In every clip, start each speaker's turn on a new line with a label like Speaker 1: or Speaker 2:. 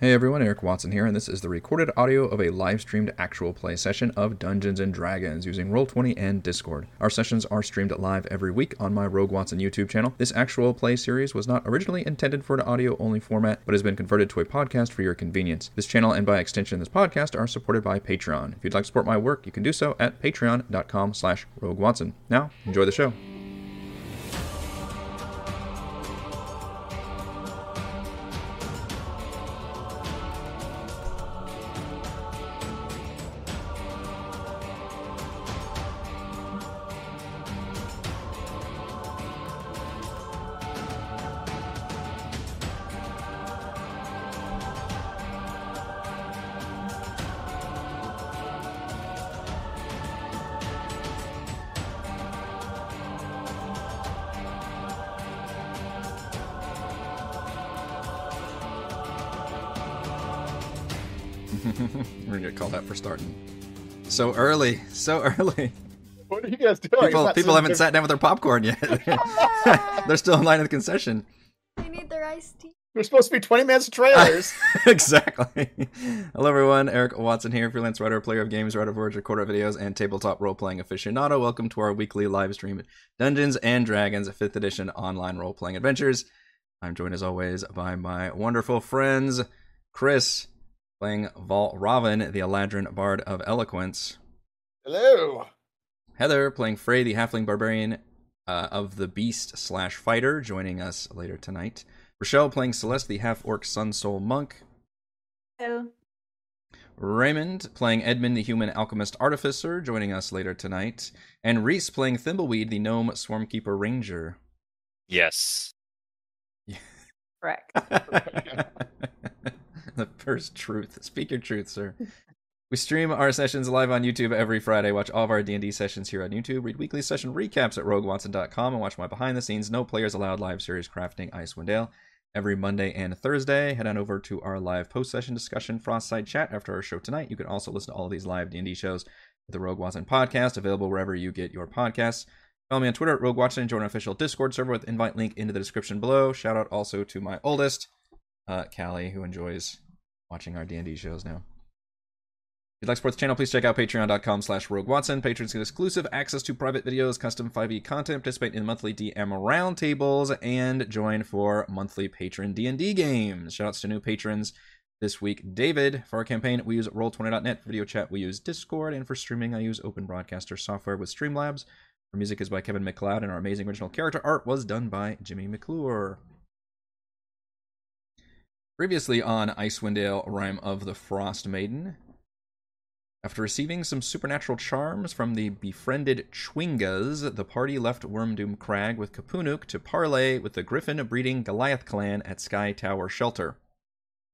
Speaker 1: Hey everyone, Eric Watson here, and this is the recorded audio of a live streamed actual play session of Dungeons and Dragons using Roll20 and Discord. Our sessions are streamed live every week on my Rogue Watson YouTube channel. This actual play series was not originally intended for an audio only format, but has been converted to a podcast for your convenience. This channel and by extension this podcast are supported by Patreon. If you'd like to support my work, you can do so at patreon.com slash rogue watson. Now, enjoy the show. We're gonna get called out for starting. So early, so early.
Speaker 2: What are you guys doing? It's
Speaker 1: People,
Speaker 2: not
Speaker 1: people
Speaker 2: so
Speaker 1: haven't
Speaker 2: different.
Speaker 1: sat down with their popcorn yet. They're still in line at the concession.
Speaker 3: They need their iced tea.
Speaker 2: We're supposed to be 20 minutes of trailers.
Speaker 1: exactly. Hello, everyone. Eric Watson here, freelance writer, player of games, writer of words, recorder of videos, and tabletop role playing aficionado. Welcome to our weekly live stream Dungeons and Dragons 5th Edition online role playing adventures. I'm joined, as always, by my wonderful friends, Chris, playing Vol Ravin, the Eladrin Bard of Eloquence.
Speaker 2: Hello.
Speaker 1: Heather playing Frey, the halfling barbarian uh, of the beast slash fighter, joining us later tonight. Rochelle playing Celeste, the half orc sun soul monk. Raymond playing Edmund, the human alchemist artificer, joining us later tonight. And Reese playing Thimbleweed, the gnome swarmkeeper ranger.
Speaker 4: Yes.
Speaker 5: Correct.
Speaker 1: the first truth. Speak your truth, sir. We stream our sessions live on YouTube every Friday. Watch all of our D&D sessions here on YouTube. Read weekly session recaps at roguewatson.com and watch my behind the scenes no players allowed live series crafting Icewind Dale every Monday and Thursday. Head on over to our live post session discussion Frostside chat after our show tonight. You can also listen to all of these live D&D shows at the Rogue Watson podcast available wherever you get your podcasts. Follow me on Twitter at Rogue Watson and join our official Discord server with invite link into the description below. Shout out also to my oldest uh, Callie, who enjoys watching our D&D shows now. If you'd like to support the channel, please check out patreon.com slash roguewatson. Patrons get exclusive access to private videos, custom 5e content, participate in monthly DM roundtables, and join for monthly patron D&D games. Shoutouts to new patrons this week. David, for our campaign, we use roll20.net. For video chat, we use Discord. And for streaming, I use open broadcaster software with Streamlabs. Our music is by Kevin McLeod, and our amazing original character art was done by Jimmy McClure. Previously on Icewind Dale, Rhyme of the Frost Maiden, after receiving some supernatural charms from the befriended Chwingas, the party left Wormdoom Crag with Kapunuk to parley with the griffin breeding Goliath clan at Sky Tower Shelter.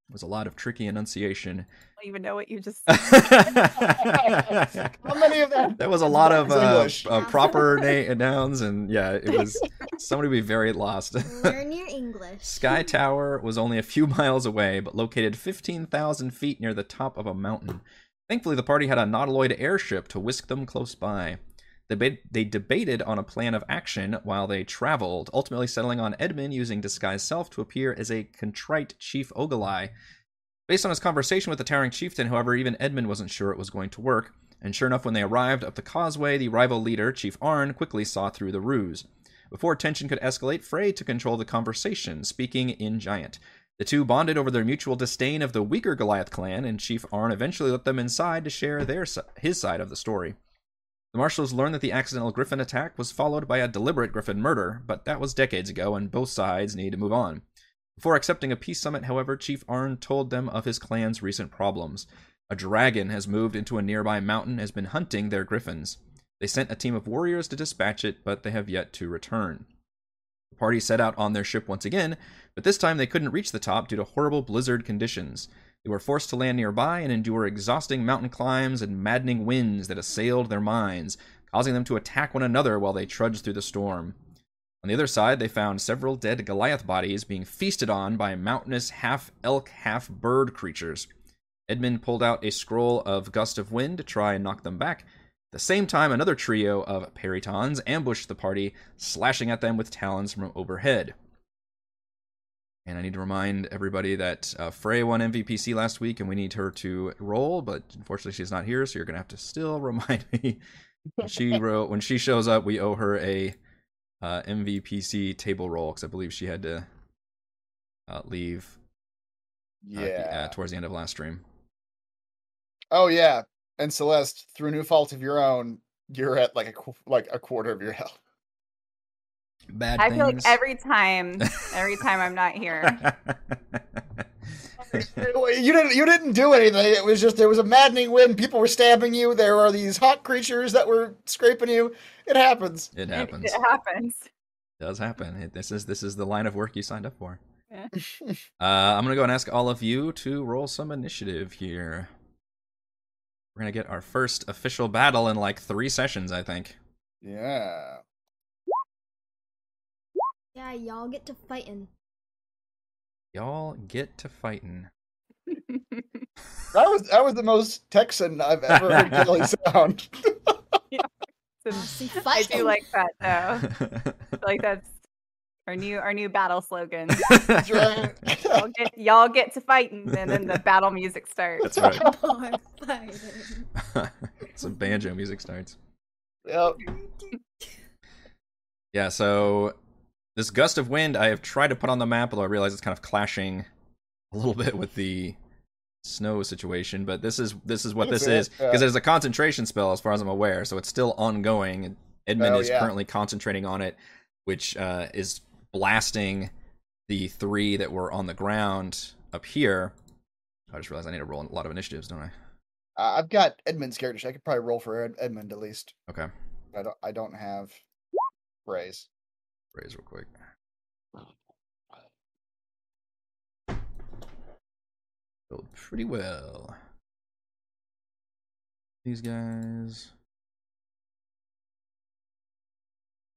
Speaker 1: It was a lot of tricky enunciation.
Speaker 5: I don't even know what you just said.
Speaker 1: that
Speaker 2: How many of them?
Speaker 1: was a lot of
Speaker 2: It's
Speaker 1: uh,
Speaker 2: English.
Speaker 1: uh, proper na- nouns, and yeah, it was somebody would be very lost.
Speaker 3: Learn your English.
Speaker 1: Sky Tower was only a few miles away, but located 15,000 feet near the top of a mountain. Thankfully, the party had a Nautiloid airship to whisk them close by. Deba- They debated on a plan of action while they traveled, ultimately settling on Edmund using disguise self to appear as a contrite Chief Ogilai. Based on his conversation with the towering chieftain, however, even Edmund wasn't sure it was going to work. And sure enough, when they arrived up the causeway, the rival leader, Chief Arn, quickly saw through the ruse. Before tension could escalate, Frey took control of the conversation, speaking in Giant. The two bonded over their mutual disdain of the weaker Goliath clan, and Chief Arn eventually let them inside to share their si- his side of the story. The marshals learned that the accidental Griffin attack was followed by a deliberate Griffin murder, but that was decades ago, and both sides need to move on. Before accepting a peace summit, however, Chief Arn told them of his clan's recent problems. A dragon has moved into a nearby mountain and has been hunting their griffins. They sent a team of warriors to dispatch it, but they have yet to return. The party set out on their ship once again, but this time they couldn't reach the top due to horrible blizzard conditions. They were forced to land nearby and endure exhausting mountain climbs and maddening winds that assailed their minds, causing them to attack one another while they trudged through the storm. On the other side, they found several dead Goliath bodies being feasted on by mountainous half elk, half bird creatures. Edmund pulled out a scroll of Gust of Wind to try and knock them back. At the same time, another trio of Peritons ambushed the party, slashing at them with talons from overhead. And I need to remind everybody that uh, Frey won MVPC last week, and we need her to roll. But unfortunately, she's not here, so you're gonna have to still remind me. When she wrote when she shows up, we owe her a uh, MVPC table roll because I believe she had to uh, leave uh,
Speaker 2: Yeah.
Speaker 1: at the- uh, towards the end of last stream.
Speaker 2: Oh yeah. And Celeste, through no fault of your own, you're at like a qu- like a quarter of your health.
Speaker 1: Bad
Speaker 5: I
Speaker 1: things.
Speaker 5: feel like every time, every time I'm not here.
Speaker 2: you didn't you didn't do anything. It was just there was a maddening wind. People were stabbing you. There are these hot creatures that were scraping you. It happens.
Speaker 1: it
Speaker 5: It-
Speaker 1: happens.
Speaker 5: It, happens.
Speaker 1: does happen. It- This is this is the line of work you signed up for.
Speaker 5: Yeah.
Speaker 1: uh, I'm gonna go and ask all of you to roll some initiative here. We're gonna get our first official battle in like three sessions, I think.
Speaker 2: Yeah.
Speaker 3: Yeah, y'all get to fighting.
Speaker 1: Y'all get to fighting.
Speaker 2: That was that was the most Texan I've ever heard Kelly sound.
Speaker 3: Y'all
Speaker 5: It's-
Speaker 3: see
Speaker 5: I
Speaker 3: fighting.
Speaker 5: do like that though. I feel like that's our new our new battle slogan.
Speaker 2: That's right.
Speaker 5: Y'all get, y'all get to fighting, and then the battle music starts.
Speaker 1: That's right.
Speaker 3: More fighting.
Speaker 1: Some banjo music starts.
Speaker 2: Yep.
Speaker 1: Yeah, so this gust of wind I have tried to put on the map, although I realize it's kind of clashing a little bit with the snow situation, but this is this is what
Speaker 2: It's
Speaker 1: this
Speaker 2: a-
Speaker 1: is because it's a concentration spell as far as I'm aware, so it's still ongoing. Edmund
Speaker 2: Oh,
Speaker 1: is
Speaker 2: yeah.
Speaker 1: currently concentrating on it, which uh, is blasting the three that were on the ground up here. I just realized I need to roll a lot of initiatives, don't I?
Speaker 2: Uh, I've got Edmund's character. so I could probably roll for Ed- Edmund at least.
Speaker 1: Okay,
Speaker 2: I don't. I don't have Ray's.
Speaker 1: raise real quick. Build pretty well. These guys.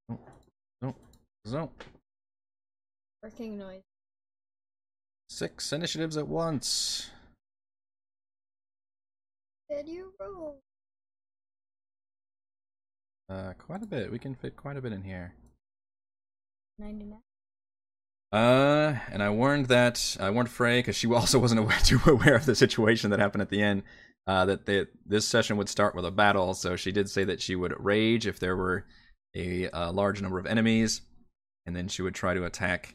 Speaker 1: Nope. Nope. Nope.
Speaker 3: Working noise.
Speaker 1: Six initiatives at once.
Speaker 3: Did you roll?
Speaker 1: Uh, quite a bit. We can fit quite a bit in here.
Speaker 3: 99.
Speaker 1: Uh, and I warned that I warned Frey because she also wasn't aware, too aware of the situation that happened at the end. Uh, that they, this session would start with a battle, so she did say that she would rage if there were a uh, large number of enemies, and then she would try to attack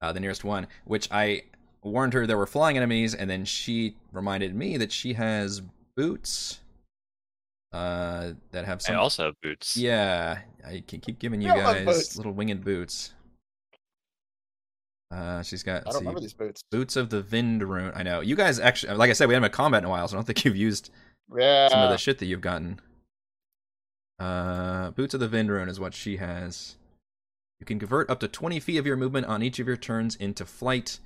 Speaker 1: uh, the nearest one. Which I warned her there were flying enemies, and then she reminded me that she has boots. Uh, that have
Speaker 4: I
Speaker 1: some.
Speaker 4: also have boots.
Speaker 1: Yeah, I can keep giving you
Speaker 2: Yeah, I
Speaker 1: guys
Speaker 2: love boots.
Speaker 1: little winged boots. Uh, she's got
Speaker 2: I
Speaker 1: let's
Speaker 2: don't
Speaker 1: see,
Speaker 2: remember these boots.
Speaker 1: boots of the Vind rune. I know you guys actually, like I said, we haven't had combat in a while, so I don't think you've used
Speaker 2: Yeah.
Speaker 1: some of the shit that you've gotten. Uh, boots of the Vind rune is what she has. You can convert up to 20 feet of your movement on each of your turns into flight.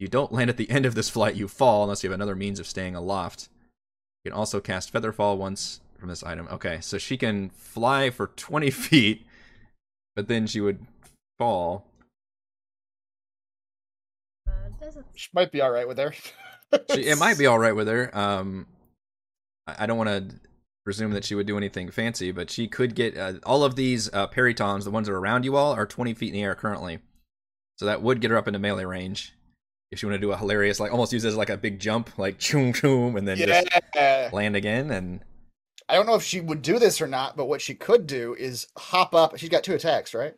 Speaker 1: You don't land at the end of this flight; you fall unless you have another means of staying aloft. You can also cast Featherfall once from this item. Okay, so she can fly for 20 feet, but then she would fall.
Speaker 3: Uh, doesn't.
Speaker 2: She might be all right with her.
Speaker 1: she, it might be all right with her. Um, I, I don't want to presume that she would do anything fancy, but she could get uh, all of these uh, peritoms. The ones that are around you all are 20 feet in the air currently, so that would get her up into melee range. If she want to do a hilarious, like almost use it as like a big jump, like choom choom, and then just
Speaker 2: Yeah.
Speaker 1: land again, and
Speaker 2: I don't know if she would do this or not, but what she could do is hop up. She's got two attacks, right?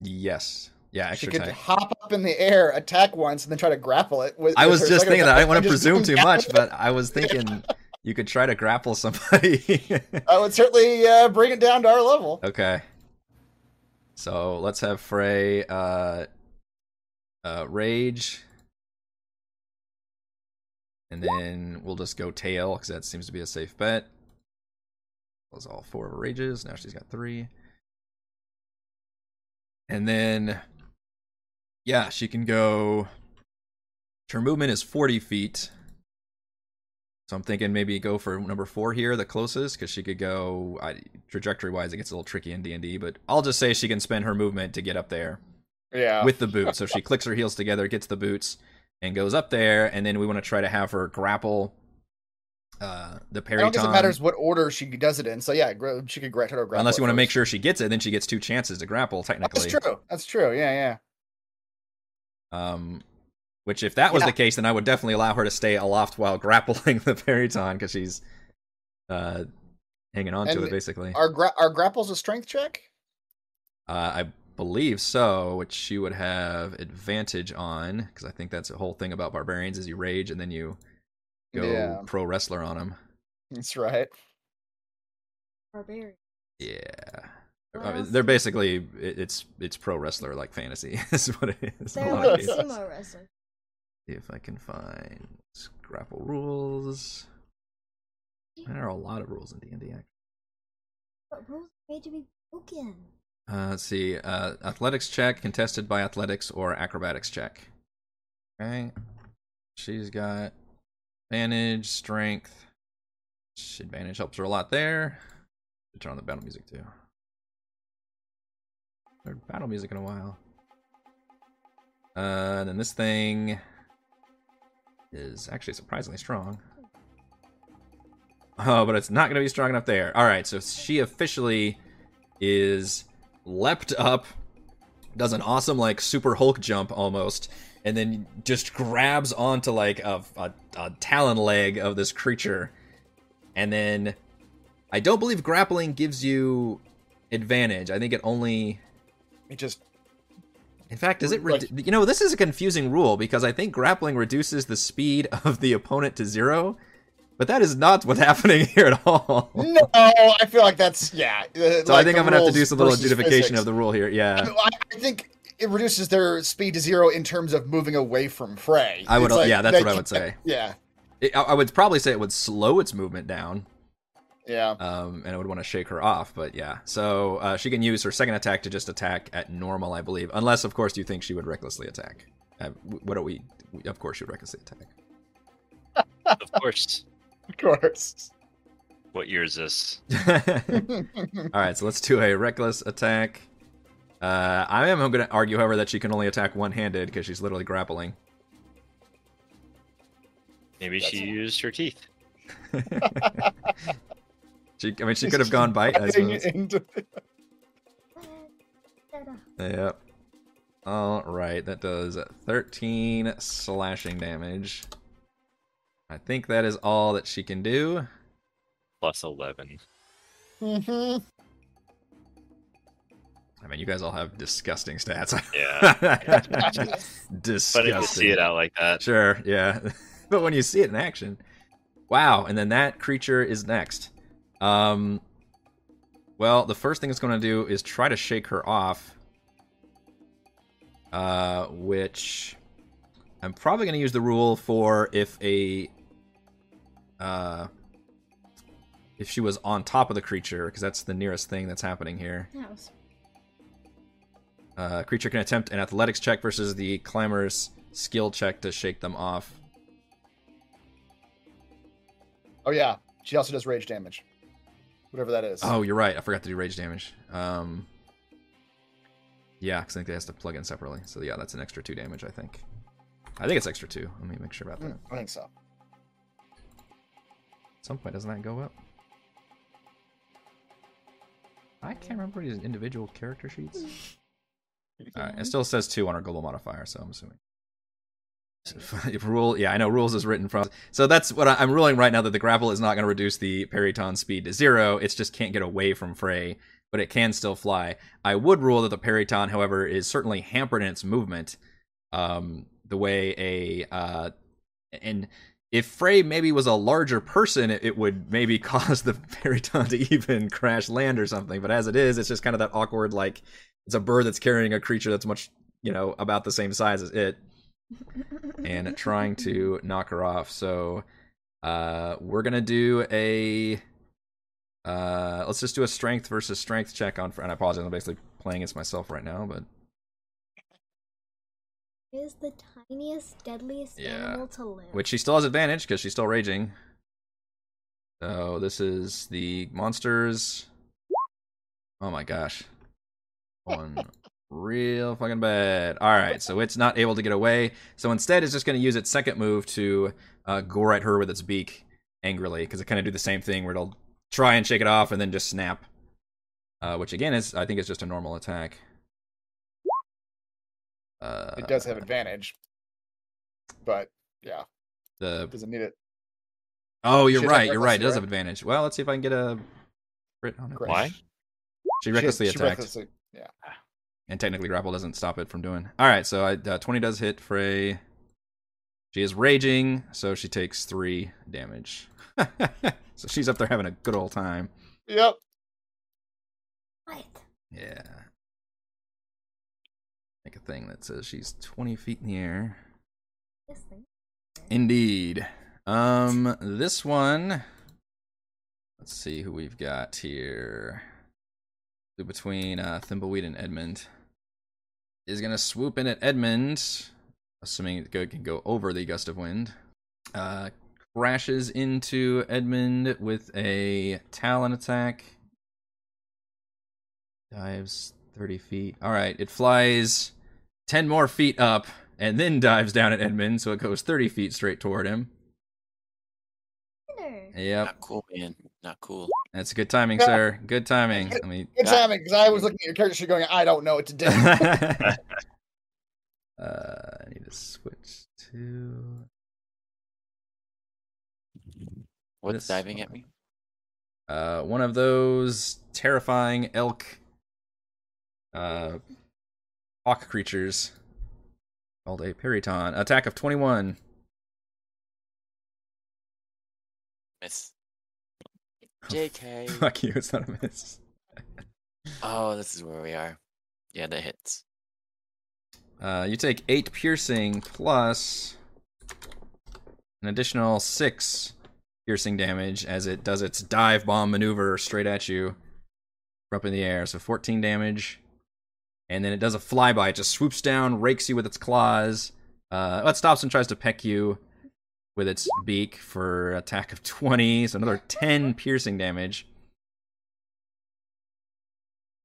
Speaker 1: yes, yeah,
Speaker 2: she
Speaker 1: extra
Speaker 2: could
Speaker 1: attack.
Speaker 2: hop up in the air, attack once, and then try to grapple it. With,
Speaker 1: I
Speaker 2: with
Speaker 1: was
Speaker 2: her
Speaker 1: just
Speaker 2: second
Speaker 1: thinking that. I didn't
Speaker 2: attack
Speaker 1: want
Speaker 2: and
Speaker 1: to
Speaker 2: just
Speaker 1: presume
Speaker 2: come
Speaker 1: too
Speaker 2: down
Speaker 1: much,
Speaker 2: with it.
Speaker 1: but I was thinking you could try to grapple somebody.
Speaker 2: I would certainly uh, bring it down to our level.
Speaker 1: Okay. So let's have Frey uh uh rage. And then we'll just go tail, because that seems to be a safe bet. Was all four of her rages. Now she's got three. And then Yeah, she can go her movement is forty feet. So I'm thinking maybe go for number four here, the closest, because she could go I, trajectory-wise. It gets a little tricky in D and D, but I'll just say she can spend her movement to get up there
Speaker 2: Yeah.
Speaker 1: with the boot. So she clicks her heels together, gets the boots, and goes up there. And then we want to try to have her grapple uh, the
Speaker 2: I
Speaker 1: parry.
Speaker 2: don't think it matters what order she does it in. So yeah, gra- she could gra- try to grapple.
Speaker 1: unless
Speaker 2: it
Speaker 1: you want to make
Speaker 2: first.
Speaker 1: sure she gets it. Then she gets two chances to grapple technically.
Speaker 2: That's true. That's true. Yeah, yeah.
Speaker 1: Um, Which, if that was
Speaker 5: Yeah.
Speaker 1: the case, then I would definitely allow her to stay aloft while grappling the Periton because she's uh, hanging on to
Speaker 2: And
Speaker 1: it, basically.
Speaker 2: Are gra- are grapples a strength check?
Speaker 1: Uh, I believe so, which she would have advantage on because I think that's the whole thing about barbarians is you rage and then you go
Speaker 2: Yeah.
Speaker 1: pro wrestler on them.
Speaker 2: That's right.
Speaker 3: Barbarian.
Speaker 1: Yeah.
Speaker 3: What
Speaker 1: I mean,
Speaker 3: else
Speaker 1: they're
Speaker 3: is-
Speaker 1: basically it- it's it's pro wrestler like fantasy is what it is.
Speaker 3: They're
Speaker 1: Hold on,
Speaker 3: like
Speaker 1: see if I-
Speaker 3: sumo wrestlers.
Speaker 1: see if I can find grapple rules. There are a lot of rules in D and D.
Speaker 3: But rules are made to be broken.
Speaker 1: Uh, let's see. Uh, athletics check contested by athletics or acrobatics check. Okay. She's got advantage, strength. Advantage helps her a lot there. Should Turn on the battle music too. No battle music in a while. Uh, and then this thing is actually surprisingly strong. Oh, but it's not going to be strong enough there. All right, so she officially is leapt up, does an awesome like super Hulk jump almost, and then just grabs onto like a, a, a talon leg of this creature, and then I don't believe grappling gives you advantage. I think it only.
Speaker 2: It just
Speaker 1: In fact, does it?
Speaker 2: Right.
Speaker 1: redu- you know, this is a confusing rule because I think grappling reduces the speed of the opponent to zero, but that is not what's happening here at all.
Speaker 2: no. I feel like that's yeah.
Speaker 1: So I think I'm gonna have to do some little justification of the rule here. Yeah.
Speaker 2: I, I think it reduces their speed to zero in terms of moving away from prey.
Speaker 1: I would-
Speaker 2: It's like
Speaker 1: yeah, that's
Speaker 2: they
Speaker 1: what I would
Speaker 2: can't-
Speaker 1: say.
Speaker 2: Yeah,
Speaker 1: It- I I would probably say it would slow its movement down,
Speaker 2: yeah.
Speaker 1: um, and I would want to shake her off. But yeah, so uh, she can use her second attack to just attack at normal, I believe, unless of course you think she would recklessly attack. Uh, w- what do we? we- Of course, she would recklessly attack.
Speaker 4: Of course.
Speaker 2: Of course.
Speaker 4: What year is this?
Speaker 1: All right, so let's do a reckless attack. Uh, I am going to argue, however, that she can only attack one-handed because she's literally grappling.
Speaker 4: Maybe she used her teeth.
Speaker 1: She, I mean, she could have gone bite. I
Speaker 2: Getting
Speaker 1: suppose.
Speaker 2: into-
Speaker 3: Red, set up.
Speaker 1: Yep. All right, that does 13 slashing damage. I think that is all that she can do.
Speaker 4: Plus 11.
Speaker 2: Mhm.
Speaker 1: I mean, you guys all have disgusting stats.
Speaker 4: Yeah.
Speaker 1: disgusting.
Speaker 4: But if you see it out like that,
Speaker 1: Sure, yeah. but when you see it in action, wow! And then that creature is next. Um, well, the first thing it's going to do is try to shake her off. Uh, which I'm probably going to use the rule for if a uh if she was on top of the creature because that's the nearest thing that's happening here.
Speaker 3: That was
Speaker 1: Uh, creature can attempt an athletics check versus the climber's skill check to shake them off.
Speaker 2: Oh yeah. She also does rage damage, whatever that is.
Speaker 1: Oh, you're right. I forgot to do rage damage. Um, yeah, 'cause I think that has to plug in separately. So yeah, that's an extra two damage. I think. I think it's extra two. Let me make sure about that.
Speaker 2: Mm, I think so.
Speaker 1: At some point, doesn't that go up? I can't remember his individual character sheets. All right, it still says two on our global modifier, so I'm assuming. If rule, yeah, I know rules is written from. So that's what I, I'm ruling right now that the grapple is not going to reduce the periton speed to zero. It's just can't get away from Frey, but it can still fly. I would rule that the periton, however, is certainly hampered in its movement, um, the way a uh, and if Frey maybe was a larger person, it, it would maybe cause the periton to even crash land or something. But as it is, it's just kind of that awkward like it's a bird that's carrying a creature that's much you know about the same size as it and trying to knock her off. So uh we're gonna do a uh let's just do a strength versus strength check on Frey. And I apologize, I'm basically playing against myself right now, but
Speaker 3: is the tiniest, deadliest
Speaker 1: Yeah.
Speaker 3: animal to live.
Speaker 1: Which she still has advantage because she's still raging. So this is the monsters. Oh my gosh. One real fucking bad. Alright, so it's not able to get away. So instead it's just gonna use its second move to uh, gore at her with its beak angrily, because it kinda do the same thing where it'll try and shake it off and then just snap. Uh, which again is I think is just a normal attack. Uh,
Speaker 2: It does have advantage. but yeah,
Speaker 1: The
Speaker 2: doesn't need it.
Speaker 1: oh, you're
Speaker 2: She's
Speaker 1: right. You're right. It
Speaker 2: recklessly,
Speaker 1: does
Speaker 2: right?
Speaker 1: have advantage. Well, let's see if I can get a crit on it.
Speaker 2: Correct.
Speaker 4: Why?
Speaker 1: She
Speaker 2: She-
Speaker 1: recklessly
Speaker 2: she
Speaker 1: attacked,
Speaker 2: recklessly- yeah.
Speaker 1: and technically grapple doesn't stop it from doing. All right, so I, uh, twenty does hit Frey. She is raging, so she takes three damage. so she's up there having a good old time.
Speaker 2: Yep.
Speaker 3: What?
Speaker 1: Yeah. Make a thing that says she's 20 feet in the air.
Speaker 3: This thing.
Speaker 1: Indeed. Um, this one. Let's see who we've got here. Between uh, Thimbleweed and Edmund is gonna swoop in at Edmund, assuming it go- can go over the gust of wind. Uh, crashes into Edmund with a talon attack. Dives thirty feet. All right, it flies ten more feet up and then dives down at Edmund, so it goes thirty feet straight toward him.
Speaker 3: Dinner.
Speaker 1: Yep,
Speaker 6: Not cool, man. Not cool.
Speaker 1: that's good timing, sir. Good timing. I mean,
Speaker 2: Good
Speaker 6: That-
Speaker 2: timing, because I was looking at your character sheet going, I don't know what to do.
Speaker 1: uh, I need to switch to.
Speaker 6: What's
Speaker 1: This
Speaker 6: diving at
Speaker 1: one.
Speaker 6: me?
Speaker 1: Uh, one of those terrifying elk uh hawk creatures called a periton. Attack of twenty one.
Speaker 6: Miss. JK.
Speaker 1: Fuck you, it's not a miss.
Speaker 6: oh, this is where we are. Yeah, that hits.
Speaker 1: Uh you take eight piercing plus an additional six piercing damage as it does its dive bomb maneuver straight at you up in the air. So 14 damage. And then it does a flyby. It just swoops down, rakes you with its claws. Uh, well, it stops and tries to peck you with its beak for attack of 20. So another 10 piercing damage.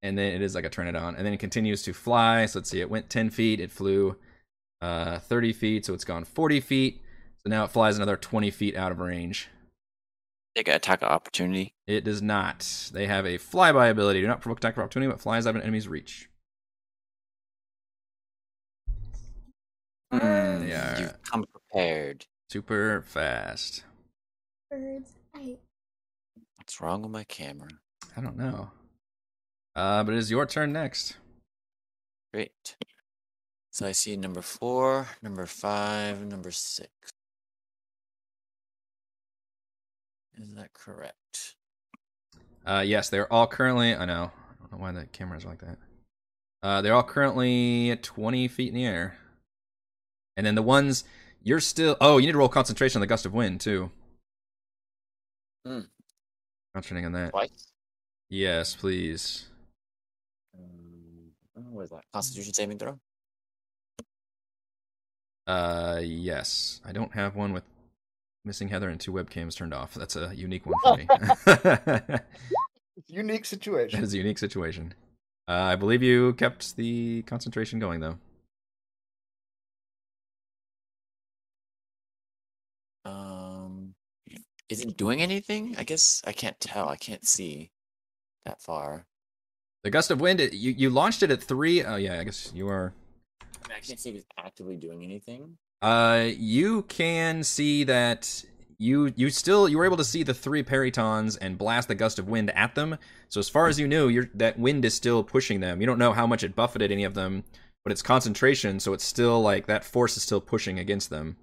Speaker 1: And then it is like a Trinodon. And then it continues to fly. So let's see, it went 10 feet. It flew uh, 30 feet. So it's gone 40 feet. So now it flies another 20 feet out of range.
Speaker 6: Take an attack of opportunity.
Speaker 1: It does not. They have a flyby ability. Do not provoke attack of opportunity, but flies out of an enemy's reach.
Speaker 6: Mm,
Speaker 1: Yeah.
Speaker 6: You've come prepared.
Speaker 1: Super fast.
Speaker 3: Birds. I
Speaker 6: What's wrong with my camera?
Speaker 1: I don't know. Uh, but it is your turn next.
Speaker 6: Great. So I see number four, number five, number six. Is that correct?
Speaker 1: Uh, yes, they're all currently. I know. I don't know why the cameras are like that. Uh, they're all currently 20 feet in the air. And then the ones you're still. Oh, you need to roll concentration on the gust of wind, too.
Speaker 6: Hmm.
Speaker 1: Concentrating on that.
Speaker 6: Twice.
Speaker 1: Yes, please.
Speaker 6: Um, oh, what is that? Constitution saving throw.
Speaker 1: Uh, yes. I don't have one with missing Heather and two webcams turned off. That's a unique one for me. that
Speaker 2: Unique situation.
Speaker 1: is a unique situation. Uh, I believe you kept the concentration going though.
Speaker 6: Um, is it doing anything? I guess I can't tell. I can't see that far.
Speaker 1: The gust of wind. It, you you launched it at three. Oh yeah, I guess you are.
Speaker 6: I, mean, I can't see if it's actively doing anything.
Speaker 1: Uh, you can see that you you still you were able to see the three peritons and blast the gust of wind at them. So as far as you knew, you're, that wind is still pushing them. You don't know how much it buffeted any of them, but it's concentration, so it's still like that force is still pushing against them.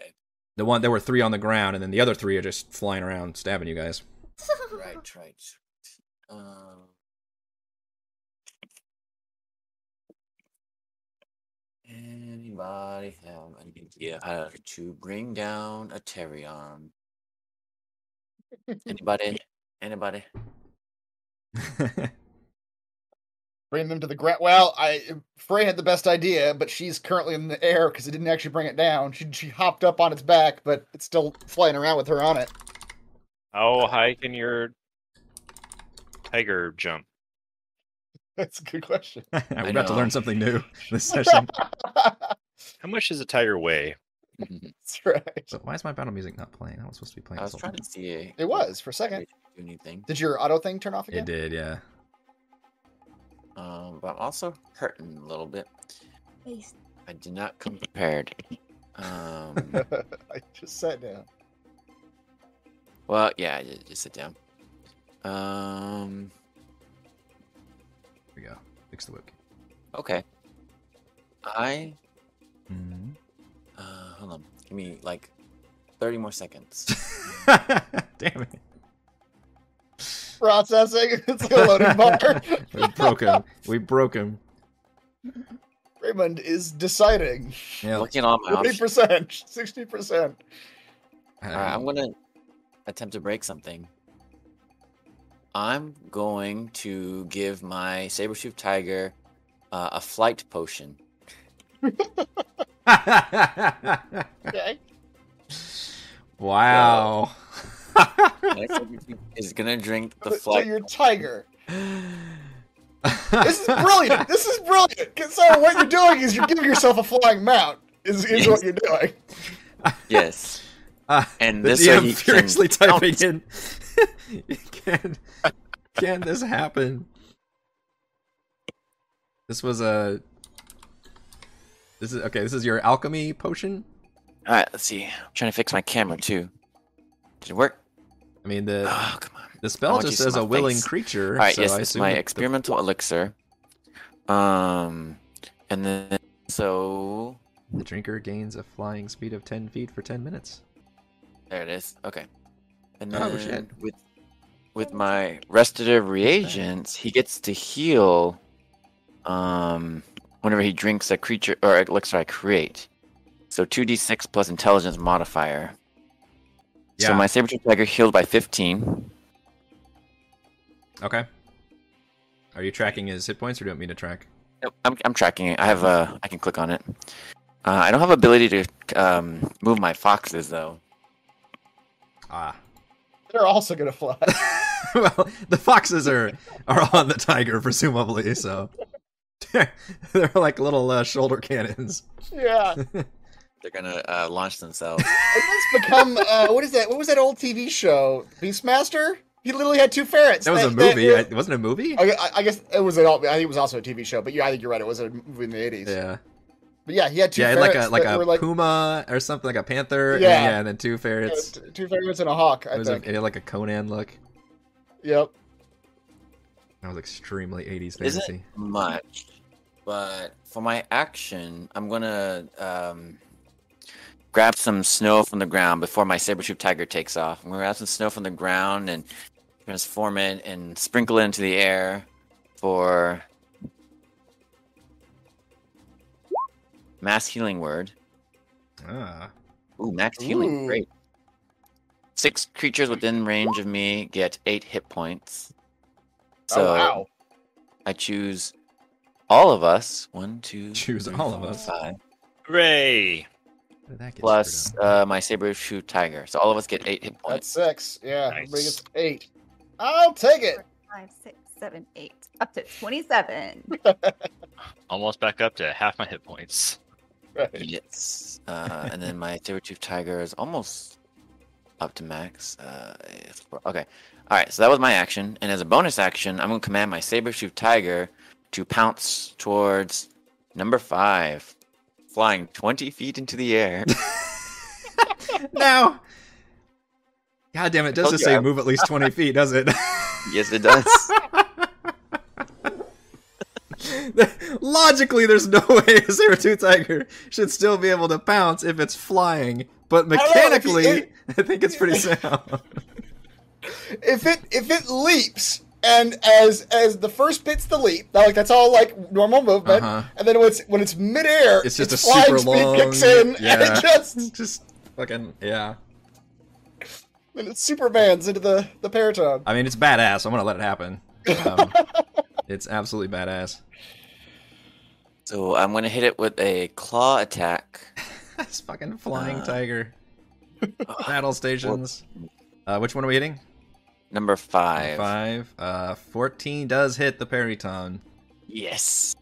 Speaker 6: Okay.
Speaker 1: The one there were three on the ground, and then the other three are just flying around stabbing you guys.
Speaker 6: Right, right. Um, anybody have an idea how to bring down a Terion? Anybody? Anybody?
Speaker 2: Bring them to the ground. Well, I Frey had the best idea, but she's currently in the air because it didn't actually bring it down. She she hopped up on its back, but it's still flying around with her on it.
Speaker 4: How high can your tiger jump?
Speaker 2: That's a good question.
Speaker 1: We're
Speaker 6: I
Speaker 1: about to
Speaker 6: know.
Speaker 1: learn something new this session.
Speaker 2: That's
Speaker 4: How much does a tiger weigh?
Speaker 6: Mm-hmm.
Speaker 2: right.
Speaker 1: So why is my battle music not playing? That was supposed to be playing.
Speaker 6: I
Speaker 1: this
Speaker 6: was
Speaker 1: whole
Speaker 6: trying
Speaker 1: time.
Speaker 6: to see.
Speaker 2: It was for a second.
Speaker 6: Do anything.
Speaker 2: Did your auto thing turn off again?
Speaker 1: It did, yeah.
Speaker 6: Um, but I'm also hurting a little bit.
Speaker 3: waste.
Speaker 6: I I did not come prepared. Um,
Speaker 2: I just sat down.
Speaker 6: well, yeah, I did just sit down. Um,
Speaker 1: Here we go. Fix the webcam.
Speaker 6: okay. I
Speaker 1: Mhm.
Speaker 6: uh, hold on. Give me like thirty more seconds.
Speaker 1: Damn it.
Speaker 2: Processing. It's a loading bar.
Speaker 1: we broke him. We broke him.
Speaker 2: Raymond is deciding.
Speaker 1: Yeah.
Speaker 6: Looking at all my
Speaker 2: Forty
Speaker 6: options.
Speaker 2: percent, sixty percent.
Speaker 1: I
Speaker 6: All right, I'm gonna attempt to break something. I'm going to give my saber-tooth tiger uh, a flight potion.
Speaker 2: Okay.
Speaker 1: wow.
Speaker 6: My saber-tooth is gonna drink the
Speaker 2: So
Speaker 6: flight.
Speaker 2: you're tiger. This is brilliant. this is brilliant. 'Cause So what you're doing is you're giving yourself a flying mount. Is, is what you're doing.
Speaker 6: Yes,
Speaker 1: Uh,
Speaker 6: and
Speaker 1: the
Speaker 6: this way
Speaker 1: DM
Speaker 6: he
Speaker 1: furiously
Speaker 6: can count.
Speaker 1: typing in. can, can this happen? This was a. This is okay. This is your alchemy potion.
Speaker 6: All right, let's see. I'm trying to fix my camera too. Did it work?
Speaker 1: I mean the
Speaker 6: Oh, come on.
Speaker 1: the
Speaker 6: I
Speaker 1: spell
Speaker 6: want
Speaker 1: just
Speaker 6: you to see
Speaker 1: says
Speaker 6: my
Speaker 1: a willing
Speaker 6: face.
Speaker 1: creature.
Speaker 6: All right,
Speaker 1: so
Speaker 6: yes,
Speaker 1: I
Speaker 6: it's
Speaker 1: assume
Speaker 6: my
Speaker 1: that the-
Speaker 6: experimental elixir. Um, and then so
Speaker 1: The drinker gains a flying speed of 10 feet for 10 minutes.
Speaker 6: There it is. Okay. And then
Speaker 1: Oh, shit.
Speaker 6: with with my restorative reagents, he gets to heal um whenever he drinks a creature or elixir I create. So 2d6 plus intelligence modifier. So my sabertooth tiger healed by 15.
Speaker 1: Okay. Are you tracking his hit points or do you want me to track?
Speaker 6: Nope, I'm I'm tracking it. I have uh I can click on it. Uh, I don't have ability to um move my foxes though.
Speaker 1: Ah.
Speaker 2: They're also gonna fly.
Speaker 1: well, the foxes are are on the tiger presumably, so they're, they're like little uh, shoulder cannons.
Speaker 2: Yeah.
Speaker 6: They're gonna uh, launch themselves.
Speaker 2: And that's become uh, what is that? What was that old TV show? Beastmaster. He literally had two ferrets.
Speaker 1: That was a movie. I, wasn't it a movie?
Speaker 2: I, I- I guess it was an. al- I think it was also a TV show, but yeah, I think you're right. It was a movie in the eighties.
Speaker 1: Yeah.
Speaker 2: But yeah, he had two
Speaker 1: Yeah, like
Speaker 2: ferrets
Speaker 1: a like
Speaker 2: that
Speaker 1: a
Speaker 2: were like
Speaker 1: puma or something like a panther. and-
Speaker 2: Yeah.
Speaker 1: yeah, and then two
Speaker 2: yeah,
Speaker 1: ferrets.
Speaker 2: t- two ferrets and a hawk.
Speaker 1: it
Speaker 2: I
Speaker 1: was a,
Speaker 2: think.
Speaker 1: it had like a Conan look.
Speaker 2: Yep.
Speaker 1: That was extremely 80s
Speaker 6: Is it-
Speaker 1: fantasy.
Speaker 6: much, but for my action, I'm gonna um, grab some snow from the ground before my saber-tooth tiger takes off. I'm gonna grab some snow from the ground and transform it and sprinkle it into the air for mass healing word.
Speaker 1: Ah.
Speaker 6: Ooh, max healing,
Speaker 2: Ooh.
Speaker 6: great. Six creatures within range of me get eight hit points. So
Speaker 2: oh wow.
Speaker 6: I choose all of us. One, two,
Speaker 1: Choose
Speaker 6: three,
Speaker 1: all of
Speaker 6: four,
Speaker 1: us.
Speaker 6: five,
Speaker 4: Hooray!
Speaker 1: How did that get
Speaker 6: plus
Speaker 1: screwed
Speaker 6: uh, my saber tooth tiger. So all of us get eight hit
Speaker 2: That's
Speaker 6: points.
Speaker 2: six. Yeah.
Speaker 4: Nice.
Speaker 2: Everybody gets eight. I'll take it.
Speaker 5: Five, six, seven, eight. Up to 27.
Speaker 4: Almost back up to half my hit points.
Speaker 2: Right.
Speaker 6: Yes. Uh, and then my saber tooth tiger is almost up to max. Uh, it's four- okay. All right. So that was my action, and as a bonus action, I'm gonna command my saber tooth tiger to pounce towards number five, flying 20 feet into the air.
Speaker 1: up? No. God damn it, it does
Speaker 6: Told
Speaker 1: just
Speaker 6: you
Speaker 1: say
Speaker 6: I-
Speaker 1: move at least 20 feet, does it?
Speaker 6: yes, it does.
Speaker 1: Logically, there's no way a saber-tooth tiger should still be able to pounce if it's flying, but
Speaker 2: don't know, if
Speaker 1: mechanically,
Speaker 2: you-
Speaker 1: I think it's pretty sound.
Speaker 2: if it if it leaps and as as the first bit's the leap now, like that's all like normal movement
Speaker 1: Uh-huh.
Speaker 2: and then when it's when it's midair
Speaker 1: It's just
Speaker 2: its
Speaker 1: a super
Speaker 2: flying speed
Speaker 1: long-
Speaker 2: kicks in and
Speaker 1: yeah.
Speaker 2: it just
Speaker 1: Just fucking, yeah.
Speaker 2: and it supermans into the the periton
Speaker 1: I mean, it's badass. I'm gonna let it happen. Um, it's absolutely badass.
Speaker 6: So I'm gonna hit it with a claw attack.
Speaker 1: This fucking flying
Speaker 6: Uh.
Speaker 1: tiger. Battle stations. Uh, which one are we hitting?
Speaker 6: Number five.
Speaker 1: Five. Uh, 14 does hit the periton.
Speaker 6: Yes.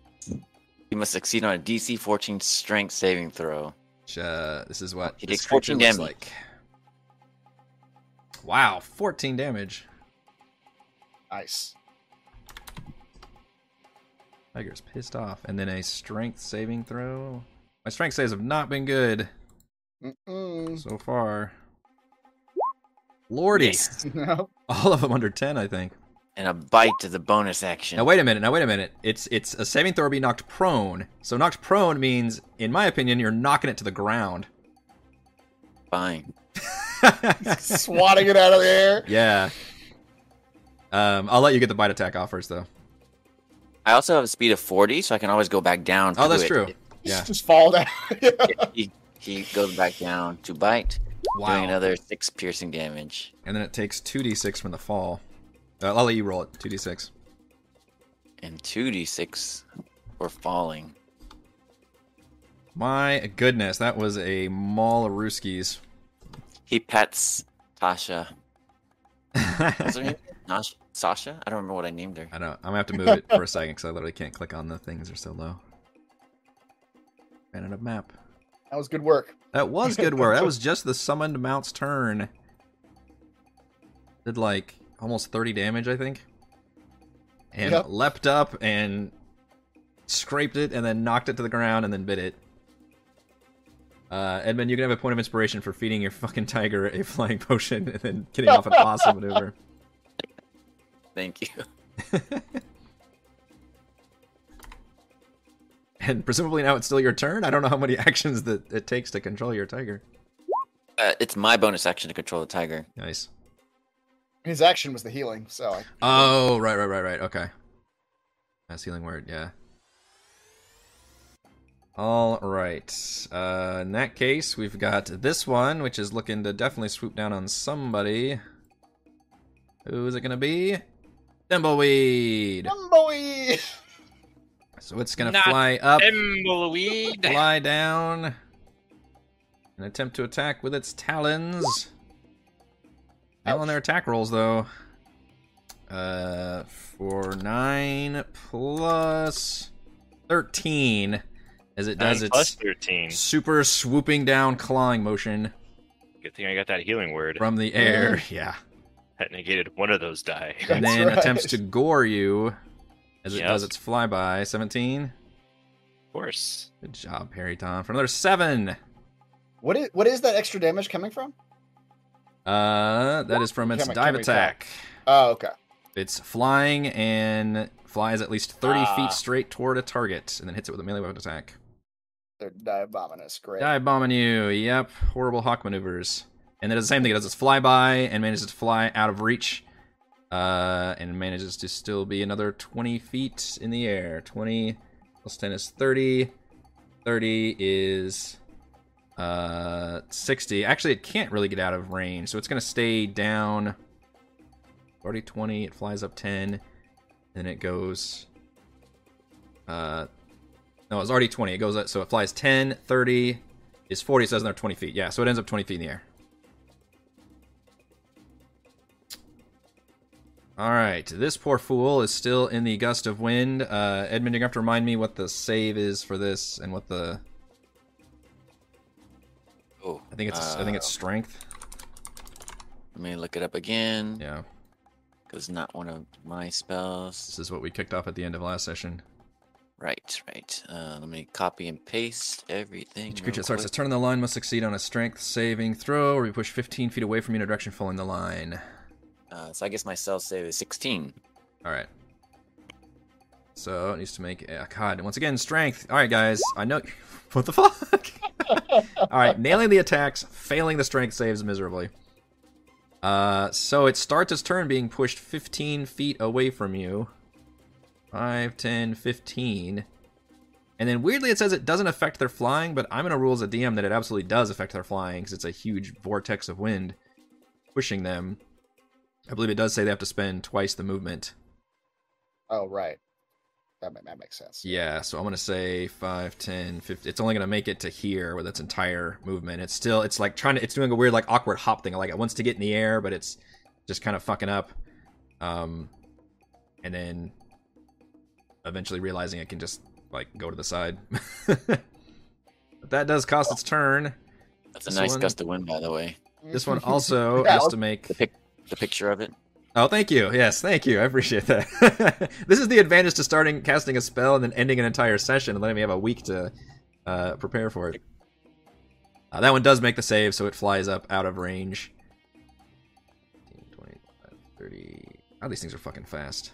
Speaker 6: You must succeed on a DC 14 strength saving throw.
Speaker 1: Which, uh, this is what
Speaker 6: He
Speaker 1: this
Speaker 6: takes 14
Speaker 1: creature looks
Speaker 6: damage.
Speaker 1: like. Wow, 14 damage.
Speaker 2: nice
Speaker 1: Tiger's pissed off. And then a strength saving throw. My strength saves have not been good
Speaker 2: Mm-mm.
Speaker 1: so far. Lordy.
Speaker 6: Yes.
Speaker 2: No.
Speaker 1: All of them under 10, I think.
Speaker 6: And a bite to the bonus action.
Speaker 1: Now wait a minute. Now wait a minute. It's it's a saving throw be knocked prone. So knocked prone means, in my opinion, you're knocking it to the ground.
Speaker 6: Fine.
Speaker 2: Swatting it out of the air.
Speaker 1: yeah. Um, I'll let you get the bite attack off first, though.
Speaker 6: I also have a speed of 40, so I can always go back down.
Speaker 1: Oh,
Speaker 6: to
Speaker 1: that's
Speaker 6: it.
Speaker 1: true. Yeah.
Speaker 2: Just, just fall down. Yeah.
Speaker 6: He, he goes back down to bite, doing
Speaker 1: Wow.
Speaker 6: another six piercing damage.
Speaker 1: And then it takes 2d6 from the fall. Uh, I'll let you roll it. 2d6.
Speaker 6: And 2d6 for falling.
Speaker 1: My goodness, that was a maul of Ruskies.
Speaker 6: He pets Tasha. What's her name? Nash- Sasha? I don't remember what I named her.
Speaker 1: I don't. I'm gonna have to move it for a second because I literally can't click on the things; they're so low. Ran out of map.
Speaker 2: That was good work.
Speaker 1: That was good work. That was just the summoned mount's turn. Did like almost 30 damage, I think. And
Speaker 2: Yep.
Speaker 1: leapt up and scraped it and then knocked it to the ground and then bit it. Uh, Edmund, you can have a point of inspiration for feeding your fucking tiger a flying potion and then getting off an awesome maneuver.
Speaker 6: Thank you.
Speaker 1: And presumably now it's still your turn. I don't know how many actions that it takes to control your tiger.
Speaker 6: Uh, it's my bonus action to control the tiger.
Speaker 1: Nice.
Speaker 2: His action was the healing, so I,
Speaker 1: Oh, right, right, right, right. Okay. That's healing word, yeah. All right. Uh, in that case, we've got this one, which is looking to definitely swoop down on somebody. Who is it going to be? Thimbleweed.
Speaker 2: Bumbleweed!
Speaker 1: So it's going to
Speaker 4: Not
Speaker 1: fly up,
Speaker 4: Thimbleweed.
Speaker 1: fly down, and attempt to attack with its talons. Not on their attack rolls though. Uh, for nine plus thirteen, as it does
Speaker 4: Nine plus
Speaker 1: its
Speaker 4: thirteen.
Speaker 1: super swooping down clawing motion
Speaker 4: Good thing I got that healing word.
Speaker 1: from the air. Yeah,
Speaker 4: That negated one of those die.
Speaker 1: and
Speaker 2: That's
Speaker 1: then
Speaker 2: right.
Speaker 1: attempts to gore you as it
Speaker 4: Yep.
Speaker 1: does its flyby. Seventeen.
Speaker 4: Of course.
Speaker 1: Good job, Harry Tom. For another seven.
Speaker 2: What is what is that extra damage coming from?
Speaker 1: Uh, that is from its
Speaker 2: Can we-
Speaker 1: dive
Speaker 2: can we
Speaker 1: attack.
Speaker 2: Oh, okay.
Speaker 1: It's flying and flies at least thirty
Speaker 2: Ah.
Speaker 1: feet straight toward a target, and then hits it with a melee weapon attack.
Speaker 2: They're dive bombing us. Great.
Speaker 1: Dive bombing you. Yep. Horrible hawk maneuvers. And it does the same thing. It does its flyby and manages to fly out of reach. Uh, and manages to still be another 20 feet in the air. 20 plus 10 is 30. 30 is uh, 60. Actually, it can't really get out of range, so it's going to stay down. Already 20. It flies up 10. Then it goes. Uh, no, it's already 20. It goes up, so it flies 10, 30, is 40, it says another 20 feet. Yeah, so it ends up 20 feet in the air. All right, this poor fool is still in the gust of wind. Uh, Edmund, you're going to have to remind me what the save is for this and what the.
Speaker 6: Oh,
Speaker 1: I think it's I think it's
Speaker 6: uh,
Speaker 1: strength.
Speaker 6: Let me look it up again.
Speaker 1: Yeah,
Speaker 6: Because not one of my spells.
Speaker 1: this is what we kicked off at the end of last session.
Speaker 6: Right, right. Uh, let me copy and paste everything.
Speaker 1: Each
Speaker 6: real
Speaker 1: creature that starts
Speaker 6: quick.
Speaker 1: its turn in the line must succeed on a strength saving throw or be pushed 15 feet away from you in a direction following the line.
Speaker 6: Uh, so I guess my cell save is 16.
Speaker 1: All right. So it needs to make uh, God once again strength. All right, guys. I know. What the fuck? All right, nailing the attacks, failing the strength saves miserably. Uh, so it starts its turn being pushed 15 feet away from you. 5, 10, 15. And then weirdly, it says it doesn't affect their flying, but I'm going to rule as a DM that it absolutely does affect their flying because it's a huge vortex of wind pushing them. I believe it does say they have to spend twice the movement
Speaker 2: Oh, right. That, ma- that makes sense.
Speaker 1: yeah, so I'm going to say 5, 10, 50. It's only going to make it to here with its entire movement. It's still, it's like trying to, it's doing a weird, like, awkward hop thing. Like, it wants to get in the air, but it's just kind of fucking up. Um, and then eventually realizing it can just, like, go to the side. but that does cost its turn.
Speaker 6: That's a
Speaker 1: This
Speaker 6: nice
Speaker 1: one-
Speaker 6: gust of wind, by the way.
Speaker 1: This one also
Speaker 2: Yeah,
Speaker 1: has
Speaker 2: I'll-
Speaker 1: to make.
Speaker 6: The pic, the picture of it.
Speaker 1: Oh, thank you. Yes, thank you. I appreciate that. this is the advantage to starting casting a spell and then ending an entire session and letting me have a week to Uh, prepare for it. Uh, that one does make the save, so it flies up out of range. 15, 20, 30. Oh, these things are fucking fast.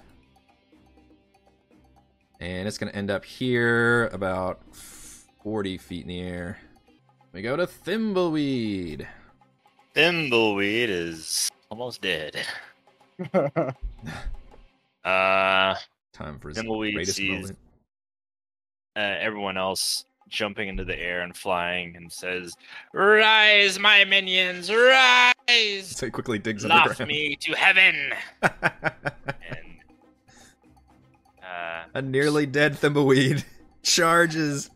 Speaker 1: And it's going to end up here, about 40 feet in the air. We go to Thimbleweed.
Speaker 4: Thimbleweed is almost dead. Uh,
Speaker 1: Time for his
Speaker 4: Thimbleweed
Speaker 1: greatest
Speaker 4: sees-
Speaker 1: moment.
Speaker 4: uh, everyone else jumping into the air and flying and says, Rise, my minions, rise!
Speaker 1: So he quickly digs
Speaker 4: Loft
Speaker 1: underground.
Speaker 4: me to heaven! And, uh,
Speaker 1: A nearly dead Thimbleweed charges.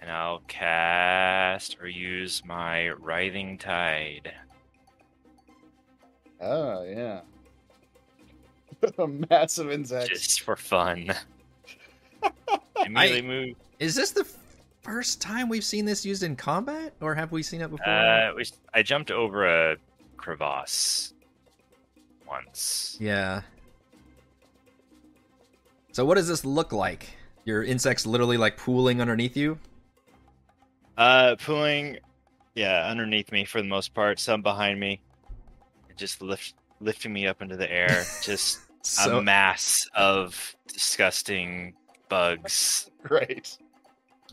Speaker 4: and I'll cast or use my Writhing Tide.
Speaker 2: oh yeah. a massive insect.
Speaker 4: just for fun. Immediately move.
Speaker 1: Is this the first time we've seen this used in combat, or have we seen it before?
Speaker 4: Uh, we, I jumped over a crevasse once.
Speaker 1: yeah. So what does this look like? Your insects literally like pooling underneath you.
Speaker 4: Uh, pulling, yeah, underneath me for the most part. Some behind me, It just lift lifting me up into the air. Just
Speaker 1: So
Speaker 4: a mass of disgusting bugs,
Speaker 2: Great.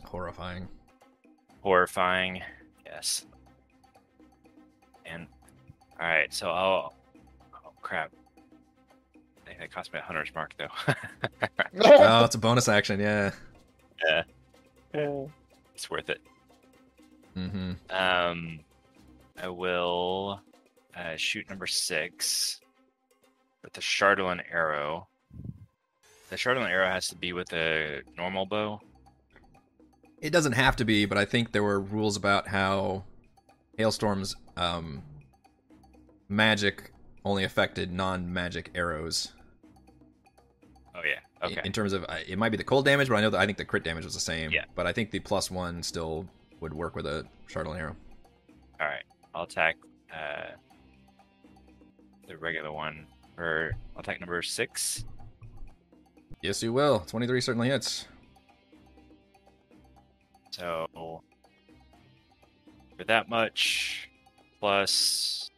Speaker 1: horrifying.
Speaker 4: horrifying. Yes. And all right, so I'll. Oh crap! I think that cost me a hunter's mark though.
Speaker 1: Oh, it's a bonus action. Yeah.
Speaker 4: it's worth it.
Speaker 1: Mm-hmm.
Speaker 4: Um, I will uh, shoot number six with the Shardolin arrow. The Shardolin arrow has to be with a normal bow.
Speaker 1: It doesn't have to be, but I think there were rules about how hailstorms um magic only affected non-magic arrows.
Speaker 4: Oh yeah.
Speaker 1: in-
Speaker 4: Okay.
Speaker 1: in terms of I- it might be the cold damage, but I know that I think the crit damage was the same.
Speaker 4: Yeah.
Speaker 1: But I think the plus one still would work with a Shardlin arrow.
Speaker 4: All right. I'll attack uh, the regular one for I'll attack number six.
Speaker 1: Yes, you will. Twenty three certainly hits.
Speaker 4: So for that much plus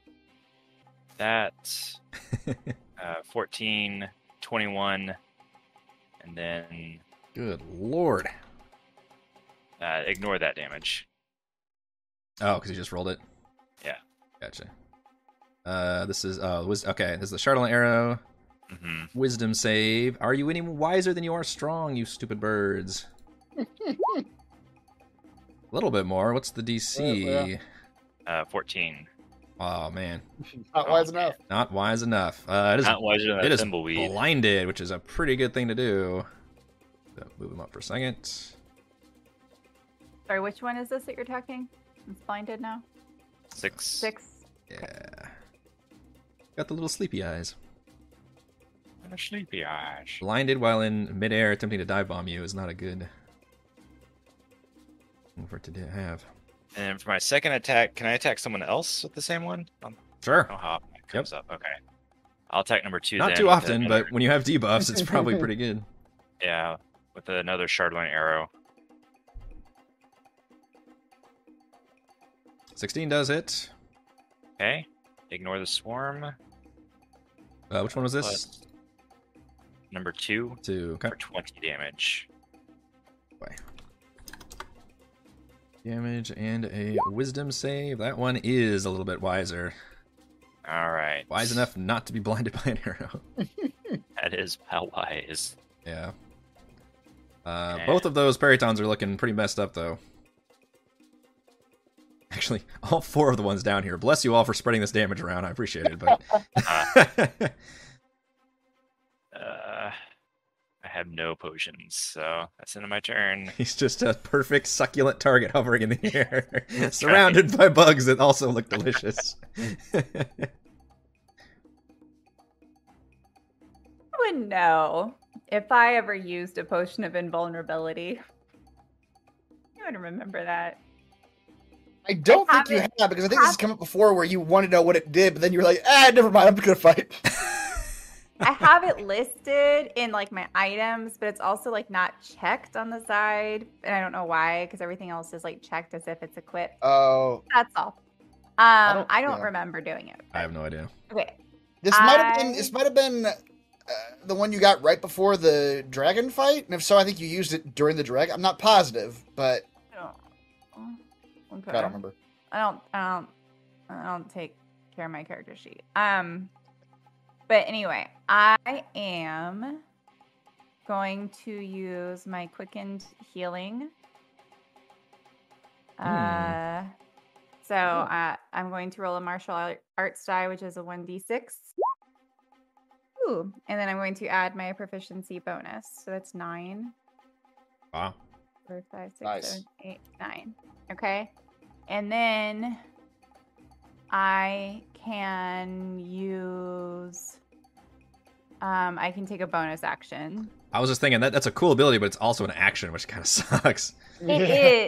Speaker 4: that uh, 14, 21, and then
Speaker 1: Good lord.
Speaker 4: uh, ignore that damage.
Speaker 1: Oh, because you just rolled it.
Speaker 4: Yeah.
Speaker 1: Gotcha. Uh, this is uh, wis- okay. This is the Shardlin arrow. Mm-hmm.
Speaker 4: hmm
Speaker 1: Wisdom save. Are you any wiser than you are strong, you stupid birds? A little bit more. What's the DC?
Speaker 2: Yeah, yeah.
Speaker 4: Uh, 14.
Speaker 1: Oh man,
Speaker 2: Not wise enough.
Speaker 1: not wise enough. Uh, it is
Speaker 4: Not wiser
Speaker 1: it
Speaker 4: than a
Speaker 1: is
Speaker 4: thimbleweed.
Speaker 1: blinded, which is a pretty good thing to do. So move him up for a second.
Speaker 5: Sorry, which one is this that you're attacking? It's blinded now.
Speaker 4: Six.
Speaker 5: Six.
Speaker 1: Yeah. Got the little sleepy eyes.
Speaker 4: And a sleepy eyes.
Speaker 1: Blinded while in midair attempting to dive bomb you is not a good thing for it to do- have.
Speaker 4: And for my second attack, can I attack someone else with the same one? I don't
Speaker 1: Sure.
Speaker 4: know how often that comes up. Okay. I'll attack number two.
Speaker 1: Not
Speaker 4: then
Speaker 1: too
Speaker 4: with
Speaker 1: often,
Speaker 4: another-
Speaker 1: but when you have debuffs, it's probably pretty good.
Speaker 4: Yeah, with another Shardline arrow.
Speaker 1: 16 does hit.
Speaker 4: Okay. Ignore the swarm.
Speaker 1: Uh, which one was this?
Speaker 4: Plus number two
Speaker 1: Two. Okay.
Speaker 4: for 20 damage.
Speaker 1: Damage and a wisdom save. That one is a little bit wiser.
Speaker 4: All right.
Speaker 1: Wise enough not to be blinded by an arrow.
Speaker 4: That is how wise.
Speaker 1: Yeah. Uh,
Speaker 4: Yeah.
Speaker 1: Both of those peritons are looking pretty messed up, though. Actually, all four of the ones down here. Bless you all for spreading this damage around. I appreciate it, but
Speaker 4: Uh, I have no potions, so that's end of my turn.
Speaker 1: he's just a perfect succulent target hovering in the air, surrounded by bugs that also look delicious.
Speaker 5: I wouldn't know if I ever used a potion of invulnerability. I would remember that.
Speaker 2: I don't think you
Speaker 5: Have
Speaker 2: have because I think this has come up before where you wanted to know what it did, but then you were like, ah, never mind. I'm gonna fight.
Speaker 5: I have it listed in like my items, but it's also like not checked on the side, and I don't know why because everything else is like checked as if it's equipped.
Speaker 2: Oh,
Speaker 5: That's all. Um, I don't,
Speaker 2: don't- yeah.
Speaker 5: remember doing it.
Speaker 1: I have no idea.
Speaker 5: Okay,
Speaker 2: this might have been
Speaker 5: I-
Speaker 2: this might have been uh, the one you got right before the dragon fight, and if so, I think you used it during the dragon. I'm not positive, but
Speaker 5: I don't. Okay.
Speaker 2: I don't remember.
Speaker 5: I don't I don't I don't take care of my character sheet. Um but anyway, I am going to use my quickened healing. Uh so uh, I'm going to roll a martial ar- arts die, which is a 1d6. Ooh, and then I'm going to add my proficiency bonus. So that's nine
Speaker 1: Wow.
Speaker 5: four, five, six,
Speaker 2: Nice.
Speaker 5: seven, eight, nine. Okay. And then I can use um I can take a bonus action.
Speaker 1: I was just thinking that that's a cool ability, but it's also an action, which kind of sucks.
Speaker 5: It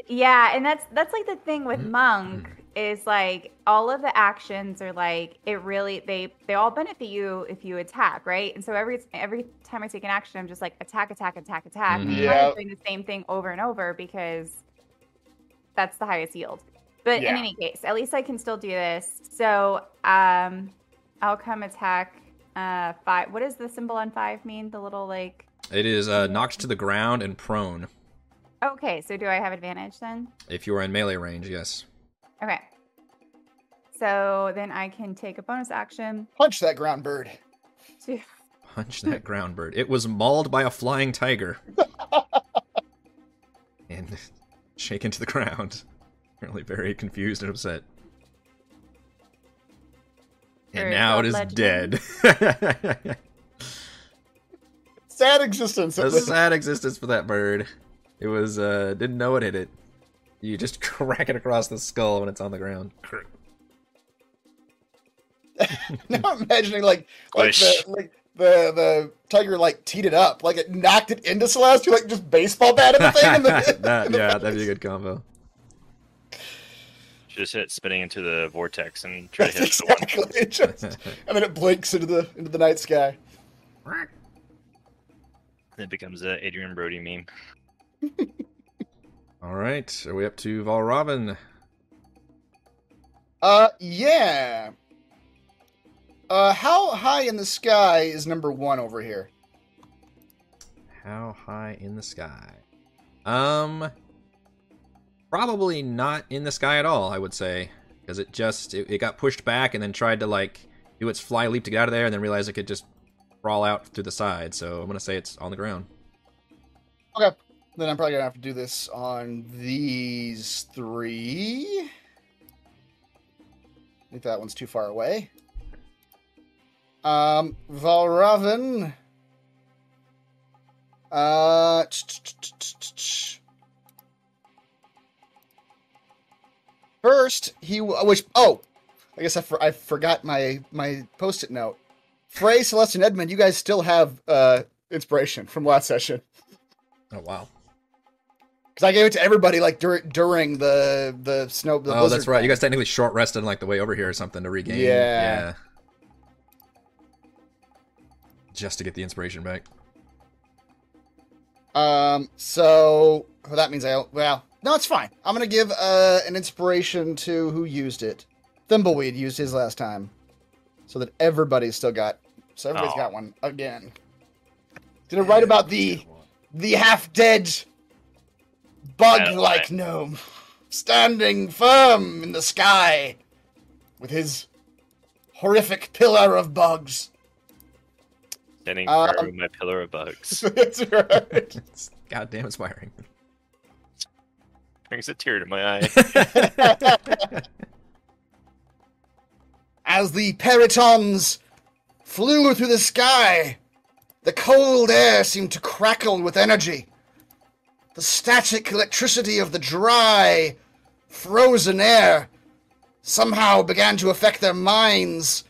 Speaker 5: is yeah, and that's that's like the thing with
Speaker 1: Mm,
Speaker 5: monk is like all of the actions are like it really they they all benefit you if you attack, right? And so every every time I take an action, I'm just like attack, attack, attack, attack.
Speaker 1: Mm.
Speaker 5: and I'm
Speaker 2: Yeah.
Speaker 5: doing the same thing over and over because that's the highest yield. But in
Speaker 2: Yeah.
Speaker 5: any case, at least I can still do this. So um I'll come attack uh five what does the symbol on five mean? The little like
Speaker 1: It is uh, knocked to the ground and prone.
Speaker 5: okay, so do I have advantage then?
Speaker 1: If you are in melee range, yes.
Speaker 5: Okay. So then I can take a bonus action
Speaker 2: Punch that ground bird.
Speaker 5: to
Speaker 1: Punch that ground bird. It was mauled by a flying tiger and shaken to the ground. Apparently, very confused and upset. And
Speaker 5: Very
Speaker 1: now it
Speaker 5: good
Speaker 1: is
Speaker 5: legend.
Speaker 1: dead.
Speaker 2: Sad existence.
Speaker 1: a sad existence for that bird. It was uh didn't know it hit it. You just crack it across the skull when it's on the ground.
Speaker 2: now I'm imagining like like the
Speaker 4: Squish.
Speaker 2: like the the tiger like teed it up, like it knocked it into Celeste, you like just baseball batted the thing. In the,
Speaker 1: That-
Speaker 2: in the
Speaker 1: yeah,
Speaker 2: face.
Speaker 1: that'd be a good combo.
Speaker 4: Just hit spinning into the vortex and try to hit the one.
Speaker 2: exactly. it Just, and then it blinks into the into the night sky.
Speaker 4: It becomes a Adrian Brody meme.
Speaker 1: All right, are we up to Val Robin?
Speaker 2: Uh, yeah. Uh, how high in the sky is number one over here?
Speaker 1: How high in the sky? Um, probably not in the sky at all. I would say because it just it, it got pushed back and then tried to like do its fly leap to get out of there and then realized it could just crawl out through the side. So I'm gonna say it's on the ground.
Speaker 2: Then I'm probably gonna have to do this on these three. I think that one's too far away. Um, Valravan. Uh, first he w- which oh, I guess I, for, I forgot my my post-it note. Frey, Celeste, and Edmund, you guys still have uh inspiration from last session
Speaker 1: Oh wow!
Speaker 2: because I gave it to everybody like during during the the snow. The
Speaker 1: oh, that's
Speaker 2: blizzard.
Speaker 1: right. You guys technically short rested on, like the way over here or something to regain.
Speaker 2: Yeah.
Speaker 1: Just to get the inspiration back.
Speaker 2: Um, so well, that means I well no, it's fine. I'm gonna give uh an inspiration to who used it. Thimbleweed used his last time, so that everybody's still got. So everybody's
Speaker 4: Aw.
Speaker 2: got one again. Did I write about the the half dead bug like gnome standing firm in the sky with his horrific pillar of bugs?
Speaker 4: Standing
Speaker 2: Uh,
Speaker 4: firm with my pillar of bugs
Speaker 2: That's right.
Speaker 1: It's goddamn inspiring.
Speaker 4: brings a tear to my eye.
Speaker 2: As the peritons flew through the sky, the cold air seemed to crackle with energy. The static electricity of the dry, frozen air somehow began to affect their minds,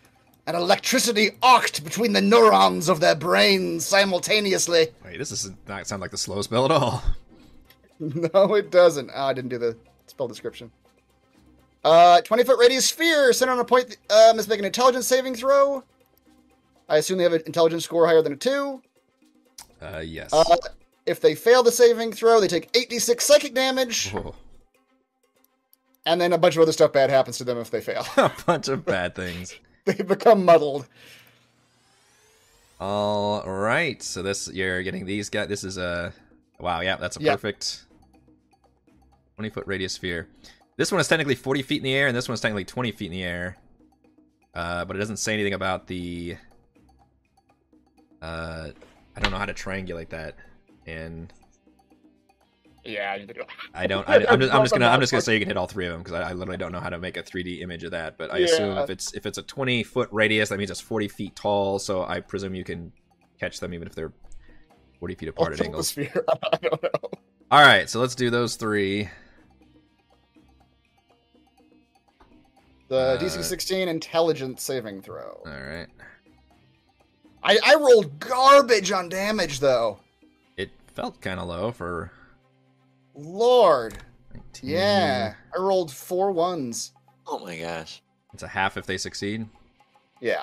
Speaker 2: and electricity arced between the neurons of their brains simultaneously.
Speaker 1: Wait, this does not sound like the slow spell at all.
Speaker 2: No, it doesn't. Ah, I didn't do the spell description. Uh, 20 foot radius sphere centered on a point that uh, must make an intelligence saving throw. I assume they have an intelligence score higher than a two.
Speaker 1: Uh, yes.
Speaker 2: Uh, if they fail the saving throw, they take 8d6 psychic damage,
Speaker 1: Whoa.
Speaker 2: and then a bunch of other stuff bad happens to them if they fail.
Speaker 1: a bunch of bad things.
Speaker 2: they become muddled.
Speaker 1: All right. So this you're getting these guys. This is a wow. Yeah, that's a
Speaker 2: Yeah.
Speaker 1: perfect twenty foot radius sphere. This one is technically forty feet in the air, and this one is technically twenty feet in the air. Uh, but it doesn't say anything about the. Uh, I don't know how to triangulate that, and
Speaker 2: Yeah, you do.
Speaker 1: I don't. I, I'm, just, I'm just gonna. I'm just gonna say you can hit all three of them because I, I literally don't know how to make a 3D image of that. But I assume
Speaker 2: Yeah.
Speaker 1: if it's if it's a 20 foot radius, that means it's 40 feet tall. So I presume you can catch them even if they're 40 feet apart at
Speaker 2: Multiple
Speaker 1: angles.
Speaker 2: sphere. I don't know.
Speaker 1: All right, so let's do those three.
Speaker 2: The
Speaker 1: Uh,
Speaker 2: DC 16 intelligence saving throw.
Speaker 1: All right.
Speaker 2: I, I rolled garbage on damage though.
Speaker 1: It felt kind of low for.
Speaker 2: Lord.
Speaker 1: 19.
Speaker 2: Yeah.
Speaker 1: Mm-hmm.
Speaker 2: I rolled four ones.
Speaker 6: Oh my gosh.
Speaker 1: It's a half if they succeed.
Speaker 2: Yeah.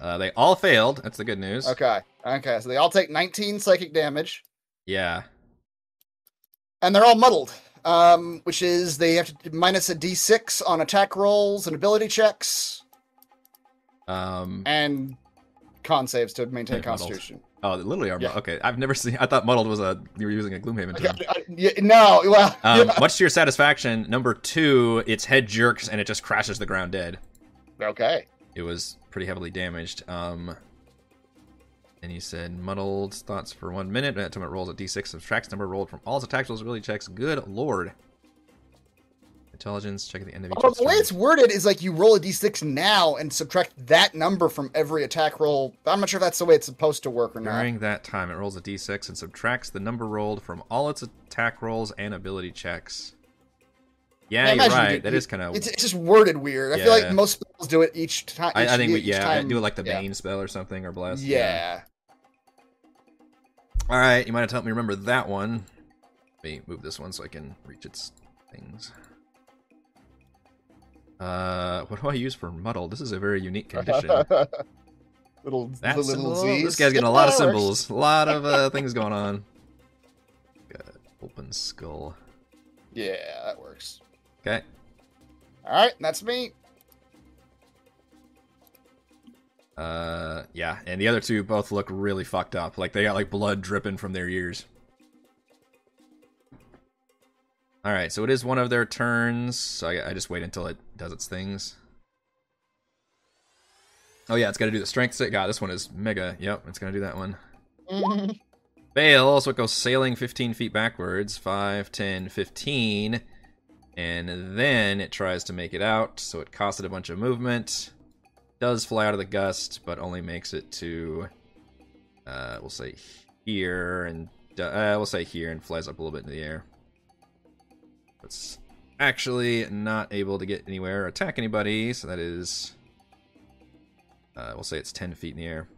Speaker 1: Uh, they all failed. That's the good news.
Speaker 2: Okay. Okay. So they all take 19 psychic damage,
Speaker 1: Yeah.
Speaker 2: and they're all muddled. Um, which is they have to minus a D6 on attack rolls and ability checks
Speaker 1: Um.
Speaker 2: and con saves to maintain
Speaker 1: They're muddled.
Speaker 2: Constitution.
Speaker 1: Oh, they literally are. mu-
Speaker 2: yeah.
Speaker 1: Okay. I've never seen. I thought muddled was a. You were using a Gloomhaven term.
Speaker 2: I- I- yeah, no. Well.
Speaker 1: Um, Much to your satisfaction, number two, its head jerks and it just crashes the ground dead.
Speaker 2: yeah. Okay.
Speaker 1: It was pretty heavily damaged. Um, and you said muddled thoughts for one minute. That time it rolls a d6, subtracts number rolled from all its attack rolls, really checks. Good lord. Intelligence, check at the end of each.
Speaker 2: Although Oh, the way
Speaker 1: turn.
Speaker 2: it's worded is like you roll a d6 now and subtract that number from every attack roll. I'm not sure if that's the way it's supposed to work or not.
Speaker 1: During that time, it rolls a d6 and subtracts the number rolled from all its attack rolls and ability checks. Yeah,
Speaker 2: I
Speaker 1: you're
Speaker 2: imagine you
Speaker 1: right.
Speaker 2: could-
Speaker 1: That
Speaker 2: you-
Speaker 1: is kind of.
Speaker 2: It's, it's just worded weird. I feel
Speaker 1: Yeah.
Speaker 2: like most spells do it each time.
Speaker 1: I, I think we,
Speaker 2: each
Speaker 1: yeah,
Speaker 2: time.
Speaker 1: do it like the
Speaker 2: yeah.
Speaker 1: Bane spell or something or blast.
Speaker 2: Yeah.
Speaker 1: All right, you might have to help me remember that one. Let me move this one so I can reach its things. Uh, what do I use for muddle? This is a very unique condition.
Speaker 2: little
Speaker 1: That
Speaker 2: little
Speaker 1: symbol.
Speaker 2: Z's.
Speaker 1: This guy's getting a lot of
Speaker 2: That works.
Speaker 1: symbols, a lot of uh, things going on. Good. Open skull.
Speaker 2: Yeah, that works.
Speaker 1: Okay.
Speaker 2: All right, that's me.
Speaker 1: Uh, yeah, and the other two both look really fucked up. Like they got like blood dripping from their ears. All right, so it is one of their turns. So I, I just wait until it does its things. Oh yeah, it's got to do the strength save. God, this one is mega. Yep, it's gonna do that one.
Speaker 2: Mhm.
Speaker 1: Fail, so it goes sailing 15 feet backwards. 5, 10, 15. And then it tries to make it out, so it costs it a bunch of movement. Does fly out of the gust, but only makes it to, uh, we'll say here, and uh, we'll say here, and flies up a little bit into the air. It's actually not able to get anywhere or attack anybody, so that is, uh, we'll say it's 10 feet in the air.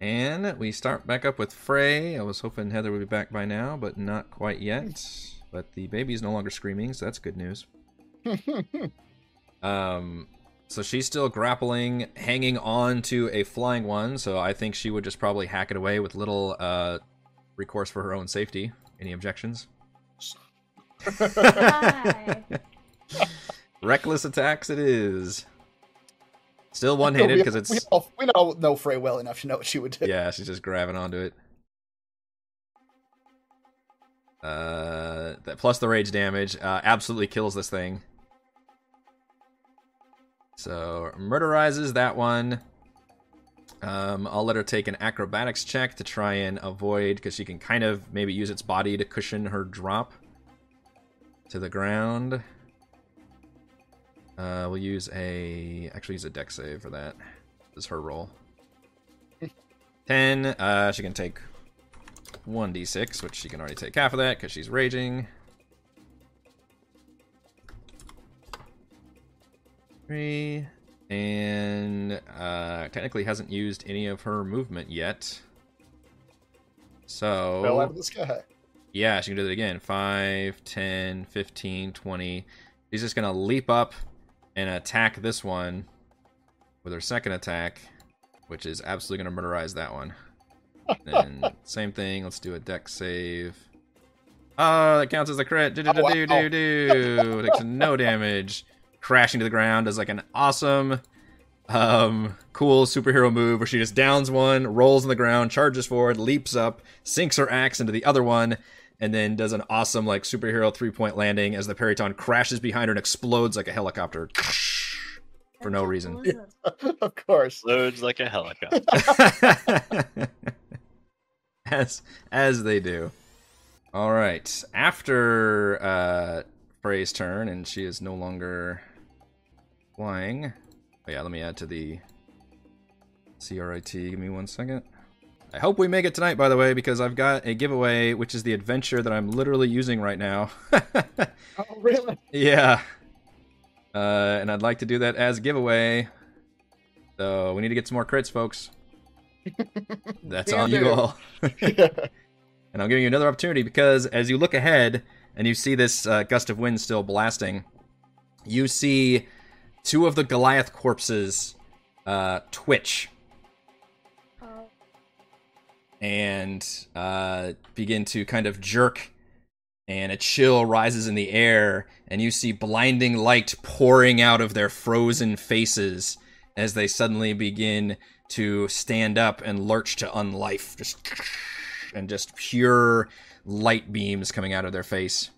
Speaker 1: And we start back up with Frey. I was hoping Heather would be back by now, but not quite yet. But the baby's no longer screaming, so that's good news. um, so she's still grappling, hanging on to a flying one. So I think she would just probably hack it away with little uh, recourse for her own safety. Any objections?
Speaker 5: Hi.
Speaker 1: Reckless attacks, it is. Still
Speaker 2: We-
Speaker 1: one-handed because it's
Speaker 2: we all, we all know Frey well enough to know what she would do.
Speaker 1: yeah, she's just grabbing onto it. Uh, that plus the rage damage uh, absolutely kills this thing. So murderizes that one. Um, I'll let her take an acrobatics check to try and avoid because she can kind of maybe use its body to cushion her drop to the ground. Uh, we'll use a actually use a deck save for that. This is her roll. 10. Uh, she can take 1d6, which she can already take half of that because she's raging. 3. And uh, technically hasn't used any of her movement yet. So.
Speaker 2: Fell out of the sky.
Speaker 1: Yeah, she can do that again. 5, 10, 15, 20. She's just gonna leap up and attack this one with her second attack, which is absolutely gonna murderize that one. Then same thing. Let's do a deck save. Ah, that counts as a crit. Do do
Speaker 2: Oh,
Speaker 1: do
Speaker 2: wow.
Speaker 1: do do. Takes no damage. Crashing to the ground does like an awesome, um, cool superhero move where she just downs one, rolls on the ground, charges forward, leaps up, sinks her axe into the other one, and then does an awesome like superhero three point landing as the periton crashes behind her and explodes like a helicopter. For no reason.
Speaker 3: Awesome.
Speaker 2: of course.
Speaker 4: Loads like a helicopter.
Speaker 1: as as they do. All right. After uh Frey's turn and she is no longer flying. Oh yeah, let me add to the CRIT. Give me one second. I hope we make it tonight, by the way, because I've got a giveaway, which is the adventure that I'm literally using right now.
Speaker 2: Oh, really?
Speaker 1: Yeah. Uh, and I'd like to do that as giveaway. So we need to get some more crits, folks. That's
Speaker 2: Can
Speaker 1: on you
Speaker 2: do.
Speaker 1: all. and I'm giving you another opportunity because as you look ahead and you see this uh, gust of wind still blasting, you see two of the Goliath corpses uh, twitch
Speaker 3: Oh,
Speaker 1: and uh, begin to kind of jerk, and a chill rises in the air, and you see blinding light pouring out of their frozen faces as they suddenly begin to stand up and lurch to unlife, just and just pure light beams coming out of their face.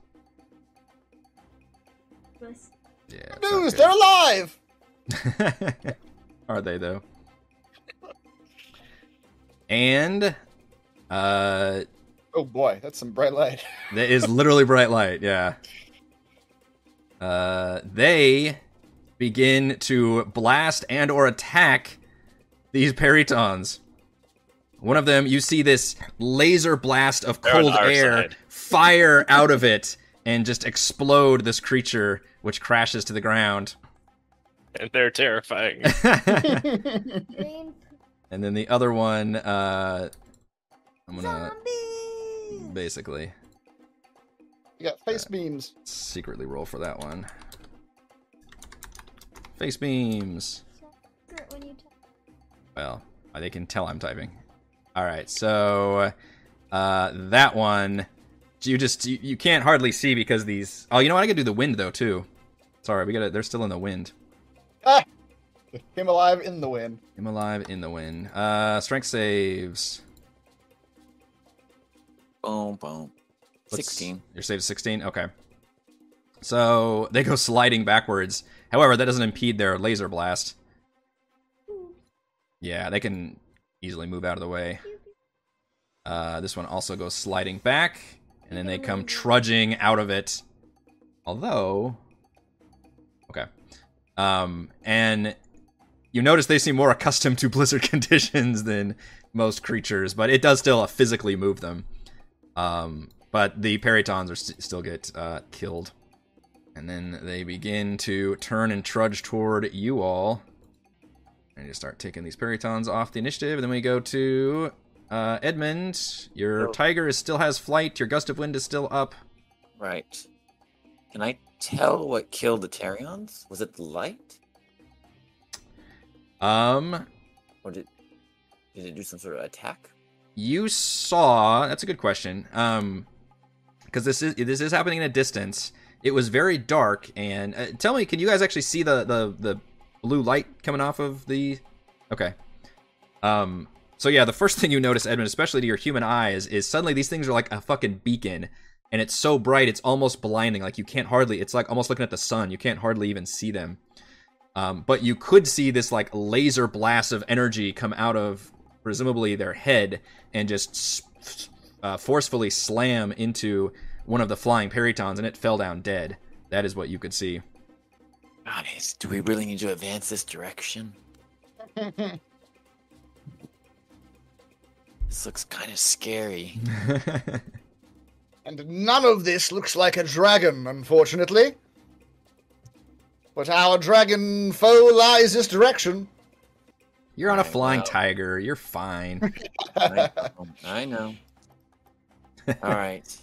Speaker 3: this-
Speaker 1: Yeah, it's not
Speaker 2: News,
Speaker 1: good.
Speaker 2: they're alive!
Speaker 1: Are they though? And uh
Speaker 2: Oh boy, that's some bright light.
Speaker 1: That is literally bright light, yeah. Uh, they begin to blast and or attack these peritons. One of them, you see this laser blast of
Speaker 4: They're on
Speaker 1: cold
Speaker 4: our
Speaker 1: air,
Speaker 4: side.
Speaker 1: fire out of it, and just explode this creature, which crashes to the ground.
Speaker 4: They're terrifying.
Speaker 1: and
Speaker 3: green
Speaker 1: then the other one, uh, I'm gonna
Speaker 3: zombies!
Speaker 1: basically
Speaker 2: You got face beams.
Speaker 1: secretly roll for that one. Face beams.
Speaker 3: Secret when you talk.
Speaker 1: Well, they can tell I'm typing. All right, so uh, that one, you just you, you can't hardly see because these. Oh, you know what? I could do the wind though too. Sorry, we got to They're still in the wind.
Speaker 2: Came alive in the wind.
Speaker 1: I'm alive in the wind. Uh, strength saves.
Speaker 6: Boom, boom.
Speaker 1: What's-
Speaker 6: 16.
Speaker 1: Your save is 16? Okay. So they go sliding backwards. However, that doesn't impede their laser blast. Yeah, they can easily move out of the way. Uh, this one also goes sliding back, and then they come trudging out of it. Although. Okay. Um, and you notice they seem more accustomed to blizzard conditions than most creatures, but it does still uh, physically move them. Um, but the peritons are st- still get uh, killed, and then they begin to turn and trudge toward you all, and you start taking these peritons off the initiative. And then we go to uh, Edmund. Your
Speaker 6: Oh.
Speaker 1: tiger is still has flight. Your gust of wind is still up.
Speaker 6: Right. Can I tell what killed the Tarions? Was it the light?
Speaker 1: Um,
Speaker 6: Or did did it do some sort of attack?
Speaker 1: you saw that's a good question um because this is this is happening in a distance it was very dark and uh, tell me can you guys actually see the the the blue light coming off of the okay um so yeah the first thing you notice edmund especially to your human eyes is suddenly these things are like a fucking beacon and it's so bright it's almost blinding like you can't hardly it's like almost looking at the sun you can't hardly even see them um, but you could see this like laser blast of energy come out of presumably their head and just s- uh, forcefully slam into one of the flying peritons and it fell down dead that is what you could see
Speaker 6: Guys, do we really need to advance this direction? This looks kind of scary.
Speaker 2: and none of this looks like a dragon, unfortunately. But our dragon foe lies this direction.
Speaker 1: you're on a
Speaker 6: Right,
Speaker 1: flying
Speaker 6: well.
Speaker 1: tiger you're fine
Speaker 6: I know. I know. All right.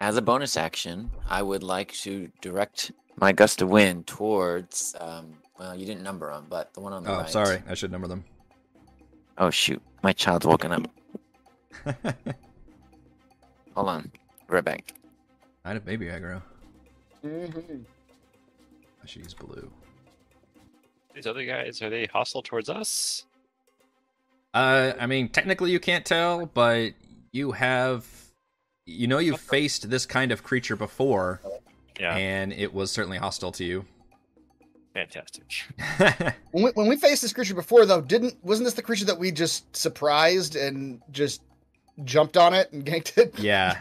Speaker 6: As a bonus action, I would like to direct my gust of wind towards. Um, well, you didn't number them, but the one on the
Speaker 1: Oh,
Speaker 6: right.
Speaker 1: sorry. I should number them.
Speaker 6: Oh shoot, my child's woken up. Hold on, Be right back.
Speaker 1: I had a baby aggro.
Speaker 2: Mm-hmm.
Speaker 1: I should use blue.
Speaker 4: These other guys, are they hostile towards us?
Speaker 1: Uh, I mean, technically you can't tell, but you have, you know, you've faced this kind of creature before,
Speaker 4: Yeah,
Speaker 1: and it was certainly hostile to you.
Speaker 4: fantastic.
Speaker 2: When we, when we faced this creature before, though, didn't wasn't this the creature that we just surprised and just jumped on it and ganked it?
Speaker 1: yeah,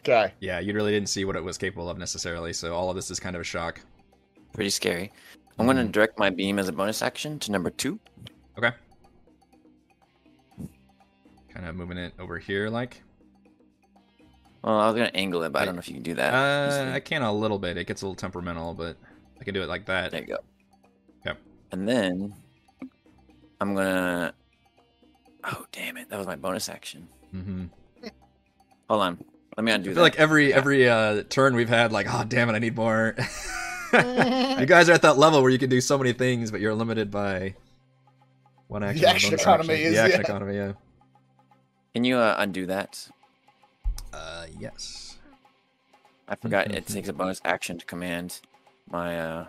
Speaker 2: Okay.
Speaker 1: yeah, you really didn't see what it was capable of necessarily. So all of this is kind of a shock.
Speaker 6: Pretty scary. I'm going
Speaker 1: Mm-hmm.
Speaker 6: to direct my beam as a bonus action to number two.
Speaker 1: Okay. Kind of moving it over here, like.
Speaker 6: Well, I was going to angle it, but I don't know if you can do that.
Speaker 1: Uh,
Speaker 6: easily.
Speaker 1: I can a little bit. It gets a little temperamental, but I can do it like that.
Speaker 6: There you go.
Speaker 1: Yep.
Speaker 6: And then I'm gonna. Oh damn it! That was my bonus action.
Speaker 1: Mm-hmm.
Speaker 6: Hold on. Let me undo
Speaker 1: I
Speaker 6: that.
Speaker 1: feel like every every uh, turn we've had, like, oh damn it, I need more. you guys are at that level where you can do so many things, but you're limited by one action. and a
Speaker 2: action
Speaker 1: bonus
Speaker 2: economy
Speaker 1: action.
Speaker 2: is-
Speaker 1: the action
Speaker 2: yeah.
Speaker 1: economy. Yeah.
Speaker 6: Can you uh, undo that?
Speaker 1: Uh, yes.
Speaker 6: I forgot it takes a bonus action to command my uh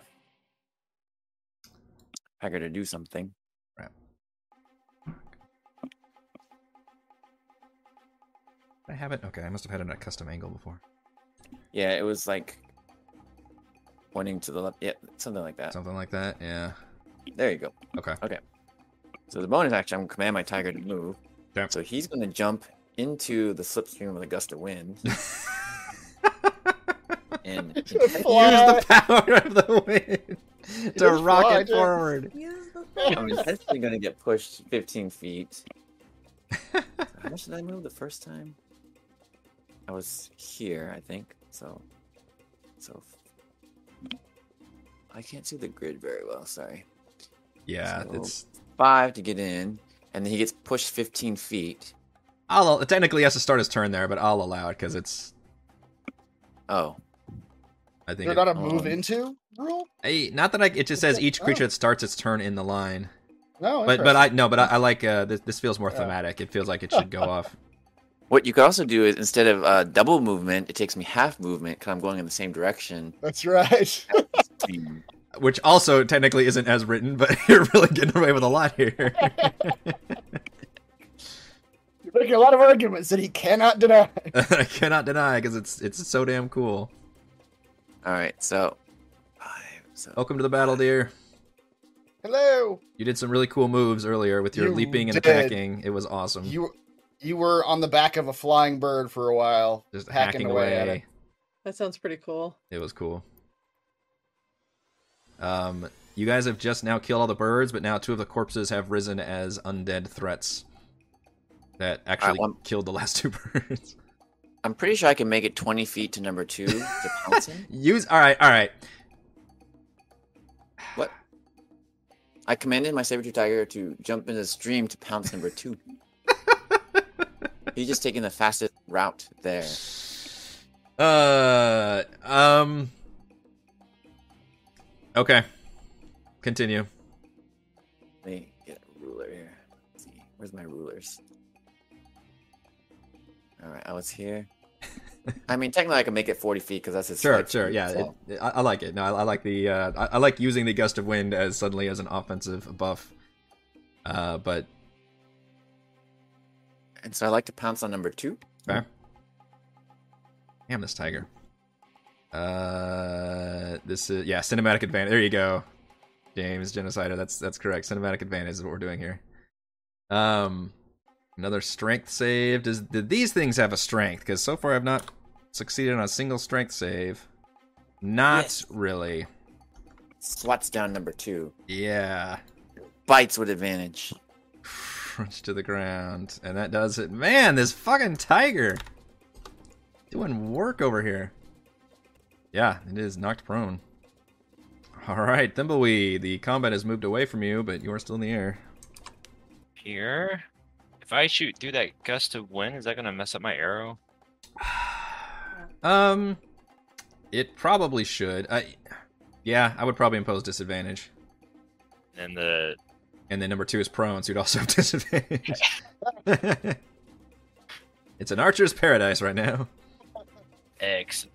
Speaker 6: hacker to do something.
Speaker 1: Did I have it. Okay, I must have had it at a custom angle before.
Speaker 6: Yeah, it was like pointing to the left. Yeah, something like that.
Speaker 1: Something like that. Yeah.
Speaker 6: There you go.
Speaker 1: Okay.
Speaker 6: So the bonus action, I'm gonna command my tiger to move.
Speaker 1: Okay.
Speaker 6: So he's gonna jump into the slipstream with a gust of wind and
Speaker 1: Use the power of the wind to
Speaker 2: did fly,
Speaker 1: rocket
Speaker 2: dude.
Speaker 1: forward.
Speaker 3: Use the
Speaker 6: I'm essentially gonna get pushed 15 feet. How much did I move the first time? I was here, I think. So, so I can't see the grid very well. Sorry.
Speaker 1: Yeah,
Speaker 6: So-
Speaker 1: it's
Speaker 6: Five to get in, and then he gets pushed 15 feet.
Speaker 1: I'll technically he has to start his turn there, but I'll allow it because it's.
Speaker 6: Oh,
Speaker 1: I think
Speaker 2: They're
Speaker 1: it,
Speaker 2: not
Speaker 1: not,
Speaker 2: a move
Speaker 6: Um,
Speaker 2: into rule.
Speaker 1: not that I. It just says each
Speaker 2: Oh.
Speaker 1: creature that starts its turn in the line.
Speaker 2: No,
Speaker 1: But but
Speaker 2: Oh, interesting.
Speaker 1: I no, but I, I like uh, this. This feels more
Speaker 2: Yeah.
Speaker 1: thematic. It feels like it should go off.
Speaker 6: what you could also do is instead of uh, double movement, it takes me half movement because I'm going in the same direction.
Speaker 2: that's right.
Speaker 1: Which also technically isn't as written, but you're really getting away with a lot here.
Speaker 2: You're making a lot of arguments that he cannot deny.
Speaker 1: I cannot deny because it's it's so damn cool.
Speaker 6: All right, so five. So
Speaker 1: Welcome to the battle, dear.
Speaker 2: Hello.
Speaker 1: You did some really cool moves earlier with your
Speaker 2: You
Speaker 1: leaping and
Speaker 2: did.
Speaker 1: attacking. It was awesome.
Speaker 2: You you were on the back of a flying bird for a while,
Speaker 1: Just hacking,
Speaker 2: hacking, away. at it.
Speaker 7: That sounds pretty cool.
Speaker 1: It was cool. Um, you guys have just now killed all the birds, but now two of the corpses have risen as undead threats that actually
Speaker 6: well, I'm-
Speaker 1: killed the last two birds.
Speaker 6: I'm pretty sure I can make it 20 feet to number two to pounce him.
Speaker 1: Use all right, all right.
Speaker 6: I commanded my saber-tooth tiger to jump into the stream to pounce number two. He's just taking the fastest route there.
Speaker 1: Uh, um. Okay, continue.
Speaker 6: Let me get a ruler here. Let's see, where's my rulers? All right, I was here. I mean, technically, I can make it 40 feet because that's his.
Speaker 1: Sure,
Speaker 6: flight
Speaker 1: sure,
Speaker 6: speed,
Speaker 1: yeah.
Speaker 6: so-
Speaker 1: It, I, I like it. No, I, I like the. Uh, I, I like using the gust of wind as suddenly as an offensive buff. Uh, but
Speaker 6: And so I like to pounce on number two.
Speaker 1: Damn this tiger. Uh, this is yeah, cinematic advantage. There you go, James Genocider. That's that's correct. Cinematic advantage is what we're doing here. Um, another strength save. Does did these things have a strength? Because so far I've not succeeded on a single strength save. Not
Speaker 6: Yes.
Speaker 1: really.
Speaker 6: Swats down number two.
Speaker 1: Yeah.
Speaker 6: Bites with advantage.
Speaker 1: Crunch to the ground, and that does it. Man, this fucking tiger doing work over here. Yeah, it is knocked prone. All right, Thimbleweed, the combat has moved away from you, but you are still in the air.
Speaker 4: Here, if I shoot through that gust of wind, is that gonna mess up my arrow?
Speaker 7: Yeah.
Speaker 1: Um, it probably should. I, yeah, I would probably impose disadvantage.
Speaker 4: And the
Speaker 1: And then number two is prone, so you'd also have disadvantage. it's an archer's paradise right now.
Speaker 4: excellent.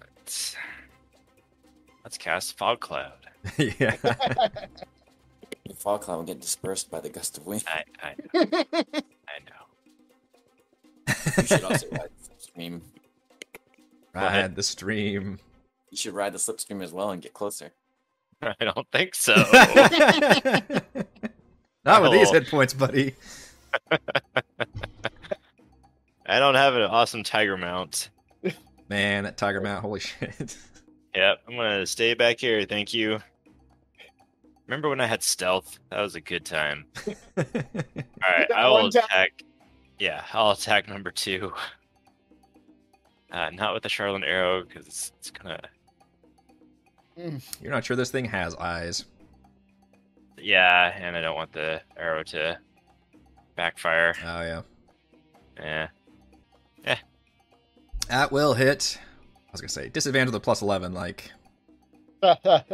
Speaker 4: Let's cast fog cloud.
Speaker 1: yeah.
Speaker 6: The fog cloud will get dispersed by the gust of wind.
Speaker 4: I I know. I know.
Speaker 6: You should also ride the slipstream.
Speaker 1: Ride the stream.
Speaker 6: You should ride the slipstream as well and get closer.
Speaker 4: I don't think so.
Speaker 1: Not with these
Speaker 4: Oh.
Speaker 1: hit points, buddy.
Speaker 4: I don't have an awesome tiger mount.
Speaker 1: Man, that tiger mount, holy shit.
Speaker 4: Yep, I'm gonna stay back here. Thank you. Remember when I had stealth? That was a good time. All right,
Speaker 2: That
Speaker 4: I will
Speaker 2: one time.
Speaker 4: attack. Yeah, I'll attack number two. Uh, not with the Charlotte arrow because it's, it's gonna.
Speaker 1: You're not sure this thing has eyes.
Speaker 4: Yeah, and I don't want the arrow to backfire.
Speaker 1: Oh yeah.
Speaker 4: Yeah,
Speaker 1: At will hit. I was gonna say disadvantage with a plus eleven, like
Speaker 2: How
Speaker 4: Yeah,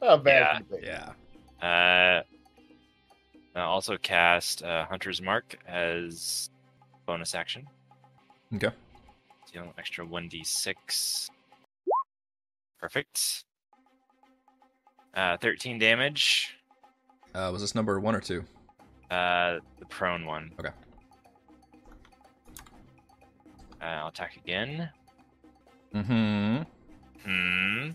Speaker 2: bad can it be?
Speaker 1: yeah.
Speaker 4: Uh, I also cast uh, Hunter's Mark as bonus action.
Speaker 1: Okay.
Speaker 4: Deal an extra 1d6. Perfect. Uh, 13 damage.
Speaker 1: Uh, was this number one or two?
Speaker 4: Uh, the prone one.
Speaker 1: Okay.
Speaker 4: Uh, I'll attack again.
Speaker 1: Mm-hmm.
Speaker 4: Hmm.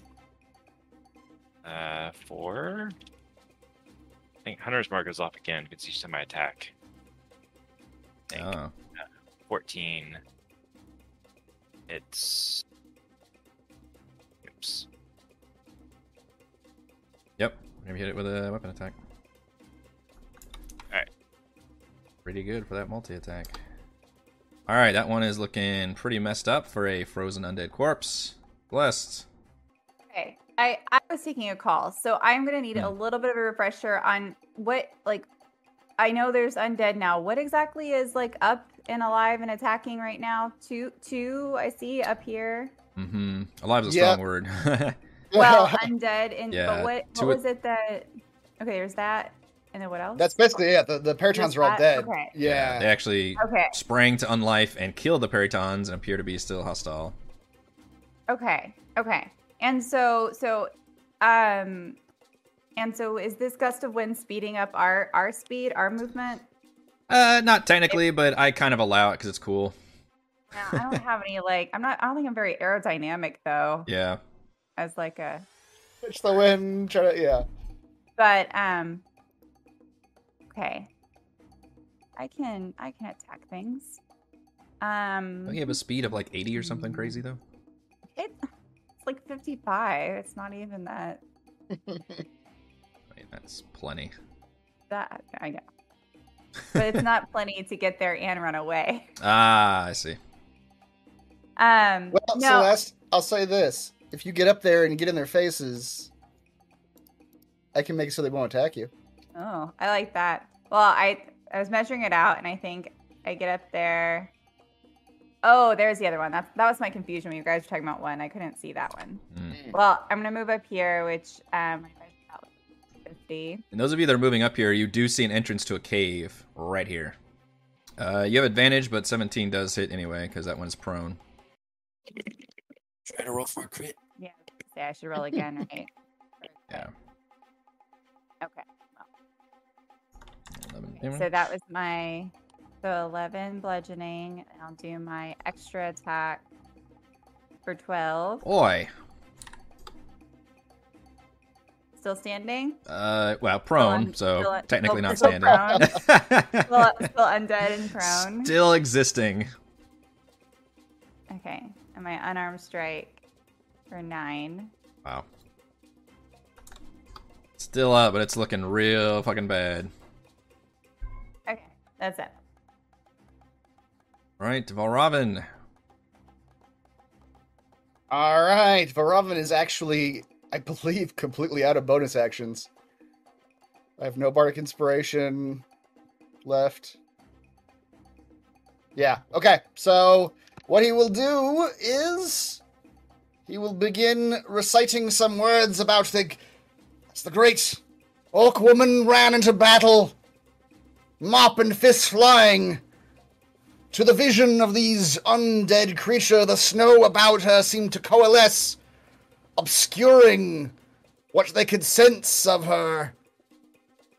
Speaker 4: Uh, four. I think Hunter's Mark is off again because each time I attack. I think.
Speaker 1: Oh.
Speaker 4: 14. It's. Oops.
Speaker 1: Yep. Maybe hit it with a weapon attack.
Speaker 4: Alright.
Speaker 1: Pretty good for that multi attack. Alright, that one is looking pretty messed up for a frozen undead corpse. Blessed.
Speaker 5: Okay. I, I was taking a call, so I'm gonna need a
Speaker 1: Hmm.
Speaker 5: little bit of a refresher on what like I know there's undead now. What exactly is like up and alive and attacking right now? Two two I see up here.
Speaker 1: Mm-hmm. Alive's a
Speaker 2: Yep.
Speaker 1: strong word.
Speaker 5: Well, undead and
Speaker 1: Yeah,
Speaker 5: but what
Speaker 1: two
Speaker 5: what
Speaker 1: of-
Speaker 5: was it that okay, there's that and then what else?
Speaker 2: That's basically it. The, the Paratons are all
Speaker 5: That-
Speaker 2: dead.
Speaker 5: okay.
Speaker 1: They
Speaker 2: Yeah.
Speaker 1: actually
Speaker 5: okay,
Speaker 1: sprang to unlife and killed the Peritons and appear to be still hostile.
Speaker 5: okay, okay. And so so um and so is this gust of wind speeding up our our speed, our movement?
Speaker 1: Uh, not technically, but I kind of allow it because it's cool.
Speaker 5: No, I don't have any like I'm not I don't think I'm very aerodynamic though
Speaker 1: Yeah.
Speaker 5: as like a
Speaker 2: It's the wind. Try to, yeah.
Speaker 5: but um okay. I can I can attack things. Um
Speaker 1: Don't you have a speed of like 80 or something crazy, though?
Speaker 5: it, it's like 55. It's not even that
Speaker 1: I mean, that's plenty.
Speaker 5: that I know. But it's not plenty to get there and run away.
Speaker 1: Ah, I see.
Speaker 5: Um
Speaker 2: Well,
Speaker 5: no,
Speaker 2: Celeste, I'll say this: if you get up there and get in their faces, I can make it so they won't attack you.
Speaker 5: Oh, I like that. Well, I I was measuring it out, and I think I get up there. Oh, there's the other one. That that was my confusion when you guys were talking about one. I couldn't see that one.
Speaker 1: Mm.
Speaker 5: Well, I'm gonna move up here, which um, I measured out fifty.
Speaker 1: And those of you that are moving up here, you do see an entrance to a cave right here. Uh, you have advantage, but 17 does hit anyway because that one's prone.
Speaker 6: Try to roll for a crit.
Speaker 5: Yeah, I was gonna say I should roll again, right?
Speaker 1: Yeah.
Speaker 5: Okay.
Speaker 1: 11
Speaker 5: Okay, So
Speaker 1: damage.
Speaker 5: that was my so eleven bludgeoning. and I'll do my extra attack for twelve.
Speaker 1: Oi.
Speaker 5: Still standing?
Speaker 1: Uh, well, prone,
Speaker 5: un-
Speaker 1: so
Speaker 5: still un-
Speaker 1: technically
Speaker 5: oh,
Speaker 1: not
Speaker 5: still
Speaker 1: standing.
Speaker 5: Still, still undead and prone.
Speaker 1: Still existing.
Speaker 5: Okay, and my unarmed strike for nine.
Speaker 1: Wow. Still up, but it's looking real fucking bad.
Speaker 5: Okay, that's it.
Speaker 1: Right, Valravin.
Speaker 2: All right, Varavin is actually, I believe, completely out of bonus actions. I have no bardic inspiration left. Yeah. Okay. So what he will do is he will begin reciting some words about the. That's the great Orc woman ran into battle, mop and fists flying. To the vision of these undead creature, the snow about her seemed to coalesce, obscuring what they could sense of her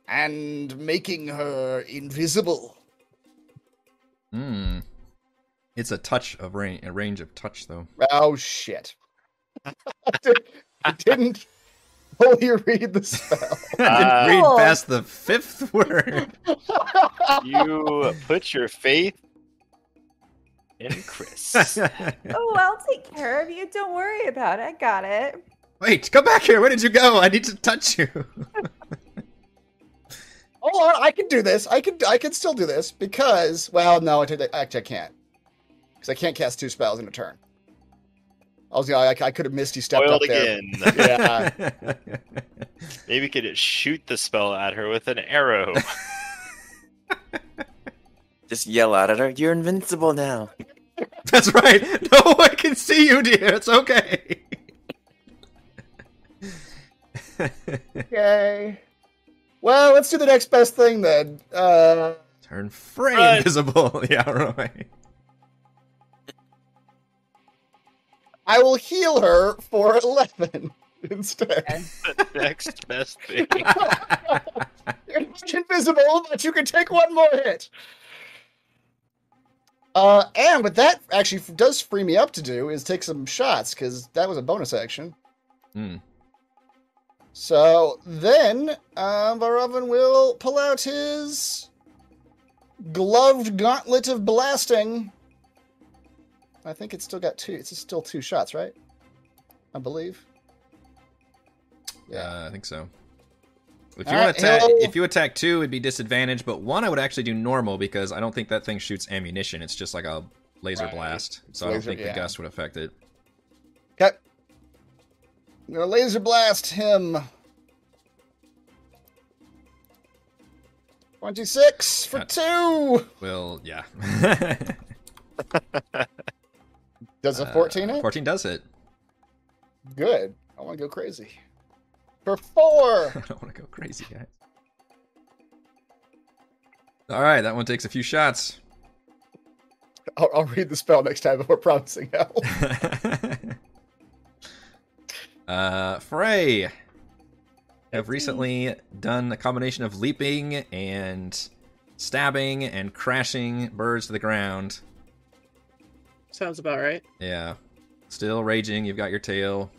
Speaker 2: and making her invisible.
Speaker 1: Hmm. It's a touch of range, a range of touch though.
Speaker 2: Oh shit! I didn't fully read the spell.
Speaker 1: I didn't
Speaker 5: Uh,
Speaker 1: read past the fifth word.
Speaker 4: You put your faith in Chris.
Speaker 5: Oh, I'll take care of you. Don't worry about it. I got it.
Speaker 1: Wait, come back here. Where did you go? I need to touch you.
Speaker 2: Hold on, I can do this. I can I can still do this because well, no, I did, actually I can't because I can't cast two spells in a turn. I was I, I could have misty stepped
Speaker 4: Foiled
Speaker 2: up there.
Speaker 4: again.
Speaker 2: Yeah,
Speaker 4: Maybe we could shoot the spell at her with an arrow.
Speaker 6: Just yell out at her, you're invincible now.
Speaker 1: That's right. No one can see you, dear. It's okay.
Speaker 2: okay. Well, let's do the next best thing then. Uh,
Speaker 1: Turn frame
Speaker 4: Run.
Speaker 1: invisible. Yeah, right.
Speaker 2: I will heal her for eleven instead.
Speaker 4: the next best thing.
Speaker 2: You're not invisible, but you can take one more hit. Uh, and what that actually f- does free me up to do is take some shots because that was a bonus action.
Speaker 1: Hmm.
Speaker 2: So then, um, Varovin will pull out his gloved gauntlet of blasting. I think it's still got two. It's still two shots, right? I believe.
Speaker 1: Yeah, I think so. If you
Speaker 2: All
Speaker 1: want
Speaker 2: right,
Speaker 1: to attack,
Speaker 2: hello.
Speaker 1: if you attack two, it'd be disadvantage. But one, I would actually do normal because I don't think that thing shoots ammunition. It's just like a laser
Speaker 2: Right.
Speaker 1: blast, so I don't
Speaker 2: Laser-
Speaker 1: think
Speaker 2: yeah.
Speaker 1: the gust would affect it.
Speaker 2: Okay. I'm gonna laser blast him. 26 for
Speaker 1: Got-
Speaker 2: two!
Speaker 1: Well, yeah.
Speaker 2: Does
Speaker 1: Uh,
Speaker 2: a 14 hit?
Speaker 1: Fourteen does hit.
Speaker 2: Good. I wanna go crazy. For four!
Speaker 1: I don't want to go crazy, guys. All right, that one takes a few shots.
Speaker 2: I'll, I'll read the spell next time before promising hell.
Speaker 1: uh, Frey have recently done a combination of leaping and stabbing and crashing birds to the ground.
Speaker 7: Sounds about right.
Speaker 1: Yeah. Still raging. You've got your tail.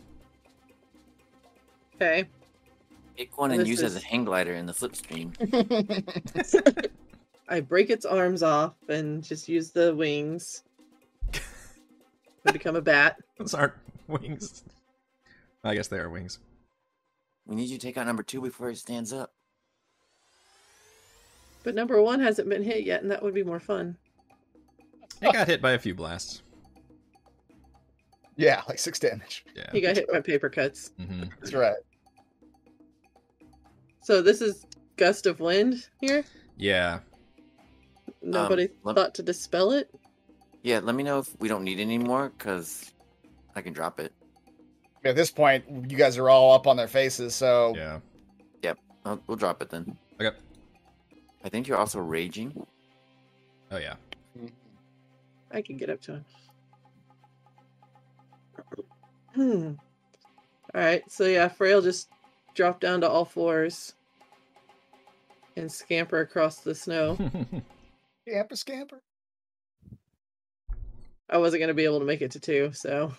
Speaker 7: Okay.
Speaker 6: Pick one and
Speaker 7: This
Speaker 6: use as a
Speaker 7: is-
Speaker 6: hang glider in the flip stream.
Speaker 7: I break its arms off and just use the wings. I become a bat.
Speaker 1: Those aren't wings. I guess they are wings.
Speaker 6: We need you to take out number two before he stands up.
Speaker 7: But number one hasn't been hit yet, and that would be more fun.
Speaker 1: It got hit by a few blasts.
Speaker 2: yeah, like six damage.
Speaker 1: Yeah.
Speaker 7: He got hit by paper cuts.
Speaker 1: hmm
Speaker 2: That's right.
Speaker 7: So this is gust of wind here.
Speaker 1: Yeah.
Speaker 7: Nobody
Speaker 6: lem-
Speaker 7: thought to dispel it.
Speaker 6: Yeah, let me know if we don't need any more, because I can drop it.
Speaker 2: At this point, you guys are all up on their faces, so.
Speaker 1: Yeah.
Speaker 6: I'll, we'll drop it then.
Speaker 1: Okay.
Speaker 6: I think you're also raging.
Speaker 1: Oh, yeah.
Speaker 7: I can get up to him. Hmm. All right. So yeah, Frail just drop down to all fours and scamper across the snow.
Speaker 2: Scamper, scamper.
Speaker 7: I wasn't gonna be able to make it to two, so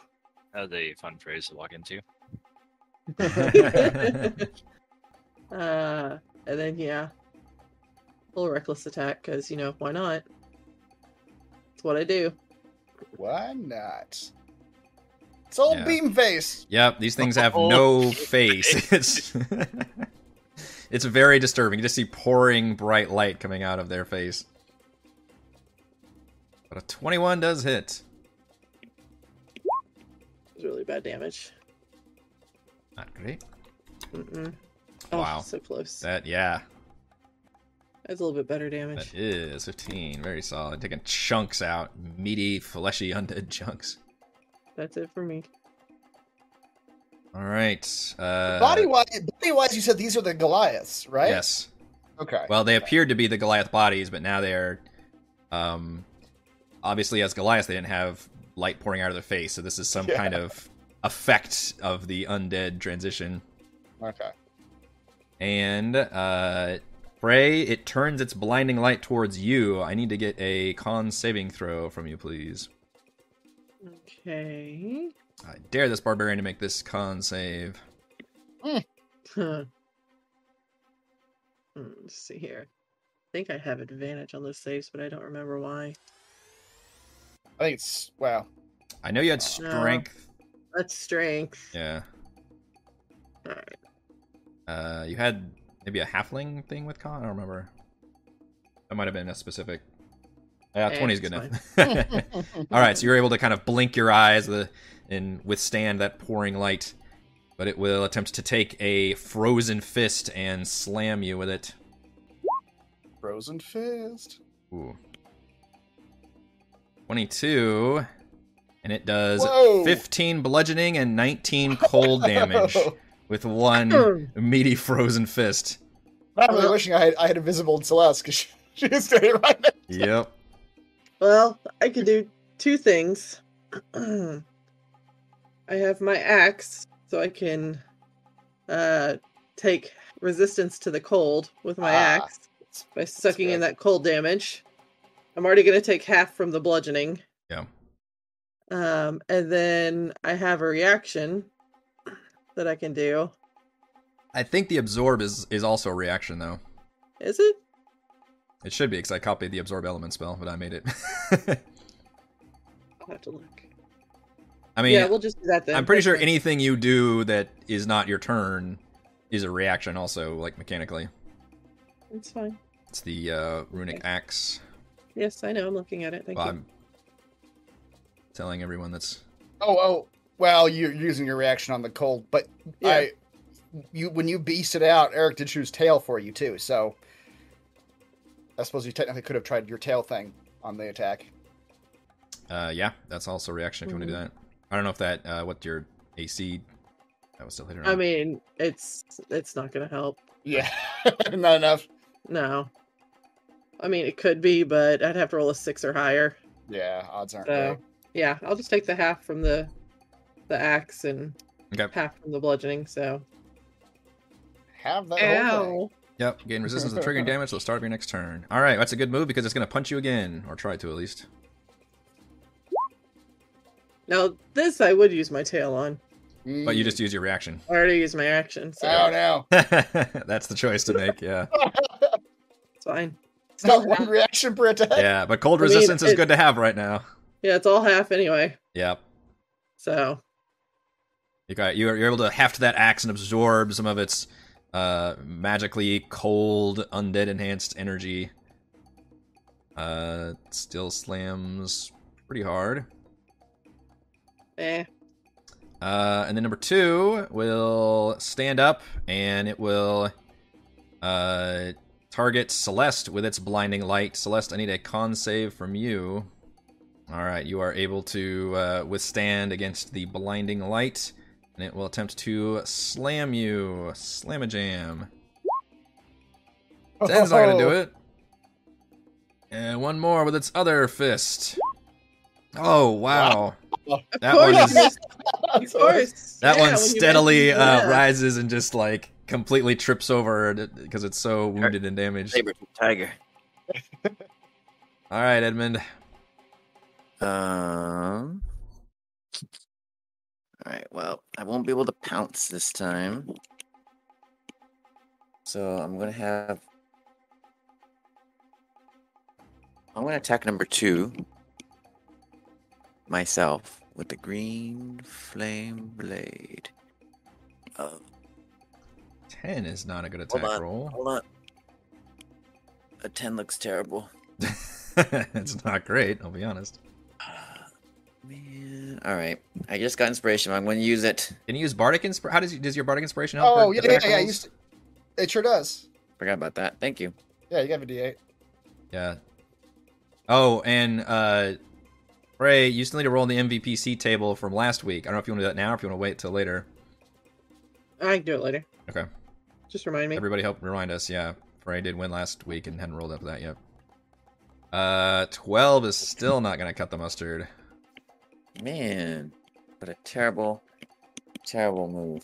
Speaker 4: That was a fun phrase to walk into.
Speaker 7: uh, and then yeah, little reckless attack because you know why not? It's what I do.
Speaker 2: Why not? It's old
Speaker 1: Yeah.
Speaker 2: beam face.
Speaker 1: Yep, these things have no face. It's it's very disturbing. You just see pouring bright light coming out of their face. But a 21 does hit.
Speaker 7: It's really bad damage.
Speaker 1: Not great.
Speaker 7: Mm-mm. Oh,
Speaker 1: Wow.
Speaker 7: so close.
Speaker 1: That yeah,
Speaker 7: That's a little bit better damage.
Speaker 1: that is 15. Very solid. Taking chunks out, meaty, fleshy undead chunks.
Speaker 7: That's it for me.
Speaker 1: All right. Uh,
Speaker 2: body wise, body wise, you said these are the Goliaths, right?
Speaker 1: Yes.
Speaker 2: Okay.
Speaker 1: Well, they appeared to be the Goliath bodies, but now they are, um, obviously as Goliath, they didn't have light pouring out of their face, so this is some
Speaker 2: Yeah.
Speaker 1: kind of effect of the undead transition.
Speaker 2: okay.
Speaker 1: And uh, Frey, it turns its blinding light towards you. I need to get a con saving throw from you, please.
Speaker 7: Okay.
Speaker 1: I dare this barbarian to make this con save.
Speaker 7: Huh. Hmm, Let's see here. I think I have advantage on those saves, but I don't remember why.
Speaker 2: I think it's wow.
Speaker 1: I know you had
Speaker 7: No.
Speaker 1: strength.
Speaker 7: That's strength.
Speaker 1: Yeah.
Speaker 7: Alright.
Speaker 1: Uh, you had maybe a halfling thing with con. I don't remember. That might have been a specific. Yeah,
Speaker 7: Eh,
Speaker 1: twenty is good
Speaker 7: it's
Speaker 1: enough. All right, so you're able to kind of blink your eyes uh, and withstand that pouring light, but it will attempt to take a frozen fist and slam you with it.
Speaker 2: Frozen fist.
Speaker 1: Ooh. 22 and it does
Speaker 2: Whoa.
Speaker 1: 15 bludgeoning and 19 cold damage with one
Speaker 7: Hmm.
Speaker 1: meaty frozen fist.
Speaker 2: I'm
Speaker 7: Uh-huh.
Speaker 2: really wishing I had I had invisible in Celeste because she, she is standing right there.
Speaker 1: Yep.
Speaker 7: Well, I could do two things. I have my axe, so I can uh, take resistance to the cold with my
Speaker 2: Ah,
Speaker 7: axe by sucking in
Speaker 2: good.
Speaker 7: that cold damage. I'm already going to take half from the bludgeoning.
Speaker 1: Yeah.
Speaker 7: Um, and then I have a reaction that I can do.
Speaker 1: I think the absorb is is also a reaction though.
Speaker 7: Is it?
Speaker 1: It should be because I copied the absorb element spell, but I made it.
Speaker 7: I'll have to look.
Speaker 1: I mean,
Speaker 7: yeah, we'll just do that then.
Speaker 1: I'm pretty
Speaker 7: That's
Speaker 1: sure
Speaker 7: fine.
Speaker 1: anything you do that is not your turn is a reaction also like mechanically.
Speaker 7: It's fine.
Speaker 1: It's the uh, runic axe.
Speaker 7: Yes, I know. I'm looking at it. Thank
Speaker 1: Well,
Speaker 7: you.
Speaker 1: I'm telling everyone that's
Speaker 2: Oh, oh. Well, you- you're using your reaction on the cold, but
Speaker 7: Yeah.
Speaker 2: I, you when you beasted out, Eric did choose tail for you too. So I suppose you technically could have tried your tail thing on the attack.
Speaker 1: Uh, yeah, that's also a reaction if you
Speaker 7: Mm-hmm.
Speaker 1: want to do that. I don't know if that uh, what your AC. That was still later.
Speaker 7: I
Speaker 1: on.
Speaker 7: mean, it's it's not going to help.
Speaker 2: Yeah, not enough.
Speaker 7: No. I mean, it could be, but I'd have to roll a six or higher.
Speaker 2: Yeah, odds aren't
Speaker 7: So, yeah, I'll just take the half from the the axe and
Speaker 1: Okay.
Speaker 7: half from the bludgeoning. So,
Speaker 2: great. Have that whole
Speaker 7: ow!
Speaker 1: Yep. Gain resistance to triggering damage. So start of your next turn. All right, that's a good move because it's gonna punch you again, or try to at least.
Speaker 7: Now this I would use my tail on.
Speaker 2: thing.
Speaker 1: But you just use your reaction.
Speaker 7: I already used my action, so
Speaker 2: Oh no!
Speaker 1: that's the choice to make. Yeah.
Speaker 7: it's fine.
Speaker 2: It's not one reaction per attack.
Speaker 1: Yeah, but cold
Speaker 7: I mean,
Speaker 1: resistance is
Speaker 7: it-
Speaker 1: good to have right now.
Speaker 7: Yeah, it's all half anyway.
Speaker 1: Yep.
Speaker 7: So,
Speaker 1: You got you're, you're able to heft that axe and absorb some of its uh, magically cold undead enhanced energy. Uh, still slams pretty hard.
Speaker 7: eh.
Speaker 1: Uh, and then number two will stand up and it will uh, target Celeste with its blinding light. Celeste, I need a con save from you. All right, you are able to uh, withstand against the blinding light, and it will attempt to slam you. Slam a jam. Ten's not gonna do it. And one more with its other fist. Oh wow,
Speaker 7: Of
Speaker 1: that
Speaker 7: course,
Speaker 1: one is
Speaker 7: of course.
Speaker 1: that
Speaker 7: yeah,
Speaker 1: one
Speaker 7: when you
Speaker 1: steadily
Speaker 7: mentioned-
Speaker 1: uh,
Speaker 7: yeah.
Speaker 1: rises and just like completely trips over because it's so wounded and damaged.
Speaker 6: Saber tooth tiger.
Speaker 1: All right, Edmund.
Speaker 6: Um. All right. Well, I won't be able to pounce this time. So I'm gonna have. I'm gonna attack number two. Myself with the green flame blade. Oh,
Speaker 1: Ten is not a good
Speaker 6: Hold
Speaker 1: attack
Speaker 6: on.
Speaker 1: roll.
Speaker 6: hold on. A ten looks terrible.
Speaker 1: it's not great. I'll be honest.
Speaker 6: Ah, Man. All right. I just got inspiration. I'm gonna use it.
Speaker 1: Can you use bardic inspiration? How does you, does your bardic inspiration help?
Speaker 2: Oh
Speaker 1: for
Speaker 2: yeah, yeah,
Speaker 1: attack
Speaker 2: yeah.
Speaker 1: rolls?
Speaker 2: You st- it sure does.
Speaker 6: Forgot about that. Thank you.
Speaker 2: Yeah, you got a D8.
Speaker 1: Yeah. Oh, and uh, Ray, you still need to roll on the MVPC table from last week. I don't know if you want to do that now or if you want to wait till later.
Speaker 7: I can do it later.
Speaker 1: Okay.
Speaker 7: Just remind me.
Speaker 1: Everybody help remind us. Yeah, Frey did win last week and hadn't rolled up that yet. Uh, twelve is still not gonna cut the mustard.
Speaker 6: Man, what a terrible, terrible move.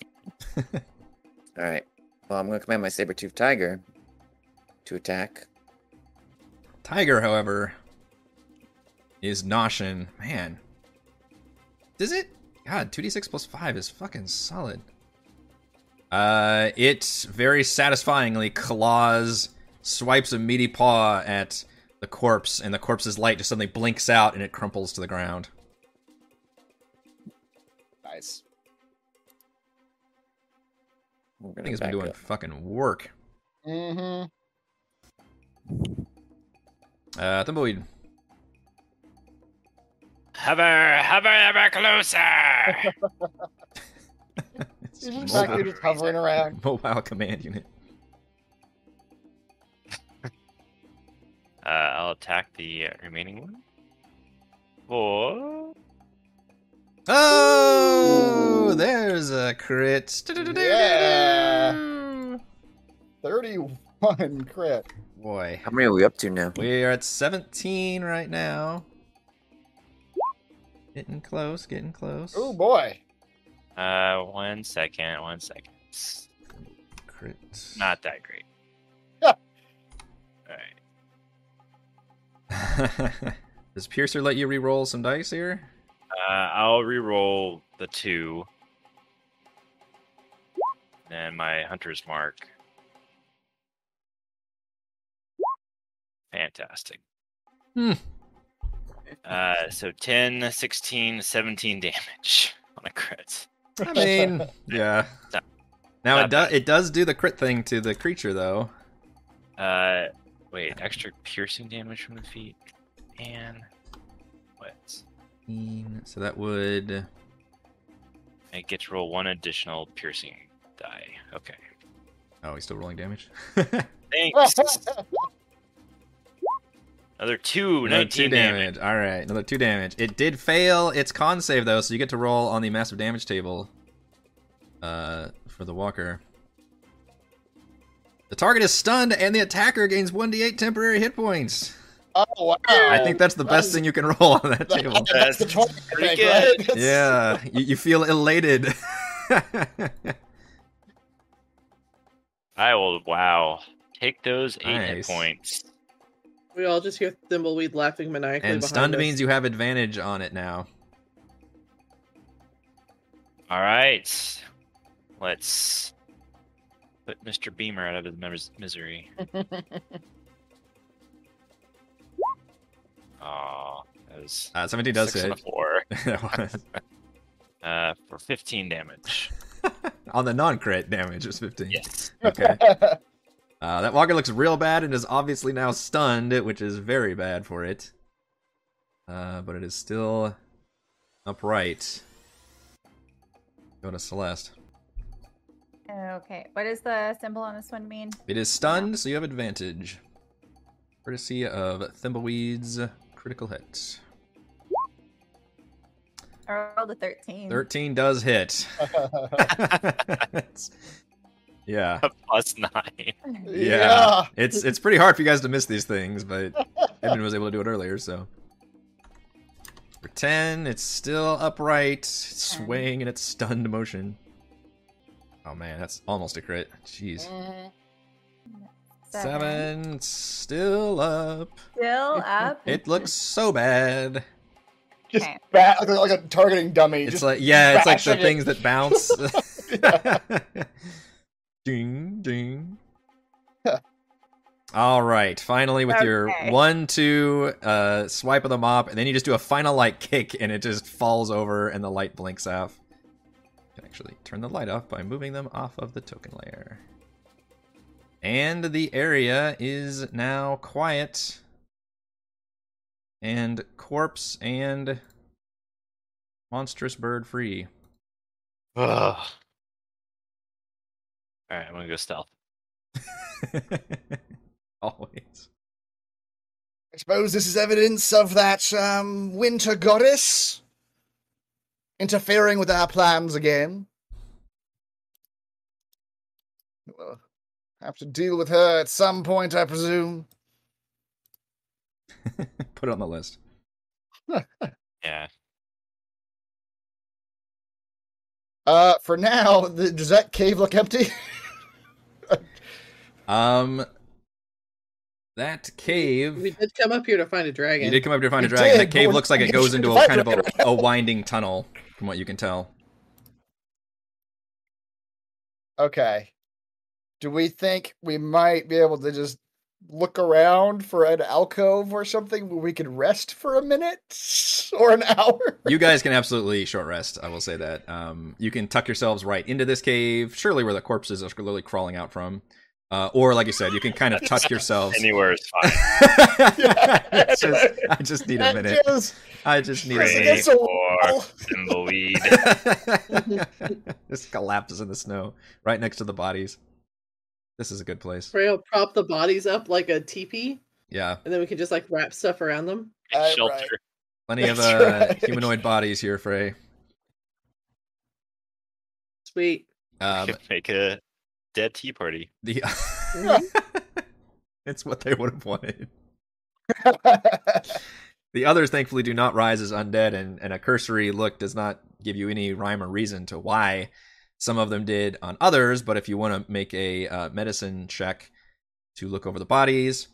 Speaker 6: All right. Well, I'm going to command my saber-toothed tiger to attack.
Speaker 1: Tiger, however, is noshing. Man, does it? God, two d six plus five is fucking solid. Uh, it very satisfyingly claws, swipes a meaty paw at the corpse, and the corpse's light just suddenly blinks out, and it crumples to the ground.
Speaker 2: Nice.
Speaker 6: We're
Speaker 1: I
Speaker 6: gonna
Speaker 1: think it's been
Speaker 6: back
Speaker 1: doing
Speaker 6: up.
Speaker 1: fucking work.
Speaker 2: Mm-hmm.
Speaker 1: Uh, Thimbleweed.
Speaker 4: Hover, hover ever closer.
Speaker 1: It's
Speaker 2: He's just
Speaker 1: mobile-
Speaker 2: back there just hovering around.
Speaker 1: mobile command unit.
Speaker 4: uh, I'll attack the uh, remaining one. Four.
Speaker 1: Oh, there's a crit.
Speaker 2: Yeah. 31 crit.
Speaker 1: Boy,
Speaker 6: How many are we up to now?
Speaker 1: we are at 17 right now. Getting close, getting close.
Speaker 2: Oh boy.
Speaker 4: Uh, one second, one second. It's
Speaker 1: Crit.
Speaker 4: not that great.
Speaker 2: Yeah.
Speaker 4: Alright.
Speaker 1: Does Piercer let you re-roll some dice here?
Speaker 4: Uh, I'll re-roll the two. Then my hunter's mark. Fantastic.
Speaker 1: Hmm.
Speaker 4: Uh, so 10, 16, 17 damage on a crit.
Speaker 1: I mean, yeah.
Speaker 4: Not-
Speaker 1: Now it
Speaker 4: not
Speaker 1: does it does do the crit thing to the creature though.
Speaker 4: Uh, wait, extra piercing damage from the feet. And what?
Speaker 1: 18, So that would
Speaker 4: I get to roll one additional piercing die. Okay.
Speaker 1: Oh, he's still rolling damage.
Speaker 4: Thanks. Another two,
Speaker 1: Another
Speaker 4: 19
Speaker 1: two
Speaker 4: damage.
Speaker 1: damage. All right, another two damage. It did fail its con save though, so you get to roll on the massive damage table. Uh, for the walker. The target is stunned, and the attacker gains 1d8 temporary hit points.
Speaker 2: oh wow.
Speaker 1: I think that's the best thing you can roll on that
Speaker 2: That-
Speaker 1: table.
Speaker 2: That's the
Speaker 4: That's
Speaker 2: target,
Speaker 4: pretty
Speaker 2: I think, right?
Speaker 4: good.
Speaker 2: That's-
Speaker 1: Yeah, you, you feel elated.
Speaker 4: I will, wow. Take those eight
Speaker 1: Nice.
Speaker 4: hit points.
Speaker 7: We all just hear Thimbleweed laughing maniacally.
Speaker 1: and
Speaker 7: behind
Speaker 1: stunned
Speaker 7: us.
Speaker 1: means you have advantage on it now.
Speaker 4: All right. Let's put Mr. Beamer out of his mis- misery. Aw, that was
Speaker 1: Uh, 17 does
Speaker 4: six on
Speaker 1: hit.
Speaker 4: a four.
Speaker 1: That was-
Speaker 4: Uh, for 15 damage.
Speaker 1: on the non-crit damage, it was 15.
Speaker 4: Yes.
Speaker 1: Okay. Uh, that walker looks real bad and is obviously now stunned, which is very bad for it. Uh, but it is still upright. Go to Celeste.
Speaker 5: Okay. What does the symbol on this one mean?
Speaker 1: It is stunned, so you have advantage. Courtesy of Thimbleweed's critical hit.
Speaker 5: I rolled a 13.
Speaker 1: 13 does hit. It's- yeah.
Speaker 4: Plus nine.
Speaker 1: Yeah. It's it's pretty hard for you guys to miss these things, but Edmund was able to do it earlier, so. For 10, it's still upright, swaying in its stunned motion. Oh man, that's almost a crit. Jeez.
Speaker 2: Mhm.
Speaker 1: Seven, it's still up.
Speaker 5: Still up.
Speaker 1: It looks so bad.
Speaker 2: Just
Speaker 5: Okay.
Speaker 2: bat like, a- like a targeting dummy.
Speaker 1: It's
Speaker 2: just
Speaker 1: like, yeah, it's like the
Speaker 2: bashing it.
Speaker 1: things that bounce. ding, ding. All right, finally with your
Speaker 5: Okay.
Speaker 1: one, two, uh, swipe of the mop, and then you just do a final light kick, and it just falls over, and the light blinks off. You can actually turn the light off by moving them off of the token layer. And the area is now quiet. And corpse and monstrous bird free.
Speaker 4: Ugh. All right, I'm gonna go stealth.
Speaker 1: Always.
Speaker 2: I suppose this is evidence of that um, winter goddess interfering with our plans again. We'll have to deal with her at some point, I presume.
Speaker 1: Put it on the list.
Speaker 4: Yeah.
Speaker 2: Uh, for now, the, does that cave look empty?
Speaker 1: Um, that cave.
Speaker 7: We did come up here to find a
Speaker 1: You
Speaker 7: dragon.
Speaker 1: did come up here to find a
Speaker 2: You
Speaker 1: dragon.
Speaker 2: did,
Speaker 1: that
Speaker 2: but
Speaker 1: cave
Speaker 2: we're
Speaker 1: looks like it
Speaker 2: trying to
Speaker 1: goes
Speaker 2: get
Speaker 1: into
Speaker 2: you
Speaker 1: a
Speaker 2: to
Speaker 1: kind of
Speaker 2: find
Speaker 1: a, a winding tunnel, from what you can tell.
Speaker 2: okay. Do we think we might be able to just look around for an alcove or something where we could rest for a minute or an hour?
Speaker 1: You guys can absolutely short rest. I will say that. Um, you can tuck yourselves right into this cave, surely where the corpses are literally crawling out from. Uh, or, like you said, you can kind of tuck yourselves.
Speaker 4: Anywhere is fine.
Speaker 1: It's just- I just need a
Speaker 2: That
Speaker 1: minute.
Speaker 2: is-
Speaker 1: I just need a
Speaker 2: Press
Speaker 4: Pray
Speaker 1: minute.
Speaker 2: against a
Speaker 4: for
Speaker 2: wall.
Speaker 4: in the lead.
Speaker 1: this collapses in the snow right next to the bodies. This is a good place.
Speaker 7: Prey will prop the bodies up like a teepee,
Speaker 1: Yeah,
Speaker 7: and then we can just like wrap stuff around them.
Speaker 2: Uh,
Speaker 4: Shelter.
Speaker 2: right.
Speaker 1: plenty of
Speaker 2: That's
Speaker 1: uh,
Speaker 2: right.
Speaker 1: humanoid bodies here, Frey.
Speaker 7: Sweet.
Speaker 1: Um,
Speaker 4: Could make a dead tea party.
Speaker 1: the it's what they would have wanted. The others thankfully do not rise as undead, and, and a cursory look does not give you any rhyme or reason to why some of them did on others. But if you want to make a uh, medicine check to look over the bodies,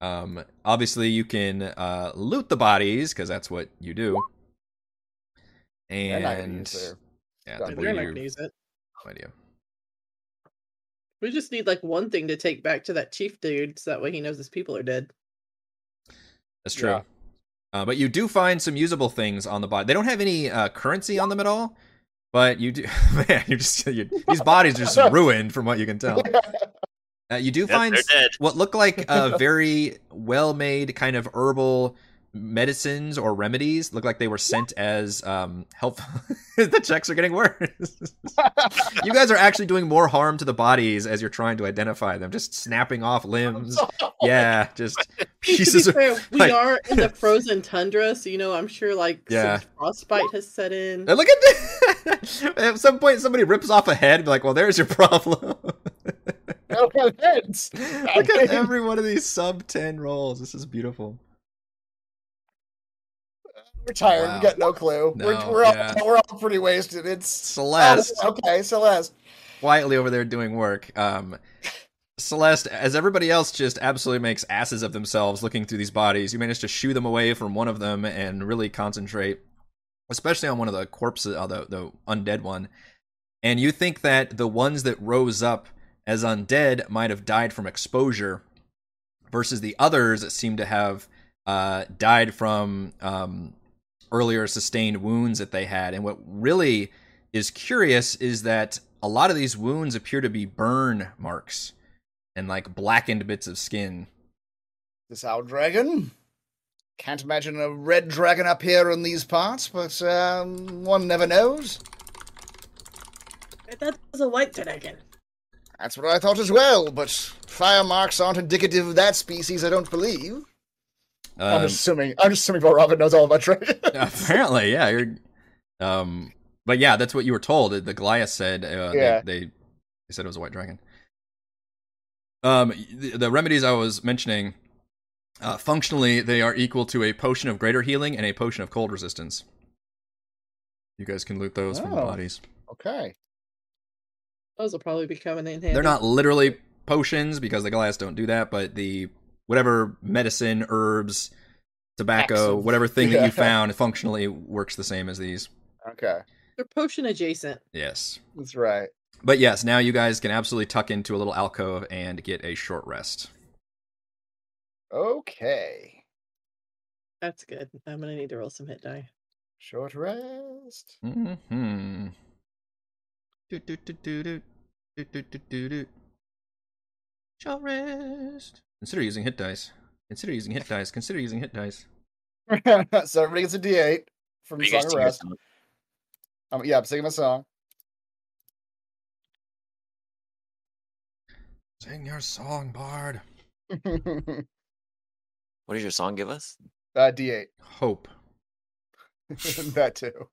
Speaker 1: um, obviously you can uh, loot the bodies because that's what you do.
Speaker 2: They're not gonna
Speaker 1: And
Speaker 2: use their-
Speaker 1: yeah, they
Speaker 2: gun. They're
Speaker 7: They're
Speaker 1: believe
Speaker 7: not
Speaker 1: you.
Speaker 7: gonna use it.
Speaker 1: No idea.
Speaker 7: We just need like one thing to take back to that chief dude, so that way he knows his people are dead.
Speaker 1: That's true.
Speaker 2: Yeah.
Speaker 1: Uh, but you do find some usable things on the body. They don't have any uh, currency on them at all, but you do. Man, you just you these bodies are just ruined from what you can tell. Uh, you do
Speaker 4: Yep,
Speaker 1: find
Speaker 4: they're
Speaker 1: s-
Speaker 4: dead.
Speaker 1: what look like a very well-made kind of herbal medicines or remedies. Look like they were sent as um, helpful. the checks are getting worse. you guys are actually doing more harm to the bodies as you're trying to identify them. Just snapping off limbs.
Speaker 2: Oh
Speaker 1: Yeah, just pieces
Speaker 7: to
Speaker 1: of
Speaker 7: be fair, we
Speaker 1: like-
Speaker 7: are in the frozen tundra, so you know I'm sure like
Speaker 1: Yeah.
Speaker 7: some frostbite has set in.
Speaker 1: And look at this. At some point, somebody rips off a head and be like, well, there's your problem.
Speaker 2: No offense.
Speaker 1: look at every one of these sub 10 rolls. This is beautiful.
Speaker 2: We're tired.
Speaker 1: Wow.
Speaker 2: We got no clue.
Speaker 1: No,
Speaker 2: we're we're,
Speaker 1: yeah.
Speaker 2: all, we're all pretty wasted. It's
Speaker 1: Celeste
Speaker 2: Oh, okay, Celeste.
Speaker 1: quietly over there doing work. Um, Celeste, as everybody else just absolutely makes asses of themselves looking through these bodies, you manage to shoo them away from one of them and really concentrate, especially on one of the corpses, uh, the, the undead one. And you think that the ones that rose up as undead might have died from exposure versus the others that seem to have uh, died from um, earlier sustained wounds that they had. And what really is curious is that a lot of these wounds appear to be burn marks and like blackened bits of skin.
Speaker 2: This owl dragon. Can't imagine a red dragon up here in these parts, but um, one never knows.
Speaker 7: I thought it was a white dragon.
Speaker 2: That's what I thought as well, but fire marks aren't indicative of that species, I don't believe. I'm
Speaker 1: Um,
Speaker 2: assuming I'm assuming Paul Robin knows all about dragons.
Speaker 1: apparently, yeah. You're, um, but yeah, that's what you were told. The Goliath said uh,
Speaker 2: Yeah.
Speaker 1: they, they they said it was a white dragon. Um, the, the remedies I was mentioning, uh, functionally, they are equal to a potion of greater healing and a potion of cold resistance. You guys can loot those from the
Speaker 2: Oh.
Speaker 1: bodies.
Speaker 2: okay.
Speaker 7: Those will probably be coming in handy.
Speaker 1: They're not literally potions because the Goliaths don't do that, but the whatever medicine, herbs, tobacco,
Speaker 2: Excellent.
Speaker 1: whatever thing that
Speaker 2: Yeah.
Speaker 1: you found functionally works the same as these.
Speaker 2: Okay.
Speaker 7: They're potion adjacent.
Speaker 1: Yes.
Speaker 2: That's right.
Speaker 1: But yes, now you guys can absolutely tuck into a little alcove and get a short rest.
Speaker 2: Okay.
Speaker 7: That's good. I'm gonna need to roll some hit die.
Speaker 2: Short rest.
Speaker 1: Mm-hmm. Doot, doot, doot, doot, doot. Doot, doot, doot, doot, doot. Short rest. Consider using hit dice. Consider using hit dice. Consider using hit dice.
Speaker 2: so everybody gets a D eight from
Speaker 4: Are
Speaker 2: the
Speaker 4: you guys
Speaker 2: song of
Speaker 4: singing a
Speaker 2: rest.
Speaker 4: song?
Speaker 2: Um, yeah, I'm singing my song.
Speaker 1: Sing your song, Bard.
Speaker 6: What does your song give us?
Speaker 2: uh, D eight.
Speaker 1: Hope.
Speaker 2: that too.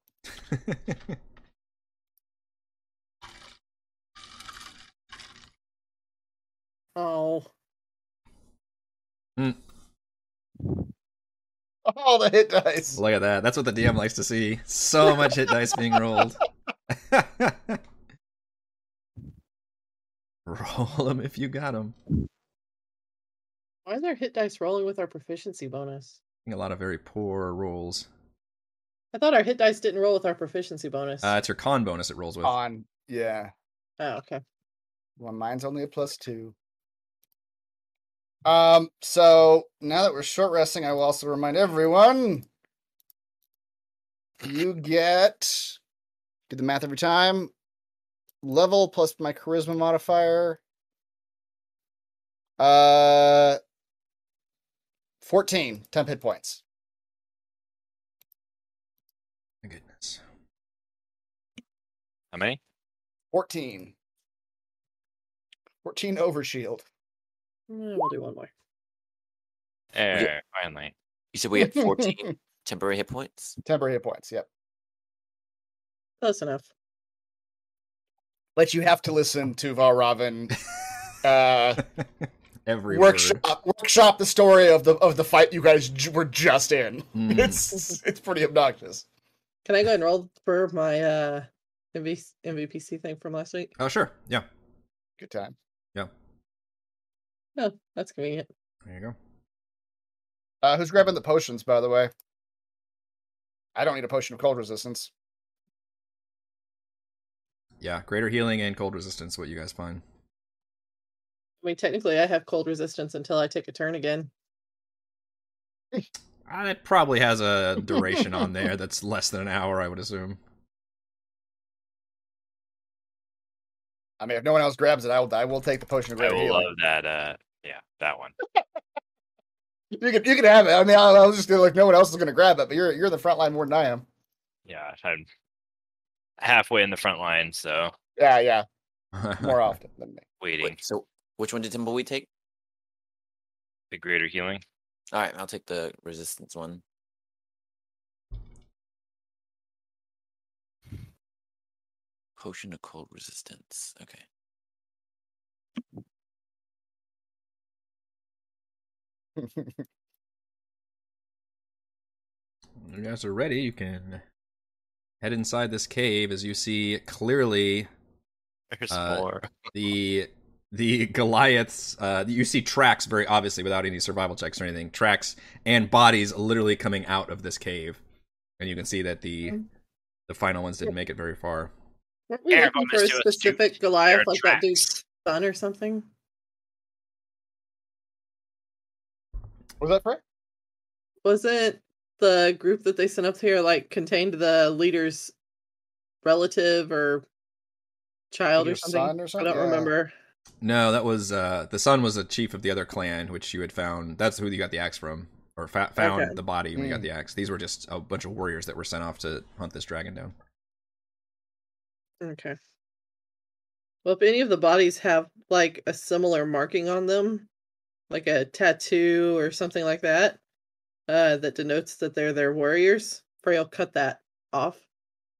Speaker 7: Oh.
Speaker 2: All the hit dice.
Speaker 1: Look at that. That's what the DM likes to see. So much hit dice being rolled. Roll them if you got them.
Speaker 7: Why is our hit dice rolling with our proficiency bonus?
Speaker 1: A lot of very poor rolls.
Speaker 7: I thought our hit dice didn't roll with our proficiency bonus.
Speaker 1: Uh, it's your con bonus it rolls with.
Speaker 2: On yeah.
Speaker 7: oh, okay.
Speaker 2: Well, mine's only a plus two. Um, so now that we're short resting, I will also remind everyone you get do the math every time. Level plus my charisma modifier. Uh 14 temp hit points.
Speaker 1: My goodness.
Speaker 4: How many?
Speaker 2: 14. 14 over shield.
Speaker 7: Mm, We'll do one more.
Speaker 4: There, finally.
Speaker 6: You said we had 14 temporary hit points.
Speaker 2: Temporary hit points, yep.
Speaker 7: Close enough.
Speaker 2: But you have to listen to Valravin uh
Speaker 1: Every
Speaker 2: workshop
Speaker 1: word.
Speaker 2: workshop the story of the of the fight you guys j- were just in.
Speaker 1: Mm.
Speaker 2: It's it's pretty obnoxious.
Speaker 7: Can I go and roll for my uh MV- MVPC thing from last week?
Speaker 1: Oh, sure. Yeah.
Speaker 2: Good time.
Speaker 7: Oh, that's convenient.
Speaker 1: There you go.
Speaker 2: Uh, who's grabbing the potions, by the way? I don't need a potion of cold resistance.
Speaker 1: Yeah. Greater healing and cold resistance, what you guys find.
Speaker 7: I mean, technically, I have cold resistance until I take a turn again.
Speaker 1: Uh, It probably has a duration on there that's less than an hour, I would assume.
Speaker 2: I mean, if no one else grabs it, I will. I will take the potion of
Speaker 4: I
Speaker 2: greater healing.
Speaker 4: love that. Uh, yeah, that one.
Speaker 2: You can you can have it. I mean, I, I was just gonna, like no one else is going to grab it, but you're you're in the front line more than I am.
Speaker 4: Yeah, I'm halfway in the front line, so
Speaker 2: Yeah, yeah, more often than me.
Speaker 4: waiting.
Speaker 6: Wait, so which one did Timbleweed take?
Speaker 4: The greater healing.
Speaker 6: All right, I'll take the resistance one. Potion of cold resistance. Okay.
Speaker 1: When you guys are ready, you can head inside this cave as you see clearly
Speaker 4: There's
Speaker 1: Uh,
Speaker 4: more.
Speaker 1: the the Goliaths. Uh, you see tracks very obviously without any survival checks or anything. Tracks and bodies literally coming out of this cave, and you can see that the the final ones didn't make it very far.
Speaker 7: Weren't we
Speaker 4: Air
Speaker 7: looking
Speaker 4: bonus
Speaker 7: for a
Speaker 4: to astute.
Speaker 7: specific
Speaker 4: There
Speaker 7: Goliath
Speaker 4: are
Speaker 7: like that dude's
Speaker 4: tracks.
Speaker 7: son or something?
Speaker 2: Was that right?
Speaker 7: Wasn't the group that they sent up here like contained the leader's relative or child or
Speaker 2: Your
Speaker 7: something?
Speaker 2: son or
Speaker 7: I
Speaker 2: something?
Speaker 7: don't
Speaker 2: Yeah.
Speaker 7: remember.
Speaker 1: No, that was uh, the son was the chief of the other clan, which you had found. That's who you got the axe from, or fa- found
Speaker 7: Okay.
Speaker 1: the body when you got
Speaker 2: Hmm.
Speaker 1: the axe. These were just a bunch of warriors that were sent off to hunt this dragon down.
Speaker 7: Okay. Well, if any of the bodies have like a similar marking on them, like a tattoo or something like that, uh, that denotes that they're their warriors, Frey will cut that off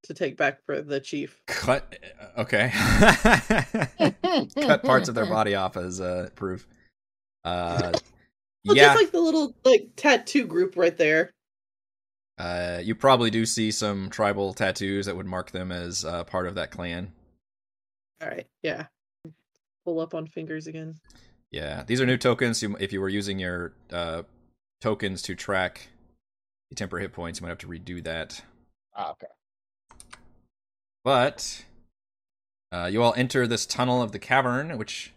Speaker 7: to take back for the chief.
Speaker 1: Cut. uh, Okay. cut parts of their body off as uh, proof. Uh,
Speaker 7: Well,
Speaker 1: yeah,
Speaker 7: just like the little like tattoo group right there.
Speaker 1: uh, you probably do see some tribal tattoos that would mark them as uh, part of that clan.
Speaker 7: All right, yeah. Pull up on fingers again.
Speaker 1: Yeah, these are new tokens. You, if you were using your uh, tokens to track the temporary hit points, you might have to redo that.
Speaker 2: Ah, okay.
Speaker 1: But uh, you all enter this tunnel of the cavern, which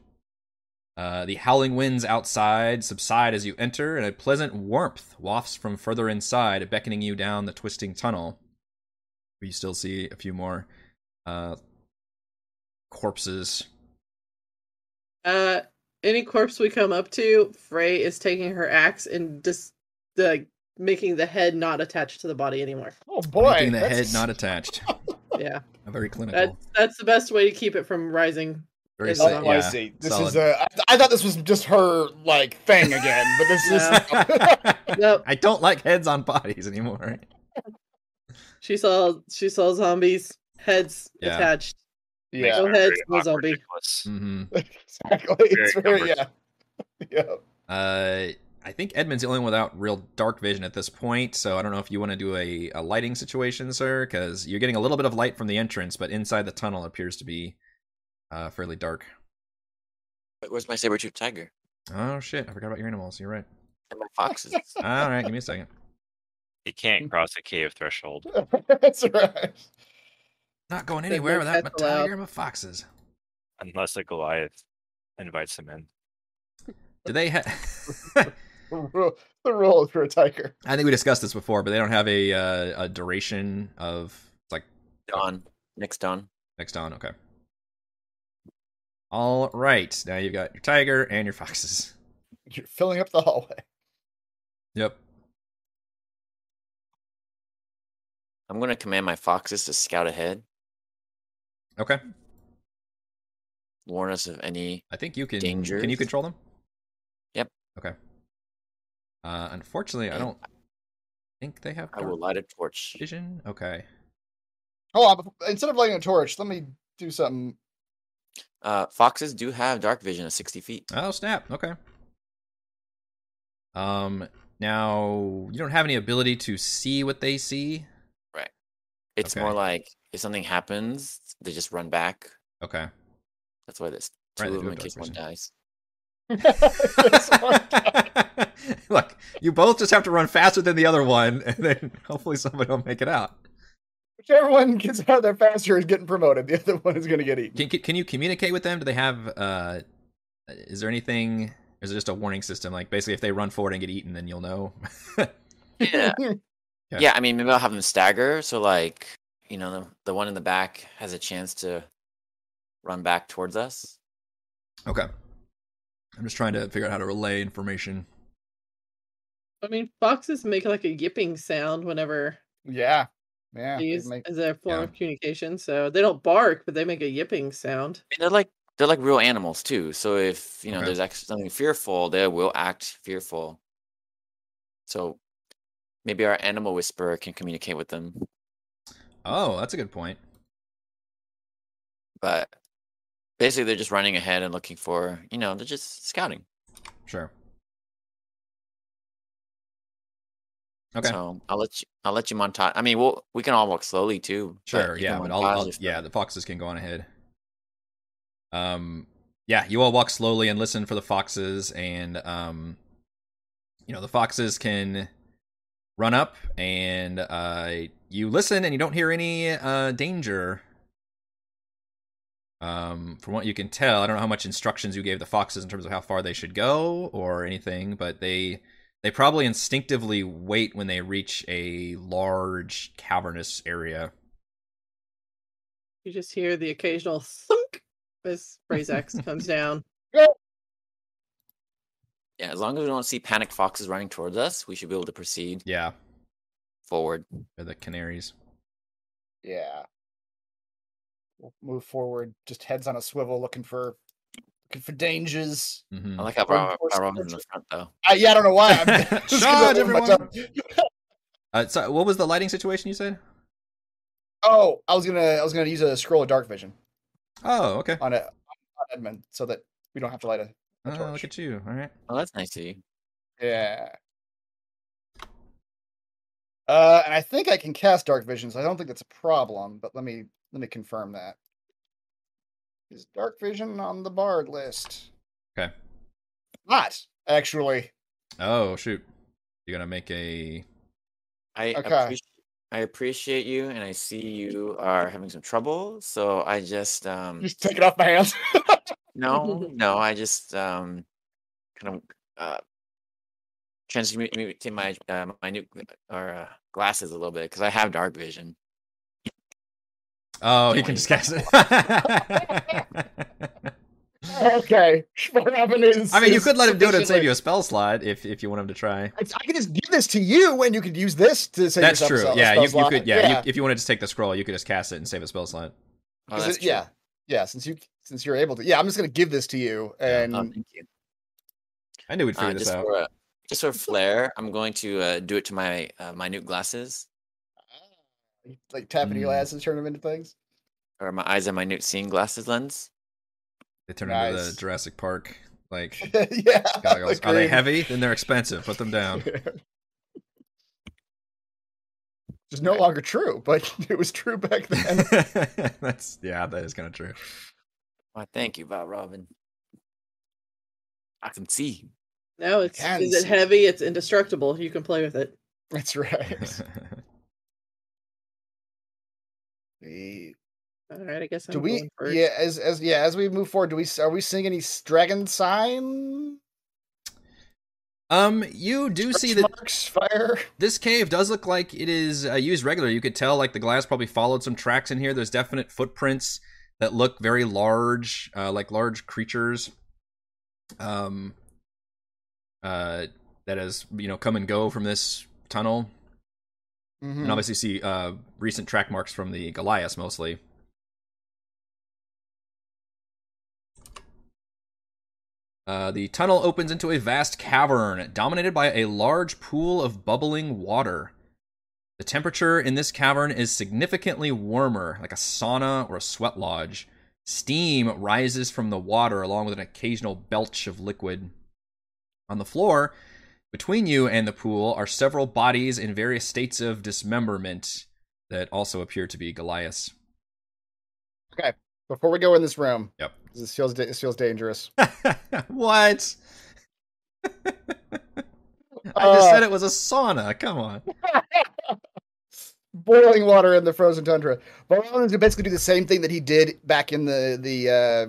Speaker 1: uh, the howling winds outside subside as you enter, and a pleasant warmth wafts from further inside, beckoning you down the twisting tunnel. But you still see a few more uh, corpses.
Speaker 7: Uh, any corpse we come up to, Frey is taking her axe and just the making the head not attached to the body anymore.
Speaker 2: Oh boy,
Speaker 1: making the head
Speaker 2: that's-
Speaker 1: not attached.
Speaker 7: Yeah,
Speaker 1: Very clinical.
Speaker 7: that's that's the best way to keep it from rising.
Speaker 1: Very
Speaker 7: is
Speaker 1: sa-
Speaker 2: Oh,
Speaker 7: solid.
Speaker 2: I
Speaker 1: yeah,
Speaker 2: see. This is
Speaker 1: solid.
Speaker 2: a. I, I thought this was just her like thing again, but this is
Speaker 7: Nope.
Speaker 1: I don't like heads on bodies anymore.
Speaker 7: She saw she saw zombies heads
Speaker 1: Yeah.
Speaker 7: attached.
Speaker 4: Makes
Speaker 2: Yeah,
Speaker 7: Go
Speaker 4: for a
Speaker 7: ahead,
Speaker 4: very
Speaker 7: small
Speaker 4: awkward
Speaker 7: zombie.
Speaker 4: necklace.
Speaker 1: Mm-hmm.
Speaker 2: exactly. It's
Speaker 4: Very
Speaker 2: very, yeah. yeah.
Speaker 1: Uh, I think Edmund's the only one without real dark vision at this point, so I don't know if you want to do a, a lighting situation, sir, because you're getting a little bit of light from the entrance, but inside the tunnel appears to be uh, fairly dark.
Speaker 6: Wait, where's my saber tooth tiger?
Speaker 1: Oh shit! I forgot about your animals. You're right.
Speaker 6: And my foxes.
Speaker 1: All right, give me a second.
Speaker 4: He can't cross the cave threshold.
Speaker 2: That's right.
Speaker 1: Not going
Speaker 7: Good
Speaker 1: anywhere
Speaker 7: work,
Speaker 1: without my
Speaker 7: that's allowed.
Speaker 1: tiger and my foxes.
Speaker 4: Unless a Goliath invites him in.
Speaker 1: Do they have?
Speaker 2: The rule, the rule for a tiger.
Speaker 1: I think we discussed this before, but they don't have a uh, a duration of it's like
Speaker 6: Dawn. Next dawn.
Speaker 1: next on. Okay. All right, now you've got your tiger and your foxes.
Speaker 2: You're filling up the hallway.
Speaker 1: Yep.
Speaker 6: I'm gonna command my foxes to scout ahead,
Speaker 1: Okay.
Speaker 6: warn us of any.
Speaker 1: I think you can. Can you
Speaker 6: Dangers?
Speaker 1: control them?
Speaker 6: Yep.
Speaker 1: Okay. Uh, unfortunately, I
Speaker 6: And
Speaker 1: don't think they have
Speaker 6: I
Speaker 1: dark
Speaker 6: will light a torch.
Speaker 1: vision. Okay.
Speaker 2: Hold on. befo- Instead of lighting a torch, let me do something.
Speaker 6: Uh, foxes do have dark vision of 60 feet.
Speaker 1: Oh snap. Okay. Um. Now you don't have any ability to see what they see.
Speaker 6: It's more
Speaker 1: okay.
Speaker 6: like if something happens, they just run back.
Speaker 1: Okay.
Speaker 6: That's why this two
Speaker 1: Right, they
Speaker 6: of
Speaker 1: do
Speaker 6: them
Speaker 1: have
Speaker 6: in
Speaker 1: dark
Speaker 6: case one
Speaker 1: vision.
Speaker 6: dies.
Speaker 1: Look, you both just have to run faster than the other one, and then hopefully somebody will make it out.
Speaker 2: Whichever one gets out there faster is getting promoted. The other one is going to get eaten.
Speaker 1: Can can can you communicate with them? Do they have? uh Is there anything? Or is it just a warning system? Like basically, if they run forward and get eaten, then you'll know.
Speaker 6: Yeah.
Speaker 1: Yeah.
Speaker 6: Yeah, I mean, maybe I'll have them stagger. So, like, you know, the, the one in the back has a chance to run back towards us.
Speaker 1: okay. I'm just trying to figure out how to relay information.
Speaker 7: I mean, foxes make like a yipping sound whenever
Speaker 2: yeah. Yeah.
Speaker 7: they
Speaker 2: they
Speaker 7: use
Speaker 2: make-
Speaker 7: as a form
Speaker 1: yeah.
Speaker 7: of communication. So they don't bark, but they make a yipping sound.
Speaker 6: I mean, they're like they're like real animals too. So if you know
Speaker 1: Okay.
Speaker 6: there's actually something fearful, they will act fearful. So maybe our animal whisperer can communicate with them.
Speaker 1: Oh, that's a good point.
Speaker 6: But basically, they're just running ahead and looking for you know they're just scouting.
Speaker 1: Sure. Okay.
Speaker 6: So I'll let you I'll let you montage. I mean, we'll we can all walk slowly too. but
Speaker 1: Sure,
Speaker 6: you
Speaker 1: yeah,
Speaker 6: can
Speaker 1: but I'll,
Speaker 6: montage
Speaker 1: I'll
Speaker 6: if-
Speaker 1: yeah, the foxes can go on ahead. Um, yeah, you all walk slowly and listen for the foxes, and um, you know the foxes can run up, and uh, you listen, and you don't hear any uh danger. Um, from what you can tell, I don't know how much instructions you gave the foxes in terms of how far they should go or anything, but they they probably instinctively wait when they reach a large cavernous area.
Speaker 7: You just hear the occasional thunk as Brazax comes down.
Speaker 6: yeah. As long as we don't see panic foxes running towards us, we should be able to proceed
Speaker 1: Yeah,
Speaker 6: forward.
Speaker 1: they're the canaries.
Speaker 2: Yeah. We'll move forward, just heads on a swivel, looking for looking for dangers.
Speaker 1: Mm-hmm.
Speaker 6: I like how
Speaker 2: Or
Speaker 6: Barrow
Speaker 2: enforce
Speaker 6: Barrow's in the
Speaker 2: culture.
Speaker 6: front though.
Speaker 2: I, yeah, I don't know why. I'm- just 'cause I
Speaker 1: Charge,
Speaker 2: opened my
Speaker 1: everyone!
Speaker 2: tongue.
Speaker 1: Uh, so, what was the lighting situation you said?
Speaker 2: Oh, I was gonna I was gonna use a scroll of dark vision
Speaker 1: Oh, okay.
Speaker 2: on a on Edmund so that we don't have to light a
Speaker 1: Oh,
Speaker 2: torch.
Speaker 1: look at you. All right.
Speaker 6: Oh, that's nice of you.
Speaker 2: yeah. Uh, and I think I can cast dark vision, so I don't think that's a problem. But let me let me confirm that. Is dark vision on the bard list?
Speaker 1: Okay.
Speaker 2: Not actually.
Speaker 1: Oh shoot, you're gonna make a.
Speaker 6: I
Speaker 2: Okay.
Speaker 6: appreciate I appreciate you, and I see you are having some trouble. So I just um
Speaker 2: Just take it off my hands.
Speaker 6: no no I just um kind of uh transmute my uh, my new gl- or uh, glasses a little bit because I have dark vision.
Speaker 1: Oh,
Speaker 6: Don't
Speaker 1: you can
Speaker 6: worry
Speaker 1: just cast it.
Speaker 2: okay.
Speaker 1: I mean, you could let him do it and save you a spell slot if if you want him to try.
Speaker 2: I I could just give this to you, and you could use this to save
Speaker 1: That's
Speaker 2: yourself a
Speaker 1: true.
Speaker 2: spell- a
Speaker 1: Yeah,
Speaker 2: spell
Speaker 1: you, you
Speaker 2: slot.
Speaker 1: could. Yeah, You, if you wanted to take the scroll, you could just cast it and save a spell slot.
Speaker 6: Oh,
Speaker 2: 'Cause
Speaker 6: that's
Speaker 2: it-
Speaker 6: true.
Speaker 2: yeah, yeah. Since you since you're able to, yeah, I'm just gonna give this to you,
Speaker 1: Yeah.
Speaker 2: and
Speaker 6: Oh, thank you.
Speaker 1: I
Speaker 2: Ah,
Speaker 1: knew we'd figure
Speaker 6: Uh,
Speaker 1: this
Speaker 6: just
Speaker 1: out.
Speaker 6: for a, just for a flair, I'm going to uh, do it to my uh, minute glasses.
Speaker 2: you, like tap into your
Speaker 1: Mm.
Speaker 2: glasses, turn them into things.
Speaker 6: or my eyes and minute seeing glasses lens.
Speaker 1: They turn into
Speaker 2: Nice.
Speaker 1: the Jurassic Park like
Speaker 2: yeah.
Speaker 1: goggles. Are they
Speaker 2: agreed.
Speaker 1: heavy? Then they're expensive. Put them down.
Speaker 2: Which is no longer true, but it was true back then.
Speaker 1: That's yeah, that is kind of true.
Speaker 6: Why, thank you, Bob Robin. I can see.
Speaker 7: No, it's
Speaker 2: can
Speaker 7: is it
Speaker 2: see.
Speaker 7: heavy? It's indestructible. You can play with it.
Speaker 2: That's right. We-
Speaker 7: All right, I guess I'm
Speaker 2: do we?
Speaker 7: going first.
Speaker 2: Yeah, as as yeah, as we move forward, do we? s- Are we seeing any s- dragon sign?
Speaker 1: um, you do see that
Speaker 2: marks fire.
Speaker 1: this cave does look like it is uh, used regular. You could tell like the glass probably followed some tracks in here. There's definite footprints that look very large, uh, like large creatures. Um, uh, that has you know come and go from this tunnel,
Speaker 2: Mhm.
Speaker 1: and obviously see uh recent track marks from the Goliath mostly. Uh, the tunnel opens into a vast cavern dominated by a large pool of bubbling water. The temperature in this cavern is significantly warmer, like a sauna or a sweat lodge. Steam rises from the water along with an occasional belch of liquid. On the floor, between you and the pool are several bodies in various states of dismemberment that also appear to be Goliath's.
Speaker 2: Before we go in this room.
Speaker 1: Yep.
Speaker 2: 'cause This feels da- this feels dangerous.
Speaker 1: what? I just
Speaker 2: Uh.
Speaker 1: said it was a sauna. Come on.
Speaker 2: boiling water in the frozen tundra. But Roland's gonna basically do the same thing that he did back in the the uh,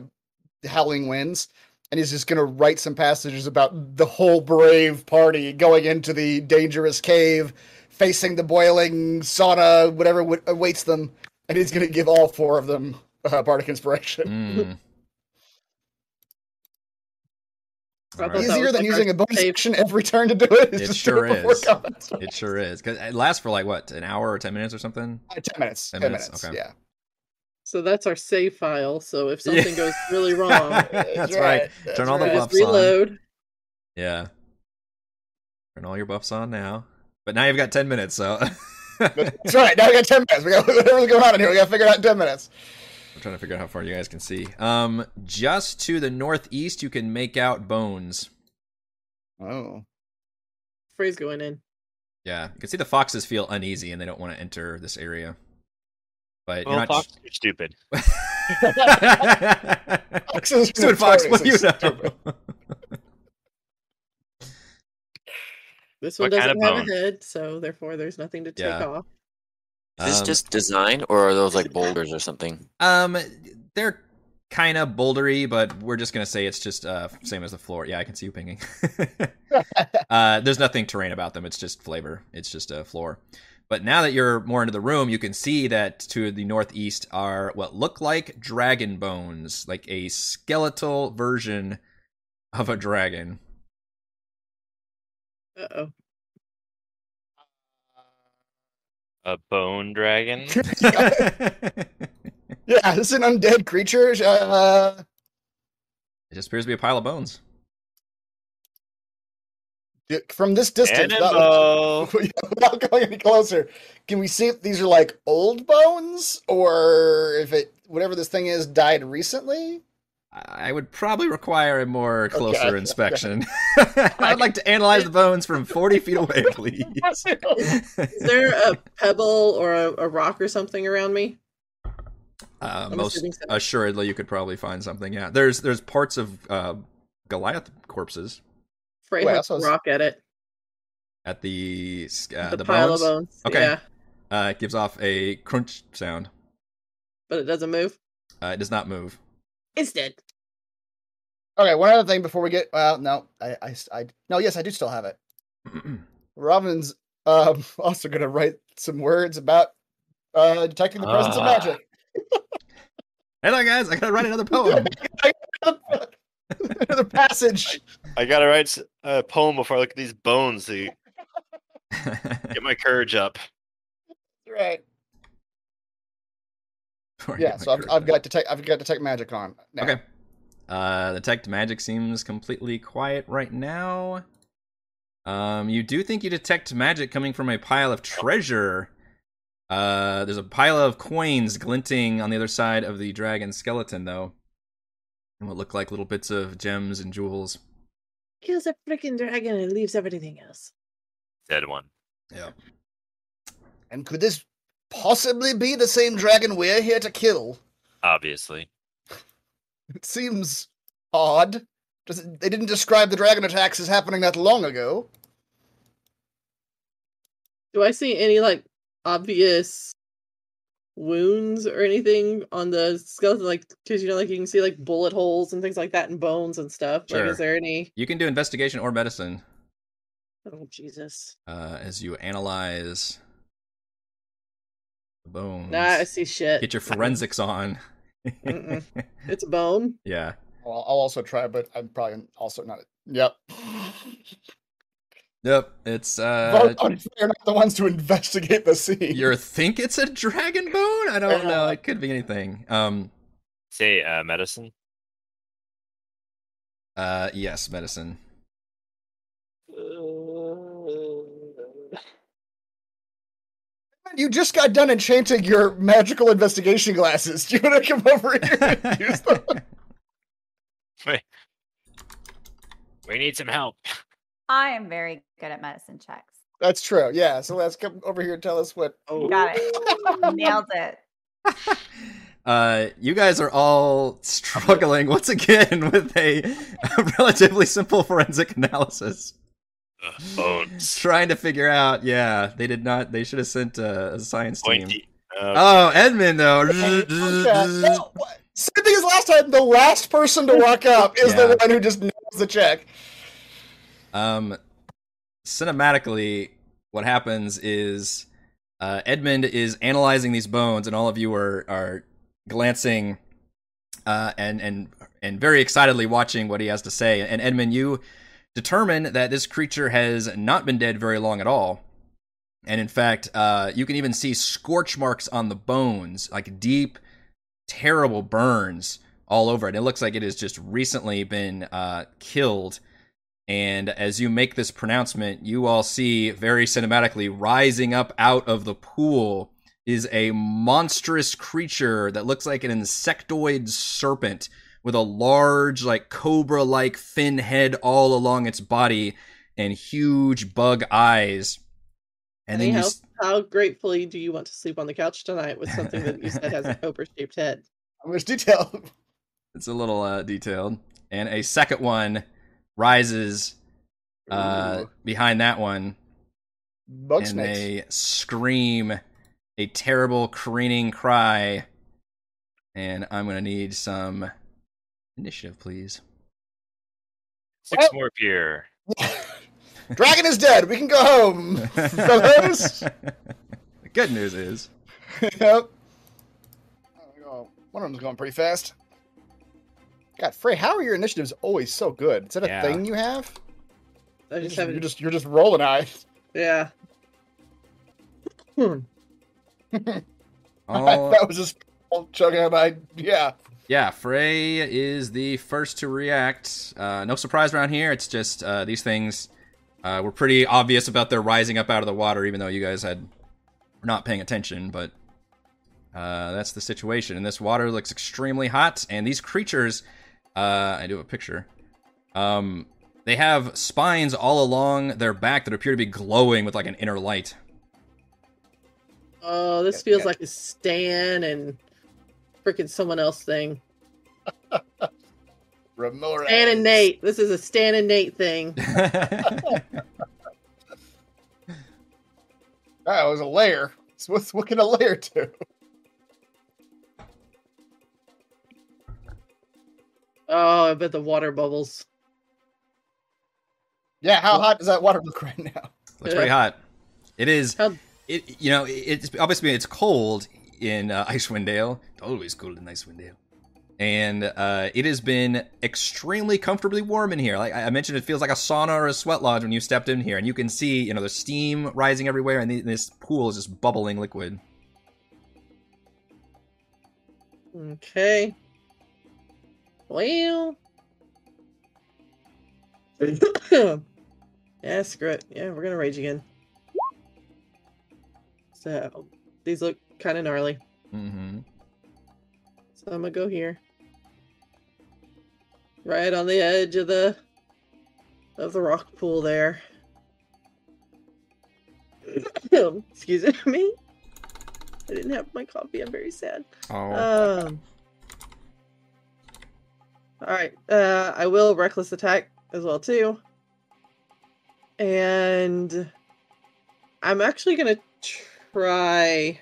Speaker 2: the Howling Winds, and he's just gonna write some passages about the whole brave party going into the dangerous cave, facing the boiling sauna, whatever w- awaits them, and he's gonna give all four of them uh, bardic inspiration.
Speaker 1: Mm. All
Speaker 7: I thought
Speaker 1: right.
Speaker 7: that
Speaker 2: Easier
Speaker 7: was
Speaker 2: than
Speaker 7: like our
Speaker 2: using a bonus
Speaker 7: save.
Speaker 2: action every turn to do it. is
Speaker 1: It
Speaker 2: just do
Speaker 1: sure
Speaker 2: before
Speaker 1: is.
Speaker 2: combat.
Speaker 1: It sure is. Cause it lasts for like what, an hour or ten minutes or something?
Speaker 2: Uh, Ten minutes.
Speaker 1: 10
Speaker 2: Ten,
Speaker 1: minutes,
Speaker 2: minutes.
Speaker 1: okay.
Speaker 2: Yeah.
Speaker 7: So that's our save file. So if
Speaker 1: Yeah.
Speaker 7: something goes really wrong,
Speaker 1: That's
Speaker 7: I
Speaker 1: right.
Speaker 2: That's
Speaker 1: Turn all the
Speaker 2: right.
Speaker 1: buffs
Speaker 7: just
Speaker 1: on.
Speaker 7: reload.
Speaker 1: Yeah. Turn all your buffs on now. But now you've got ten minutes, so
Speaker 2: That's right. Now we got ten minutes. We got whatever's going on in here. We got to figure it out in ten minutes.
Speaker 1: I'm trying to figure out how far you guys can see. Um, just to the northeast, you can make out bones.
Speaker 2: Oh,
Speaker 7: Free's going in.
Speaker 1: Yeah, you can see the foxes feel uneasy and they don't want to enter this area. But
Speaker 4: Well,
Speaker 1: you're not.
Speaker 4: Fox, you're stupid.
Speaker 2: Foxes
Speaker 1: Stupid fox, what do you know?
Speaker 7: This one
Speaker 4: What
Speaker 7: doesn't
Speaker 4: kind of
Speaker 7: have
Speaker 4: bone?
Speaker 7: a head, so therefore there's nothing to take
Speaker 1: Yeah.
Speaker 7: off.
Speaker 6: Is this
Speaker 1: Um,
Speaker 6: just design, or are those like boulders or something?
Speaker 1: Um, they're kind of bouldery, but we're just gonna say it's just uh same as the floor. Yeah, I can see you pinging. uh, there's nothing terrain about them. It's just flavor. It's just a floor. But now that you're more into the room, you can see that to the northeast are what look like dragon bones, like a skeletal version of a dragon.
Speaker 7: Uh oh.
Speaker 4: A bone dragon.
Speaker 1: it
Speaker 2: Yeah, this is an undead creature. Uh,
Speaker 1: just appears to be a pile of bones.
Speaker 2: d- from this distance, without,
Speaker 4: Cannonball.
Speaker 2: without going any closer, can we see if these are like old bones or if it whatever this thing is died recently?
Speaker 1: I would probably require a more closer
Speaker 2: Okay.
Speaker 1: inspection. I would like to analyze the bones from 40 feet away, please.
Speaker 7: Is there a pebble or a, a rock or something around me?
Speaker 1: uh,
Speaker 7: I'm
Speaker 1: most
Speaker 7: assuming so.
Speaker 1: assuredly, you could probably find something. Yeah, there's there's parts of uh, Goliath corpses
Speaker 7: Frey
Speaker 2: Well,
Speaker 7: hooks
Speaker 2: that's what I was-
Speaker 7: rock at it.
Speaker 1: at the uh,
Speaker 7: the,
Speaker 1: the,
Speaker 7: pile
Speaker 1: bones.
Speaker 7: of bones.
Speaker 1: Okay.
Speaker 7: Yeah,
Speaker 1: Uh, it gives off a crunch sound.
Speaker 7: but it doesn't move.
Speaker 1: Uh, it does not move.
Speaker 7: It's dead.
Speaker 2: Okay, one other thing before we get. Well, no, I, I, s- I- no, yes, I do still have it. Robin's um, also going to write some words about uh, detecting the presence of
Speaker 4: Ah.
Speaker 2: magic.
Speaker 1: Hello, guys. I gotta write another poem.
Speaker 2: Another passage.
Speaker 4: I gotta write s- a poem before I look at these bones to get my courage up.
Speaker 2: Right.
Speaker 1: Before I
Speaker 2: Yeah.
Speaker 1: get my
Speaker 2: So I've,
Speaker 1: courage
Speaker 2: I've
Speaker 1: back.
Speaker 2: got detect. I've got detect magic on. now.
Speaker 1: Okay. Uh, detect magic seems completely quiet right now. Um, you do think you detect magic coming from a pile of treasure Uh, there's a pile of coins glinting on the other side of the dragon skeleton, though, and what look like little bits of gems and jewels.
Speaker 7: Kills a freaking dragon and leaves everything else.
Speaker 4: Dead one.
Speaker 2: And could this possibly be the same dragon we're here to kill?
Speaker 4: Obviously.
Speaker 2: It seems odd. Doesn't, they didn't describe the dragon attacks as happening that long ago.
Speaker 7: Do I see any like obvious wounds or anything on the skeleton? Like, because you know, like you can see like bullet holes and things like that and bones and stuff. Like,
Speaker 1: Sure.
Speaker 7: is there any?
Speaker 1: You can do investigation or medicine
Speaker 7: Oh Jesus!
Speaker 1: uh, as you analyze the bones.
Speaker 7: Nah, I see shit.
Speaker 1: Get your forensics on.
Speaker 7: Mm-mm. It's a bone.
Speaker 1: yeah.
Speaker 2: Well, I'll also try, but I'm probably also not. Yep.
Speaker 1: Yep. It's uh,
Speaker 2: they're not the ones to investigate the scene.
Speaker 1: you think it's a dragon bone? I don't know. It could be anything. Um.
Speaker 4: Say uh, medicine.
Speaker 1: Uh. Yes, medicine.
Speaker 2: You just got done enchanting your magical investigation glasses. Do you want to come over here and use them?
Speaker 4: We need some help.
Speaker 5: I am very good at medicine checks.
Speaker 2: That's true. Yeah. So let's come over here and tell us what.
Speaker 1: Oh.
Speaker 5: Got it. Nailed it.
Speaker 1: Uh, you guys are all struggling once again with a, relatively simple forensic analysis,
Speaker 4: Ugh, bones.
Speaker 1: trying to figure out. Yeah, they did not. They should have sent uh, a, a science team.
Speaker 4: Pointy. Uh,
Speaker 1: Oh, Edmund though.
Speaker 2: Well, what- Same thing as last time. The last person to walk up is
Speaker 1: Yeah.
Speaker 2: the one who just nails the check.
Speaker 1: Um, cinematically, what happens is uh, Edmund is analyzing these bones, and all of you are are glancing uh, and and and very excitedly watching what he has to say. And Edmund, you determine that this creature has not been dead very long at all. And in fact, uh, you can even see scorch marks on the bones, like deep, terrible burns all over it. It looks like it has just recently been uh, killed. And as you make this pronouncement, you all see very cinematically rising up out of the pool is a monstrous creature that looks like an insectoid serpent with a large, like cobra like fin head all along its body and huge bug eyes. And then you.
Speaker 7: Anyhow,
Speaker 1: s-
Speaker 7: how gratefully do you want to sleep on the couch tonight with something that you said has a cobra-shaped head?
Speaker 2: How much detail?
Speaker 1: It's a little uh, detailed. And a second one rises uh,
Speaker 2: Ooh,
Speaker 1: behind that one,
Speaker 2: bug
Speaker 1: and
Speaker 2: snakes.
Speaker 1: they scream a terrible careening cry. And I'm gonna need some initiative, please.
Speaker 4: six
Speaker 2: Oh.
Speaker 4: more beer.
Speaker 2: Dragon is dead. We can go home. Fellas?
Speaker 1: the good news is
Speaker 2: yep. Oh, One of them's going pretty fast. God, Frey, how are your initiatives always so good? Is that a
Speaker 1: Yeah.
Speaker 2: thing you have?
Speaker 7: I
Speaker 2: You're
Speaker 7: just
Speaker 2: just, you're
Speaker 7: haven't.
Speaker 2: just you're just rolling eyes.
Speaker 7: Yeah. Hmm.
Speaker 1: all
Speaker 2: that was just all chugging out my yeah.
Speaker 1: Yeah, Frey is the first to react. Uh, no surprise around here. It's just uh, these things uh, were pretty obvious about their rising up out of the water, even though you guys had were not paying attention. But uh, that's the situation. And this water looks extremely hot. And these creatures, uh, I do have a picture. Um, they have spines all along their back that appear to be glowing with like an inner light.
Speaker 7: Oh, this
Speaker 2: Yeah,
Speaker 7: feels
Speaker 2: yeah.
Speaker 7: like a Stan and freaking someone else thing.
Speaker 2: Ramirez.
Speaker 7: Stan and Nate. This is a Stan and Nate thing.
Speaker 2: That Ah, was a layer. So what's what can a layer do?
Speaker 7: Oh, I bet the water bubbles.
Speaker 2: Yeah, how hot does that water look right now?
Speaker 1: Looks pretty hot. It is.
Speaker 7: How-
Speaker 1: It you know it's obviously it's cold in uh, Icewind Dale. It's Always cold in Icewind Dale, and uh, it has been extremely comfortably warm in here. Like I I mentioned, it feels like a sauna or a sweat lodge when you stepped in here, and you can see you know the steam rising everywhere, and the, this pool is just bubbling liquid.
Speaker 7: Okay. Well. yeah, screw it. Yeah, we're gonna rage again. So These look kind of gnarly.
Speaker 1: Mm-hmm.
Speaker 7: So I'm gonna go here. Right on the edge of the of the rock pool there. Excuse me. I didn't have my coffee. I'm very sad.
Speaker 1: Oh,
Speaker 7: Um. All right. Uh, I will reckless attack as well too. And I'm actually gonna try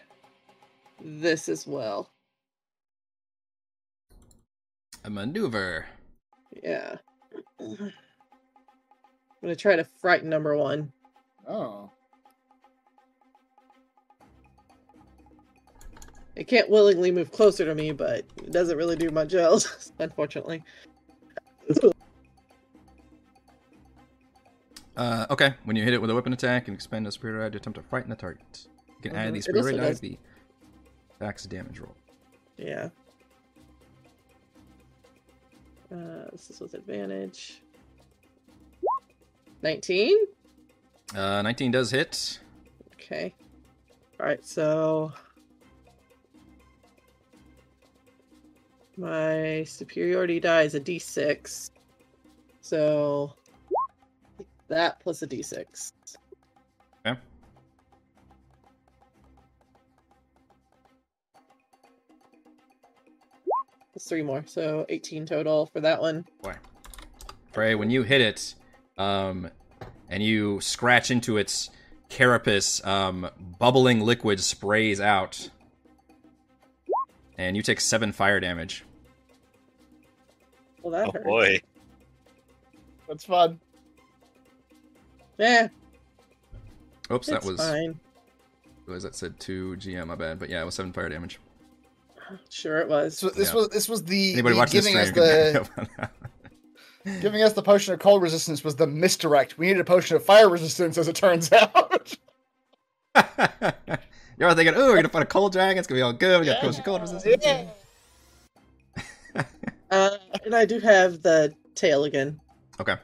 Speaker 7: this as well.
Speaker 1: a maneuver.
Speaker 7: Yeah. I'm gonna try to frighten number one.
Speaker 2: Oh.
Speaker 7: It can't willingly move closer to me, but it doesn't really do much else, unfortunately.
Speaker 1: Uh, okay, when you hit it with a weapon attack and expend a spirit ride to attempt to frighten the target, you can add
Speaker 7: Mhm.
Speaker 1: the
Speaker 7: It
Speaker 1: spirit
Speaker 7: also
Speaker 1: ride die
Speaker 7: does-
Speaker 1: to the attack's damage roll.
Speaker 7: Yeah. Uh, this is with advantage. 19?
Speaker 1: Uh, 19 does hit.
Speaker 7: Okay. Alright, so. My superiority die is a d6. So. That plus a d6.
Speaker 1: Okay.
Speaker 7: That's three more, so 18 total for that one.
Speaker 1: Prey, when you hit it, um, and you scratch into its carapace, um, bubbling liquid sprays out, and you take seven fire damage.
Speaker 7: Well, that
Speaker 4: Oh
Speaker 7: hurts.
Speaker 4: boy.
Speaker 2: That's fun.
Speaker 7: Yeah,
Speaker 1: Oops, that
Speaker 7: it's
Speaker 1: was
Speaker 7: fine.
Speaker 1: realized that said two GM. My bad, but yeah, it was seven fire damage.
Speaker 7: Sure, it
Speaker 2: This
Speaker 7: was.
Speaker 2: was this
Speaker 1: Yeah.
Speaker 2: was this was the,
Speaker 1: Anybody
Speaker 2: the
Speaker 1: watching this
Speaker 2: giving
Speaker 1: stream?
Speaker 2: us
Speaker 1: can
Speaker 2: the
Speaker 1: pick up on that.
Speaker 2: giving us the potion of cold resistance was the misdirect. We needed a potion of fire resistance, as it turns out.
Speaker 1: You're all thinking, "Ooh, we're gonna fight a cold dragon. It's gonna be all good. We got potion of cold resistance."
Speaker 2: Yeah.
Speaker 7: Uh, and I do have the tail again.
Speaker 1: Okay.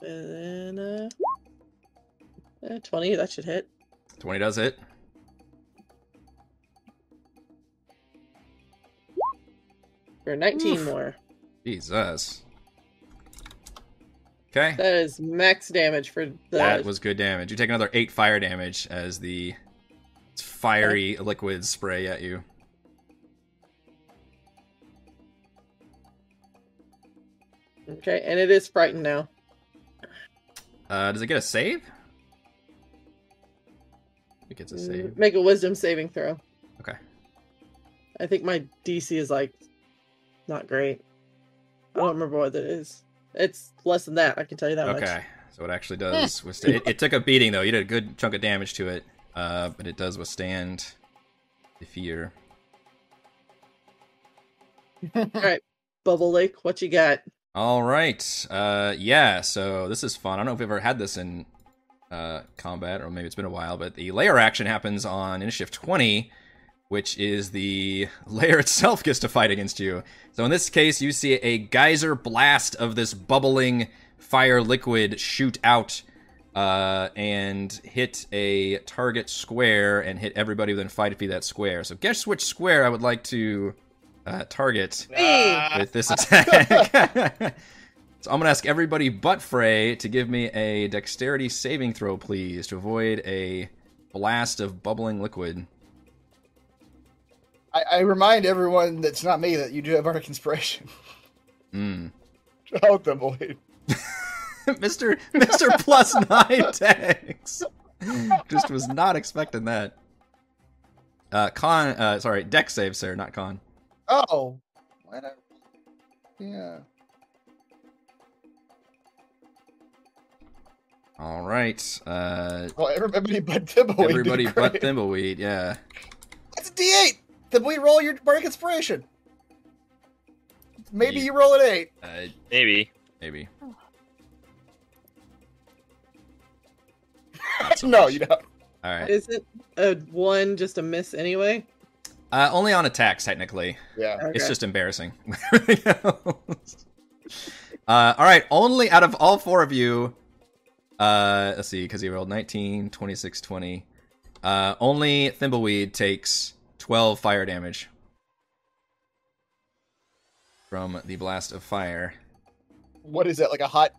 Speaker 7: And then, uh, uh, 20, that should hit.
Speaker 1: 20 does hit.
Speaker 7: Or 19
Speaker 1: Oof.
Speaker 7: more.
Speaker 1: Jesus. Okay.
Speaker 7: That is max damage for the.
Speaker 1: That was good damage. You take another eight fire damage as the fiery liquids spray at you.
Speaker 7: Okay, and it is frightened now.
Speaker 1: Uh, does it get a save? It gets
Speaker 7: Mm,
Speaker 1: a save.
Speaker 7: Make a wisdom saving throw.
Speaker 1: Okay.
Speaker 7: I think my DC is like not great. I don't remember what it is. It's less than that, I can tell you that much.
Speaker 1: Okay. So it actually does withstand. It, it took a beating though. You did a good chunk of damage to it, uh, but it does withstand the fear.
Speaker 7: Bubble Lake, what you got?
Speaker 1: All right. Uh, yeah. So this is fun. I don't know if we've ever had this in uh, combat, or maybe it's been a while. But the layer action happens on initiative twenty, which is the layer itself gets to fight against you. So in this case, you see a geyser blast of this bubbling fire liquid shoot out uh, and hit a target square and hit everybody within five feet of that square. So guess which square I would like to uh, target
Speaker 2: Ah.
Speaker 1: with this attack. so I'm gonna ask everybody but Frey to give me a dexterity saving throw, please, to avoid a blast of bubbling liquid.
Speaker 2: I, I remind everyone that's not me that you do have Arctic Inspiration.
Speaker 1: Mm.
Speaker 2: to help them believe.
Speaker 1: Mister Mister plus nine dex. Just was not expecting that. Uh, con, uh, sorry, deck save, sir, not con.
Speaker 2: Oh, why not? Yeah.
Speaker 1: All right, uh,
Speaker 2: Well, everybody but Thimbleweed.
Speaker 1: everybody
Speaker 2: Oh, did
Speaker 1: but
Speaker 2: great.
Speaker 1: Thimbleweed, yeah.
Speaker 2: That's a D8. Thimbleweed, roll your Bardic Inspiration. Maybe
Speaker 1: You-
Speaker 2: you roll an eight.
Speaker 1: Uh,
Speaker 4: Maybe.
Speaker 1: maybe.
Speaker 2: no, you don't.
Speaker 1: All right.
Speaker 7: Isn't a one just a miss anyway?
Speaker 1: Uh, only on attacks, technically.
Speaker 2: Yeah.
Speaker 7: Okay.
Speaker 1: It's just embarrassing. uh, all right, only uh, out of all four of you, uh, let's see, because he rolled 19, 26, 20. Uh, only Thimbleweed takes 12 fire damage from the blast of fire.
Speaker 2: What is that? Like a hot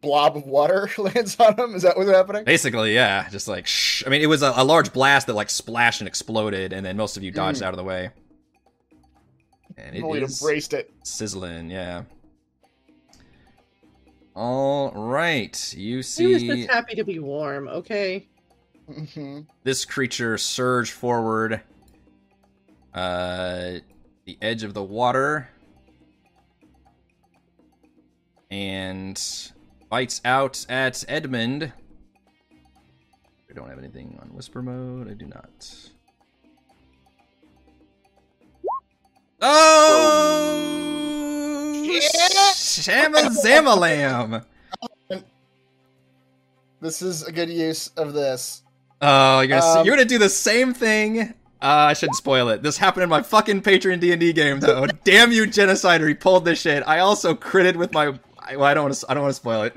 Speaker 2: blob of water lands on him? Is that what's happening?
Speaker 1: Basically, yeah, just like shh. I mean, it was a, a large blast that like splashed and exploded, and then most of you dodged out of the way. And it
Speaker 2: Thimbleweed
Speaker 1: is
Speaker 2: Oh, embraced it.
Speaker 1: sizzling, yeah. All right, you
Speaker 7: He was
Speaker 1: see
Speaker 7: just happy to be warm, okay?
Speaker 2: hmm
Speaker 1: this creature surge forward uh the edge of the water and bites out at Edmund. I don't have anything on whisper mode. I do not. Oh! Shama Zamalam!
Speaker 2: This is a good use of this.
Speaker 1: Oh, you're gonna, s
Speaker 2: Um,
Speaker 1: you're gonna do the same thing. Uh, I shouldn't spoil it. This happened in my fucking Patreon D and D game, though. Damn you, genocider! He pulled this shit. I also critted with my. I, well, I don't want to. I don't want to spoil it.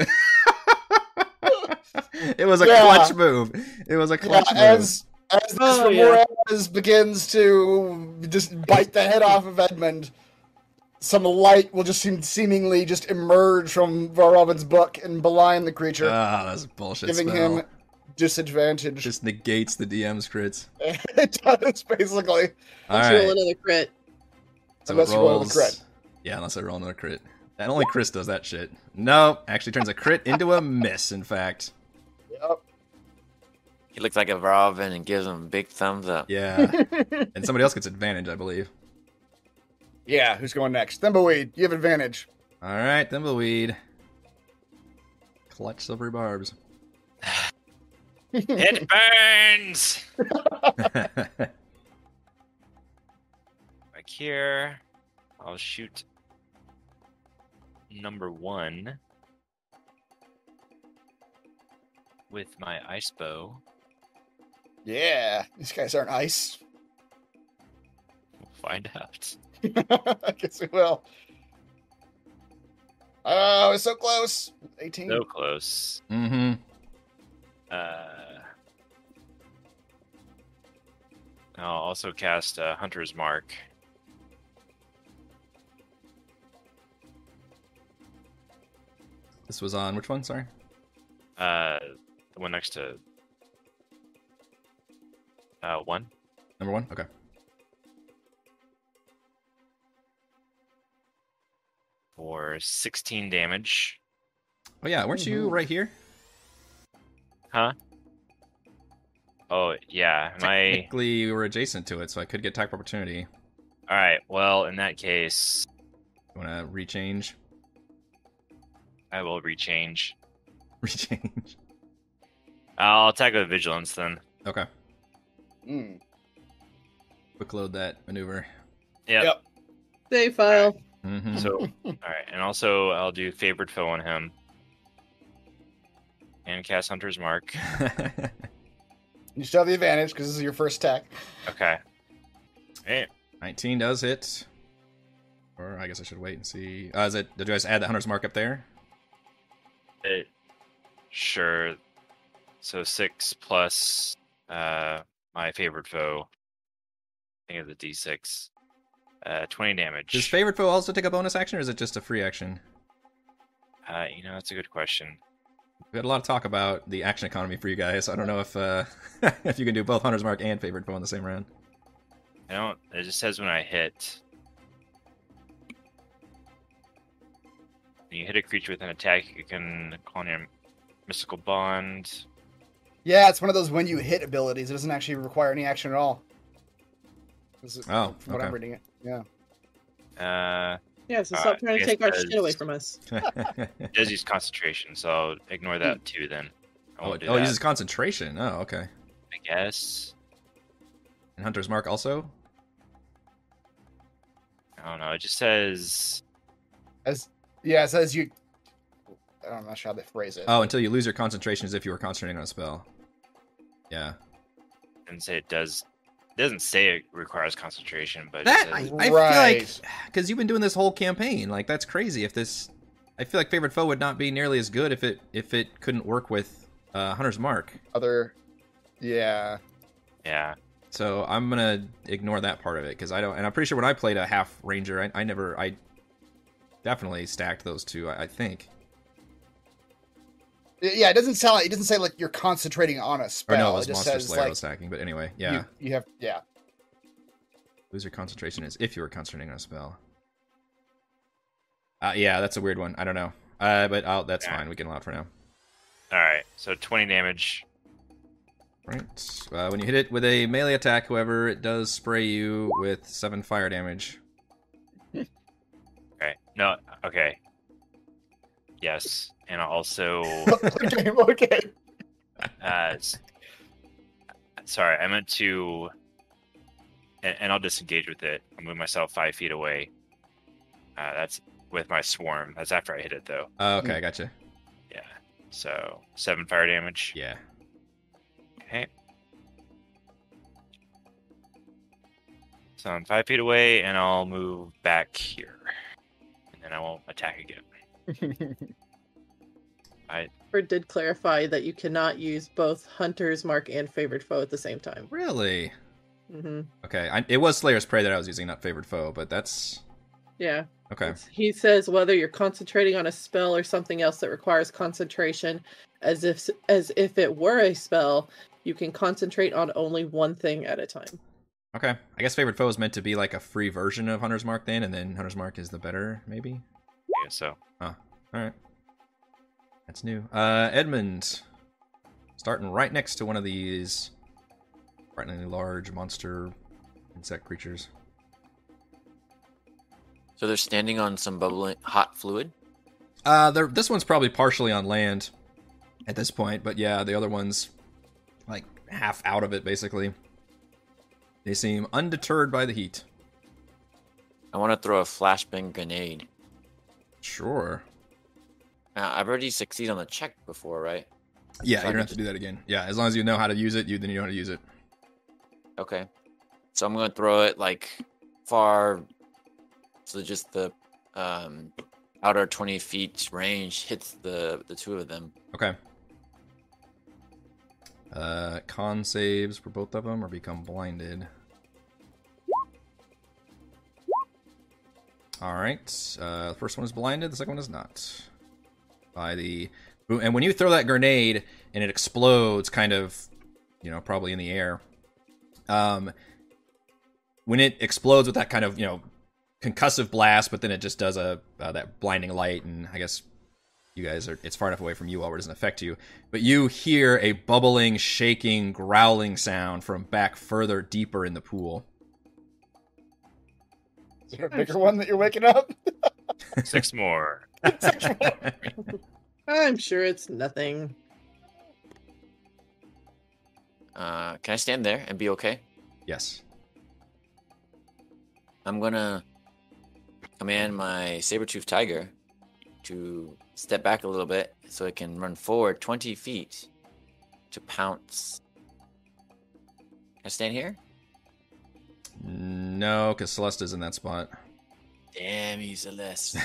Speaker 1: it was a
Speaker 2: Yeah.
Speaker 1: clutch move. It was a
Speaker 2: Yeah,
Speaker 1: clutch move.
Speaker 2: as as this
Speaker 7: Oh, yeah.
Speaker 2: Remorez begins to just bite the head off of Edmund, some light will just seem, seemingly just emerge from Varobin's book and beline the creature,
Speaker 1: Ah, that's a bullshit.
Speaker 2: giving
Speaker 1: spell.
Speaker 2: him disadvantage.
Speaker 1: just negates the DM's crits.
Speaker 2: it does basically.
Speaker 1: All
Speaker 7: Let's roll
Speaker 1: right,
Speaker 7: another crit.
Speaker 1: so
Speaker 2: unless
Speaker 1: it
Speaker 2: you roll a
Speaker 1: rolls.
Speaker 2: crit.
Speaker 1: Yeah, unless I roll another crit. And only Chris does that shit. No, actually turns a crit into a miss. In fact,
Speaker 2: Yep.
Speaker 6: He looks like a Robin and gives him a big thumbs up.
Speaker 1: yeah, and somebody else gets advantage, I believe.
Speaker 2: Yeah, who's going next? Thimbleweed, you have advantage.
Speaker 1: All right, Thimbleweed. Clutch silvery barbs.
Speaker 4: It burns!
Speaker 1: All
Speaker 4: Back here. I'll shoot number one with my ice bow.
Speaker 2: Yeah, these guys aren't ice.
Speaker 4: We'll find out.
Speaker 2: I guess we will. Oh, it's so close. 18.
Speaker 4: So close.
Speaker 1: Mm-hmm.
Speaker 4: Uh, I'll also cast uh, Hunter's Mark.
Speaker 1: This was on which one? Sorry.
Speaker 4: Uh, the one next to uh, one.
Speaker 1: Number one. Okay.
Speaker 4: for 16 damage.
Speaker 1: Oh yeah, weren't you
Speaker 2: Mhm.
Speaker 1: right here?
Speaker 4: Oh yeah, my
Speaker 1: Technically, we were adjacent to it, so I could get attack of opportunity.
Speaker 4: all right. Well, in that case,
Speaker 1: You want to rechange?
Speaker 4: I will rechange.
Speaker 1: Rechange.
Speaker 4: I'll attack with vigilance then.
Speaker 1: Okay.
Speaker 2: Mm.
Speaker 1: Quick load that maneuver.
Speaker 4: Yeah.
Speaker 2: Yep.
Speaker 7: Save file.
Speaker 1: Mm-hmm.
Speaker 4: So all right, and also I'll do favored foe on him, and cast Hunter's Mark.
Speaker 2: You still have the advantage because this is your first attack.
Speaker 4: Okay. Hey,
Speaker 1: 19 does hit. Or I guess I should wait and see. Uh, is it? Did you guys add the hunter's mark up there?
Speaker 4: it, sure. So six plus uh my favorite foe. I think it's a D6. Uh, 20 damage.
Speaker 1: Does favorite foe also take a bonus action, or is it just a free action?
Speaker 4: uh, you know that's a good question.
Speaker 1: We had a lot of talk about the action economy for you guys. I don't know if uh, if you can do both Hunter's Mark and Favorite Foe in the same round.
Speaker 4: I don't. It just says when I hit. When you hit a creature with an attack, you can call on your mystical bond.
Speaker 2: Yeah, it's one of those when you hit abilities. It doesn't actually require any action at all. This is-
Speaker 1: Oh,
Speaker 2: from what
Speaker 1: okay.
Speaker 2: I'm reading it. Yeah.
Speaker 4: Uh,
Speaker 7: Yeah, so
Speaker 4: Uh,
Speaker 7: stop trying to
Speaker 4: yes,
Speaker 7: take our
Speaker 4: guys.
Speaker 7: shit away from us.
Speaker 4: it does use concentration, so I'll ignore that too. Then I
Speaker 1: Hmm. oh,
Speaker 4: won't
Speaker 1: it,
Speaker 4: do
Speaker 1: oh,
Speaker 4: that.
Speaker 1: it uses concentration. Oh, okay.
Speaker 4: I guess.
Speaker 1: And Hunter's Mark also.
Speaker 4: I don't know. It just says
Speaker 2: As yeah, it says you. I don't know how they phrase it.
Speaker 1: Oh, until you lose your concentration as if you were concentrating on a spell. Yeah,
Speaker 4: and say it does. It doesn't say it requires concentration, but
Speaker 1: that
Speaker 4: it
Speaker 1: I,
Speaker 4: says,
Speaker 1: I feel
Speaker 2: Right.
Speaker 1: like because you've been doing this whole campaign, like that's crazy. If this, I feel like Favorite Foe would not be nearly as good if it if it couldn't work with uh, Hunter's Mark.
Speaker 2: Other. Yeah.
Speaker 4: Yeah.
Speaker 1: So I'm gonna ignore that part of it because I don't, and I'm pretty sure when I played a half ranger, I, I never, I definitely stacked those two. I, I think,
Speaker 2: Yeah, it doesn't sound. Like, it doesn't say like you're concentrating on a
Speaker 1: or
Speaker 2: spell.
Speaker 1: no, it was
Speaker 2: just
Speaker 1: Monster
Speaker 2: says
Speaker 1: Slayer I
Speaker 2: like
Speaker 1: was stacking. But anyway,
Speaker 2: you-
Speaker 1: yeah,
Speaker 2: you, have yeah.
Speaker 1: lose your concentration is if you were concentrating on a spell. Uh, yeah, that's a weird one. I don't know, uh, but I'll, that's
Speaker 4: Yeah.
Speaker 1: fine. We can allow it for now.
Speaker 4: All right. So 20 damage.
Speaker 1: Right. Uh, when you hit it with a melee attack, however, it does spray you with seven fire damage.
Speaker 4: Okay. No. Okay. Yes. And also,
Speaker 2: okay, okay.
Speaker 4: uh, s- sorry, I meant to, and, and I'll disengage with it. I'll move myself five feet away. Uh, that's with my swarm. That's after I hit it, though.
Speaker 1: Uh, okay, I gotcha.
Speaker 4: Yeah. So seven fire damage.
Speaker 1: Yeah.
Speaker 4: Okay. So I'm five feet away, and I'll move back here, and then I won't attack again.
Speaker 7: Or did clarify that you cannot use both hunter's mark and favored foe at the same time.
Speaker 1: Really?
Speaker 7: hmm
Speaker 1: Okay. I, it was Slayer's Prey that I was using, not Favored Foe, but that's
Speaker 7: Yeah.
Speaker 1: okay.
Speaker 7: He says whether you're concentrating on a spell or something else that requires concentration, as if as if it were a spell, you can concentrate on only one thing at a time.
Speaker 1: Okay. I guess Favored Foe is meant to be like a free version of Hunter's Mark then, and then Hunter's Mark is the better, maybe?
Speaker 4: Yeah, so
Speaker 1: Alright. That's new. Uh Edmund. Starting right next to one of these frighteningly large monster insect creatures.
Speaker 6: So they're standing on some bubbling hot fluid.
Speaker 1: Uh, there, this one's probably partially on land at this point, but yeah, the other one's like half out of it, basically. They seem undeterred by the heat.
Speaker 6: I want to throw a flashbang grenade.
Speaker 1: Sure.
Speaker 6: Now, I've already succeeded on the check before, right?
Speaker 1: Yeah, you don't have to do that again. Yeah, as long as you know how to use it, you then you know how to use it.
Speaker 6: Okay. So I'm gonna throw it like far, so just the um, outer 20 feet range hits the the two of them.
Speaker 1: Okay. Uh, con saves for both of them or become blinded. All right. Uh, the first one is blinded. The second one is not. By the boom, and when you throw that grenade and it explodes, kind of, you know, probably in the air. Um, when it explodes with that kind of you know concussive blast, but then it just does a uh, that blinding light, and I guess you guys are it's far enough away from you all where it doesn't affect you but you hear a bubbling shaking growling sound from back further deeper in the pool
Speaker 2: Is there a bigger one that you're waking up?
Speaker 4: six more.
Speaker 7: I'm sure it's nothing.
Speaker 6: Uh, can I stand there and be okay?
Speaker 1: yes
Speaker 6: I'm gonna command my saber-toothed tiger to step back a little bit so it can run forward 20 feet to pounce. Can I stand here?
Speaker 1: no because celesta's in that spot
Speaker 6: Damn you, Celeste.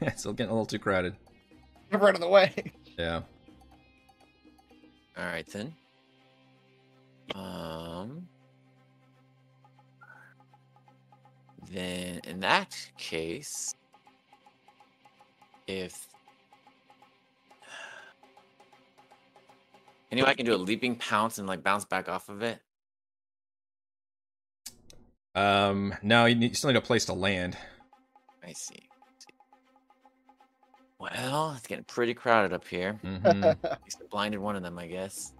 Speaker 1: it's getting a little too crowded
Speaker 2: I'm running away.
Speaker 1: yeah
Speaker 6: All right then. Um. Then in that case, if anyway, I can do a leaping pounce and like bounce back off of it.
Speaker 1: um no you, need, you still need a place to land
Speaker 6: I see. see. Well, it's getting pretty crowded up here.
Speaker 1: Mhm.
Speaker 6: At least I blinded one of them, I guess.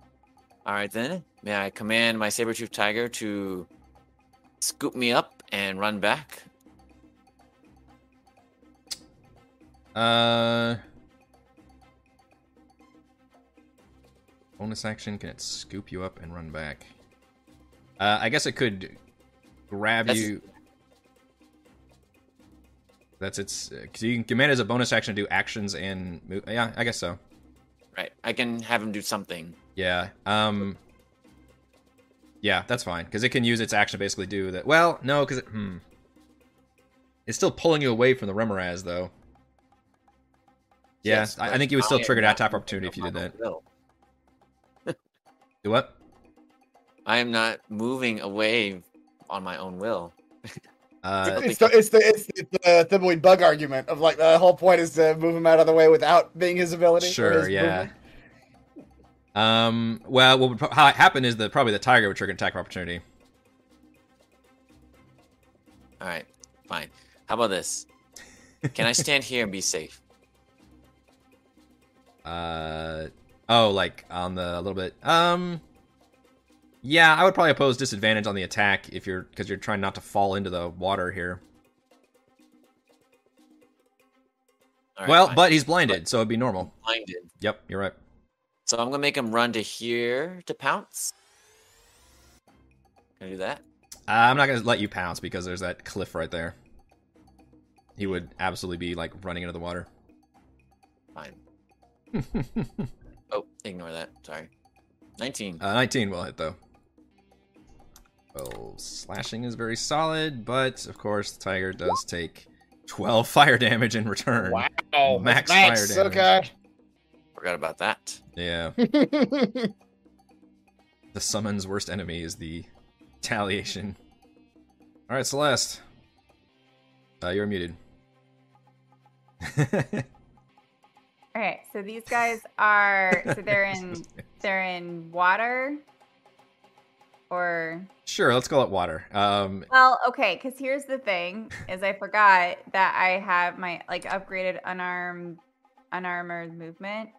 Speaker 6: All right, then. May I command my saber-toothed tiger to scoop me up and run back?
Speaker 1: uh bonus action can it scoop you up and run back uh i guess it could grab
Speaker 6: That's-
Speaker 1: you That's its. uh, 'cause you can command as a bonus action to do actions and move. Yeah, I guess so.
Speaker 6: Right. I can have him do something.
Speaker 1: Yeah. Um. Yeah, that's fine because it can use its action to basically do that. Well, no, because it, hmm. it's still pulling you away from the Remoraz though. Yeah,
Speaker 6: Yes,
Speaker 1: I, I
Speaker 6: but
Speaker 1: think you would still
Speaker 6: am
Speaker 1: trigger an
Speaker 6: not
Speaker 1: attack
Speaker 6: moving
Speaker 1: opportunity if you
Speaker 6: on
Speaker 1: did
Speaker 6: my
Speaker 1: that.
Speaker 6: will.
Speaker 1: Do what?
Speaker 6: I am not moving away on my own will.
Speaker 1: Uh,
Speaker 2: it's, the, it's the it's the, the Thimbleweed bug argument of like the whole point is to move him out of the way without being his ability. or
Speaker 1: sure,
Speaker 2: his
Speaker 1: yeah.
Speaker 2: movement.
Speaker 1: Um. Well, what would pro- ha- happen is that probably the tiger would trigger an attack of opportunity.
Speaker 6: All right, fine. How about this? Can I stand here and be safe?
Speaker 1: Uh. Oh, like on the a little bit. Um. Yeah, I would probably oppose disadvantage on the attack if you're because you're trying not to fall into the water here.
Speaker 6: All right,
Speaker 1: well,
Speaker 6: fine.
Speaker 1: but he's blinded, so it'd be normal.
Speaker 6: blinded.
Speaker 1: Yep, you're right.
Speaker 6: So I'm gonna make him run to here to pounce. Gonna do that.
Speaker 1: Uh, I'm not gonna let you pounce because there's that cliff right there. He would absolutely be like running into the water.
Speaker 6: Fine.
Speaker 1: uh,
Speaker 6: Oh, ignore that. Sorry. Nineteen.
Speaker 1: 19 Uh, will hit though. Well, slashing is very solid, but of course the tiger does take 12 fire damage in return.
Speaker 2: Wow,
Speaker 1: Max
Speaker 2: that's
Speaker 1: fire
Speaker 2: Okay.
Speaker 1: damage.
Speaker 6: Forgot about that.
Speaker 1: Yeah. the summon's worst enemy is the retaliation. All right, Celeste. Uh, you're muted.
Speaker 5: All right, so these guys are so they're in they're in water or
Speaker 1: sure, let's call it water. Um,
Speaker 5: well, okay, cuz here's the thing is I forgot that I have my like upgraded unarmed unarmored movement.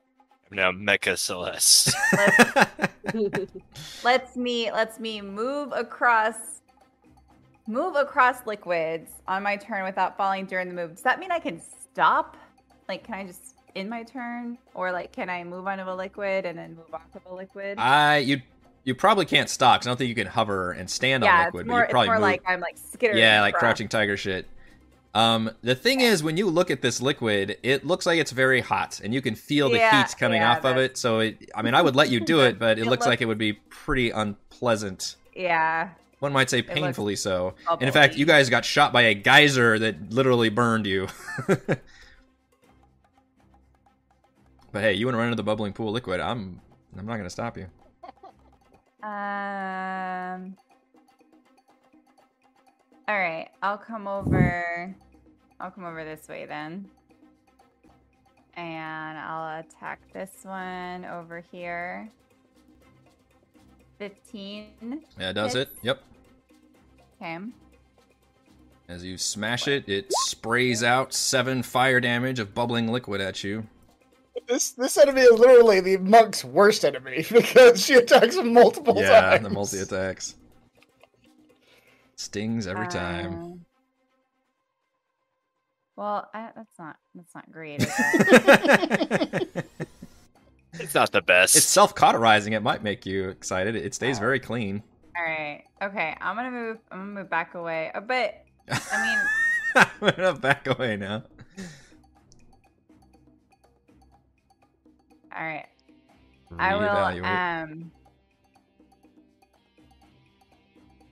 Speaker 4: Now Mecha Celeste.
Speaker 5: Let's me let's me move across move across liquids on my turn without falling during the move. Does that mean I can stop? Like can I just in my turn or like can I move onto a liquid and then move off of a liquid?
Speaker 1: I you you probably can't stop 'cause I don't think you can hover and stand on liquid,
Speaker 5: it's more,
Speaker 1: but you probably
Speaker 5: it's more
Speaker 1: move.
Speaker 5: like I'm like skittering.
Speaker 1: yeah, like
Speaker 5: across.
Speaker 1: crouching tiger shit. Um, the thing is, when you look at this liquid, it looks like it's very hot, and you can feel the
Speaker 5: Yeah,
Speaker 1: heat coming
Speaker 5: yeah,
Speaker 1: off of
Speaker 5: that's-
Speaker 1: it. So, it, I mean, I would let you do it, but it,
Speaker 5: It
Speaker 1: looks
Speaker 5: looks-
Speaker 1: like it would be pretty unpleasant.
Speaker 5: Yeah.
Speaker 1: One might say
Speaker 5: looks
Speaker 1: painfully so. And
Speaker 5: bubbly.
Speaker 1: in fact, you guys got shot by a geyser that literally burned you. but hey, you want to run into the bubbling pool of liquid? I'm I'm not gonna stop you.
Speaker 5: Um. All right, I'll come over. I'll come over this way then, and I'll attack this one over here. Fifteen.
Speaker 1: Yeah, does it?
Speaker 5: Yes.
Speaker 1: Yep.
Speaker 5: Okay.
Speaker 1: As you smash it, it sprays out seven fire damage of bubbling liquid at you.
Speaker 2: This this enemy is literally the monk's worst enemy because she attacks him multiple
Speaker 1: yeah,
Speaker 2: times.
Speaker 1: the multi attacks. Stings every time.
Speaker 5: Um, well, I, that's not that's not great. is it?
Speaker 1: it's
Speaker 4: it's not the best.
Speaker 1: self cauterizing. It might make you excited. It stays very clean.
Speaker 5: All right. Okay. I'm gonna move. I'm gonna move back away. Uh, But I mean,
Speaker 1: I'm gonna back away now.
Speaker 5: all right. I will.
Speaker 1: Reevaluate.
Speaker 5: Um.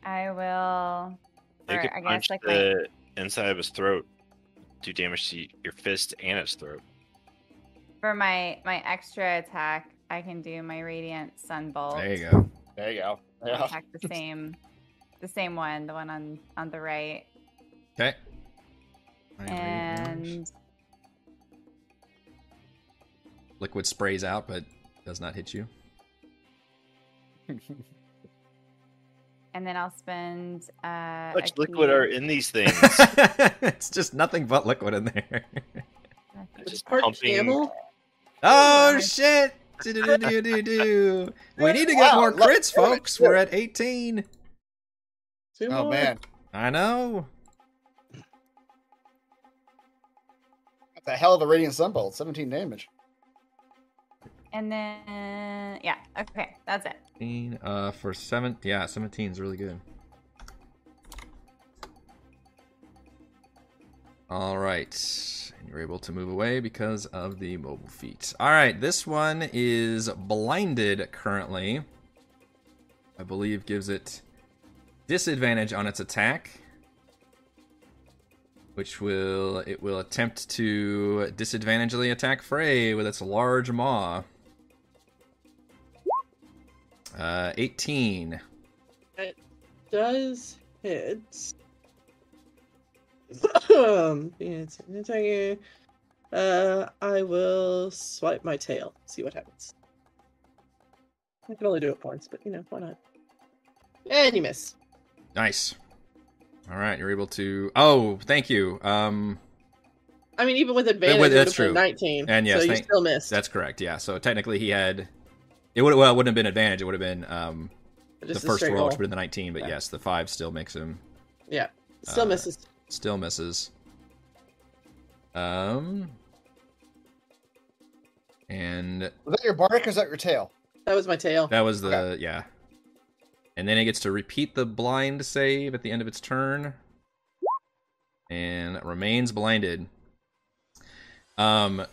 Speaker 5: I will.
Speaker 4: You
Speaker 5: or
Speaker 4: could
Speaker 5: I guess
Speaker 4: punch
Speaker 5: like my.
Speaker 4: the inside of his throat, do damage to your fist and his throat.
Speaker 5: For my my extra attack, I can do my radiant sunbolt.
Speaker 1: there you go.
Speaker 2: There you go.
Speaker 5: I'll Attack the same, the same one, the one on on the right,
Speaker 1: Okay.
Speaker 5: and
Speaker 1: liquid sprays out, but does not hit you.
Speaker 5: and then I'll spend. Uh,
Speaker 4: How
Speaker 5: a
Speaker 4: much liquid
Speaker 5: key-
Speaker 4: are in these things?
Speaker 1: it's just nothing but liquid in there.
Speaker 5: That's-
Speaker 4: Just
Speaker 7: Part
Speaker 4: pumping-
Speaker 7: camel?
Speaker 1: Oh
Speaker 5: Alright.
Speaker 1: shit! Do-do-do-do-do-do. We need to get
Speaker 2: Wow,
Speaker 1: more
Speaker 2: look-
Speaker 1: crits, folks. We're at 18.
Speaker 7: Two
Speaker 2: Oh
Speaker 7: more?
Speaker 2: man,
Speaker 1: I know.
Speaker 2: that's a hell of a radiant sunbolt. Seventeen damage.
Speaker 5: And then yeah, okay, that's it.
Speaker 1: 18, uh, for seven. Yeah, 17 is really good. All right, and you're able to move away because of the mobile feat. All right, this one is blinded currently. I believe gives it disadvantage on its attack, which will it will attempt to disadvantagely attack Frey with its large maw. Uh, 18
Speaker 7: does hit. Um, yeah, it's an attack. Uh, I will swipe my tail. See what happens. I can only do it once, but you know why not? And you miss.
Speaker 1: Nice. All right, you're able to. Oh, thank you. Um,
Speaker 7: I mean, even with advantage,
Speaker 1: with-
Speaker 7: it would
Speaker 1: that's
Speaker 7: have
Speaker 1: true.
Speaker 7: been Nineteen,
Speaker 1: And yes,
Speaker 7: so you
Speaker 1: thank-
Speaker 7: still missed.
Speaker 1: that's correct. Yeah. So technically, he had. It would well, it wouldn't have been advantage. It would have been um
Speaker 7: Just
Speaker 1: the
Speaker 7: a
Speaker 1: first
Speaker 7: straight
Speaker 1: roll, which
Speaker 7: roll.
Speaker 1: would have been the 19. But
Speaker 7: Yeah.
Speaker 1: yes, the five still makes him
Speaker 7: Still
Speaker 1: uh,
Speaker 7: misses.
Speaker 1: still misses. Um. And
Speaker 2: Was that your bark or is that your tail?
Speaker 7: That was my tail.
Speaker 1: That was the yeah. And then it gets to repeat the blind save at the end of its turn. And it remains blinded. Um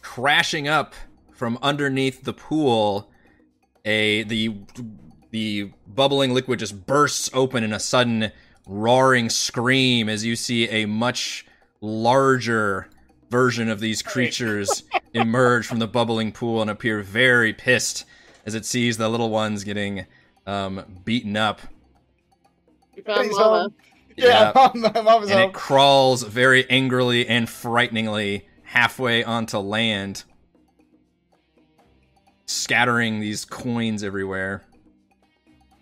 Speaker 1: crashing up from underneath the pool, a the the bubbling liquid just bursts open in a sudden roaring scream as you see a much larger version of these creatures emerge from the bubbling pool and appear very pissed as it sees the little ones getting um, beaten up.
Speaker 7: You found
Speaker 2: He's
Speaker 7: Lana.
Speaker 2: home. Yeah, mom, mom was
Speaker 1: and
Speaker 2: home.
Speaker 1: it crawls very angrily and frighteningly halfway onto land, scattering these coins everywhere.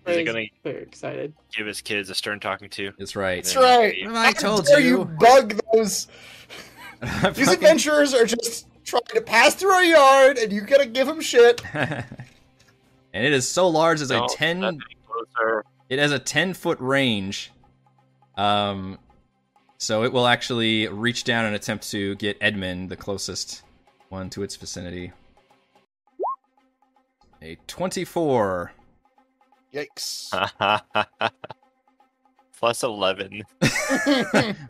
Speaker 4: Is it
Speaker 7: Ray's
Speaker 4: gonna
Speaker 7: very excited.
Speaker 4: give his kids a stern talking to?
Speaker 1: That's right.
Speaker 2: That's right.
Speaker 1: What have I told
Speaker 2: How dare
Speaker 1: you?
Speaker 2: you bug those
Speaker 1: I
Speaker 2: These
Speaker 1: fucking-
Speaker 2: adventurers are just trying to pass through our yard, and you gotta give them shit.
Speaker 1: and it is so large as
Speaker 4: No,
Speaker 1: a ten.
Speaker 4: nothing closer.
Speaker 1: It has a 10 foot range. Um, so it will actually reach down and attempt to get Edmund, the closest one to its vicinity. A 24.
Speaker 2: Yikes!
Speaker 4: Plus eleven.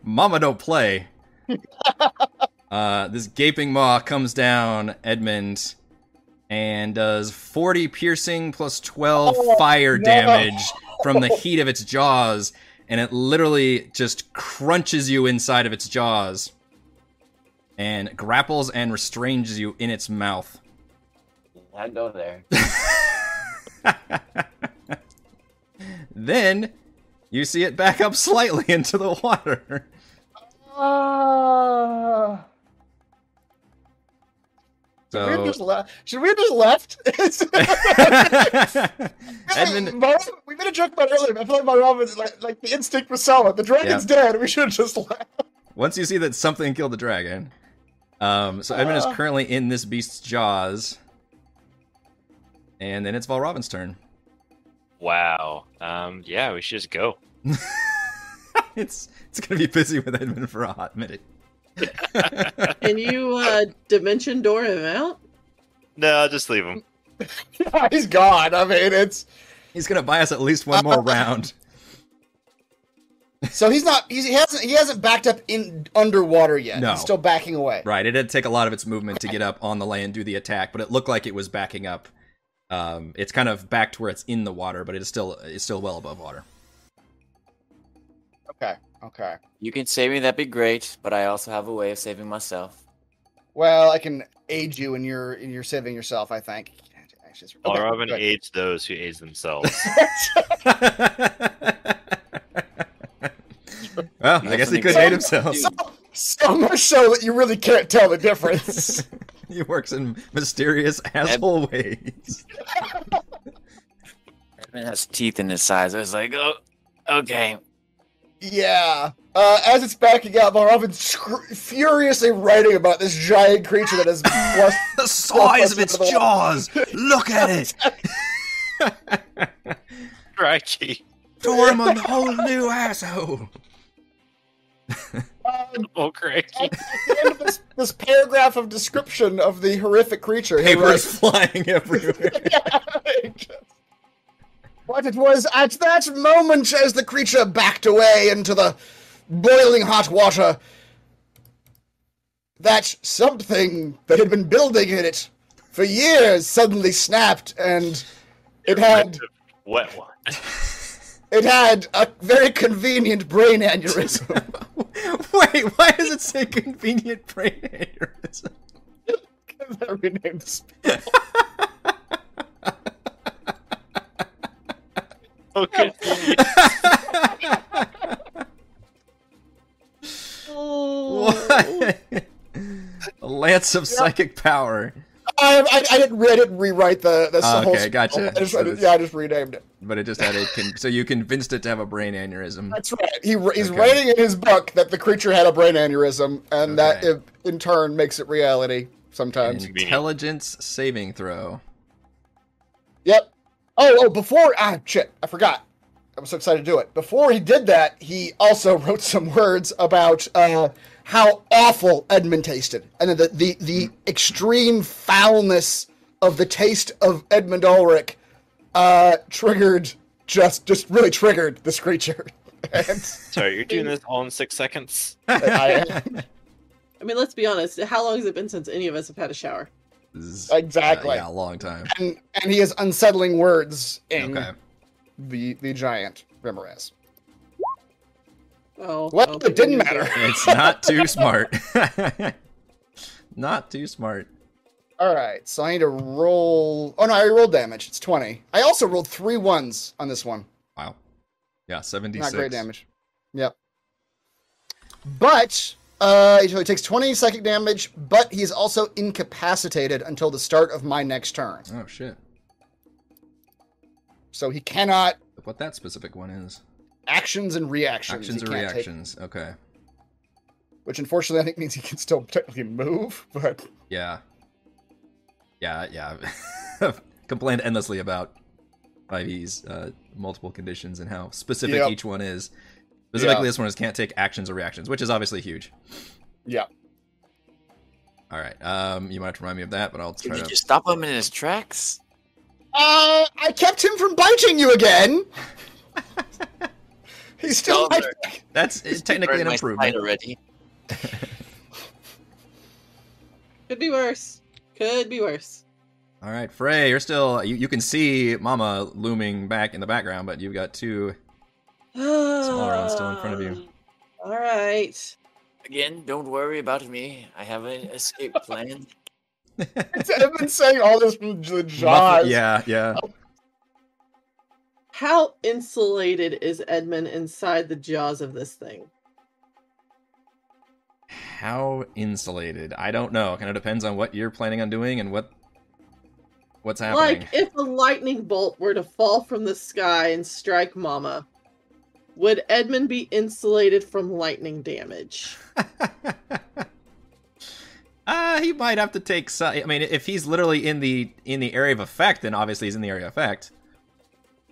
Speaker 1: Mama don't play. uh, this gaping maw comes down, Edmund, and does 40 piercing plus 12 fire
Speaker 2: Oh, no.
Speaker 1: damage from the heat of its jaws, and it literally just crunches you inside of its jaws and grapples and restrains you in its mouth.
Speaker 6: I go there.
Speaker 1: Then you see it back up slightly into the water.
Speaker 2: Ah. Should we have
Speaker 1: So
Speaker 2: just le- should we have just left? It's-
Speaker 1: Edmund,
Speaker 2: Mom- we made a joke about it earlier. But I feel like my mom was like, like the instinct was solid. The dragon's dead. We should have just left.
Speaker 1: once you see that something killed the dragon, um, so Edmund is
Speaker 2: Ah.
Speaker 1: currently in this beast's jaws, and then it's Valravan's turn.
Speaker 4: Wow. Um. Yeah, we should just go.
Speaker 1: it's it's gonna be busy with Edmund for a hot minute.
Speaker 7: Can you uh, dimension door him out?
Speaker 4: No, just leave him.
Speaker 2: He's gone. I mean, it's
Speaker 1: He's gonna buy us at least one more round.
Speaker 2: so he's not. He's, he hasn't. He hasn't backed up in underwater yet.
Speaker 1: No.
Speaker 2: He's still backing away.
Speaker 1: Right, it did take a lot of its movement to get up on the land, do the attack, but it looked like it was backing up. Um, it's kind of back to where it's in the water, but it is still it's still well above water.
Speaker 2: Okay. Okay.
Speaker 6: You can save me, that'd be great, but I also have a way of saving myself.
Speaker 2: Well, I can aid you in your in your saving yourself. I think. Actually, it's-
Speaker 4: Well,
Speaker 2: okay,
Speaker 4: Robin
Speaker 2: good.
Speaker 4: aids those who aids themselves.
Speaker 1: well, I guess he could hate himself.
Speaker 2: So much so that you really can't tell the difference.
Speaker 1: he works in mysterious asshole ways.
Speaker 6: Edmund has teeth in his sides. I was like, oh, okay.
Speaker 2: yeah. Uh, as it's backing up, Marvin scr- furiously writing about this giant creature that is plus.
Speaker 1: The
Speaker 2: size of its
Speaker 1: jaws! Look at it!
Speaker 4: Crikey.
Speaker 1: Tore him a whole new asshole!
Speaker 2: Um,
Speaker 4: Oh, crikey.
Speaker 2: at the end of this, this paragraph of description of the horrific creature. he
Speaker 1: Paper is
Speaker 2: writes-
Speaker 1: flying everywhere.
Speaker 2: But it was at that moment as the creature backed away into the boiling hot water that something that had been building in it for years suddenly snapped and it had
Speaker 4: Wet one.
Speaker 2: it had a very convenient brain aneurysm.
Speaker 1: Wait, why does it say convenient brain aneurysm?
Speaker 2: I renamed the spell.
Speaker 4: so confused.
Speaker 7: Oh.
Speaker 1: what? A lance of psychic power,
Speaker 2: I, I, I didn't. Re- I didn't rewrite the. That's
Speaker 1: Ah,
Speaker 2: the whole.
Speaker 1: okay,
Speaker 2: spell.
Speaker 1: gotcha.
Speaker 2: I just,
Speaker 1: So
Speaker 2: I-
Speaker 1: this-
Speaker 2: yeah, I just renamed it.
Speaker 1: but it just had a con- so you convinced it to have a brain aneurysm.
Speaker 2: That's right. He, re- he's
Speaker 1: Okay.
Speaker 2: writing in his book that the creature had a brain aneurysm, and that
Speaker 1: Okay.
Speaker 2: it, in turn makes it reality
Speaker 1: An
Speaker 2: sometimes.
Speaker 4: Convenient.
Speaker 1: intelligence saving throw.
Speaker 2: Yep. Oh, oh, before ah shit, I forgot. I was so excited to do it. Before he did that, he also wrote some words about uh, how awful Edmund tasted, and the the,
Speaker 1: Hmm.
Speaker 2: the extreme foulness of the taste of Edmund Ulrich uh, triggered just just really triggered this creature. and
Speaker 4: Sorry, you're doing this all in six seconds.
Speaker 2: I,
Speaker 7: I mean, let's be honest. How long has it been since any of us have had a shower?
Speaker 1: Z-
Speaker 2: exactly.
Speaker 1: uh, yeah, a long time.
Speaker 2: And and he has unsettling words in
Speaker 1: Okay.
Speaker 2: the the giant Remoraz.
Speaker 7: Oh,
Speaker 2: Well,
Speaker 7: oh,
Speaker 2: it
Speaker 7: people
Speaker 2: didn't
Speaker 7: use
Speaker 2: matter.
Speaker 1: It's not too smart. not too smart.
Speaker 2: All right, so I need to roll. Oh no, I already rolled damage. It's twenty. I also rolled three ones on this one.
Speaker 1: Wow. Yeah, 76.
Speaker 2: Not great damage. Yep. But uh, so he takes twenty psychic damage, but he's also incapacitated until the start of my next turn.
Speaker 1: Oh shit.
Speaker 2: So he cannot
Speaker 1: What that specific one is.
Speaker 2: actions and reactions.
Speaker 1: Actions
Speaker 2: he
Speaker 1: or
Speaker 2: can't take,
Speaker 1: reactions. Okay.
Speaker 2: which unfortunately I think means he can still technically move, but
Speaker 1: Yeah. Yeah, yeah. I've complained endlessly about 5e's uh, multiple conditions and how specific
Speaker 2: Yep.
Speaker 1: each one is. Specifically,
Speaker 2: Yeah.
Speaker 1: this one is can't take actions or reactions, which is obviously huge.
Speaker 2: yeah.
Speaker 1: All right. Um, you might have to remind me of that, but I'll try
Speaker 6: Did
Speaker 1: to.
Speaker 6: you stop him in his tracks?
Speaker 2: Uh, I kept him from biting you again. he's still.
Speaker 6: Still there.
Speaker 2: biting.
Speaker 1: That's it's technically
Speaker 6: Burn
Speaker 1: an
Speaker 6: my
Speaker 1: improvement.
Speaker 6: sight already.
Speaker 7: Could be worse. Could be worse.
Speaker 1: All right, Frey, you're still. You, you can see Mama looming back in the background, but you've got two. Sauron's still in front of you.
Speaker 7: All right.
Speaker 6: Again, don't worry about me. I have an escape plan.
Speaker 2: I've been saying all this from the jaws.
Speaker 1: Yeah, yeah.
Speaker 7: How insulated is Edmund inside the jaws of this thing?
Speaker 1: How insulated? I don't know. Kind of depends on what you're planning on doing and what what's happening.
Speaker 7: Like, if a lightning bolt were to fall from the sky and strike Mama, would Edmund be insulated from lightning damage?
Speaker 1: Ah, he might have to take. si- I mean, if he's literally in the in the area of effect, then obviously he's in the area of effect.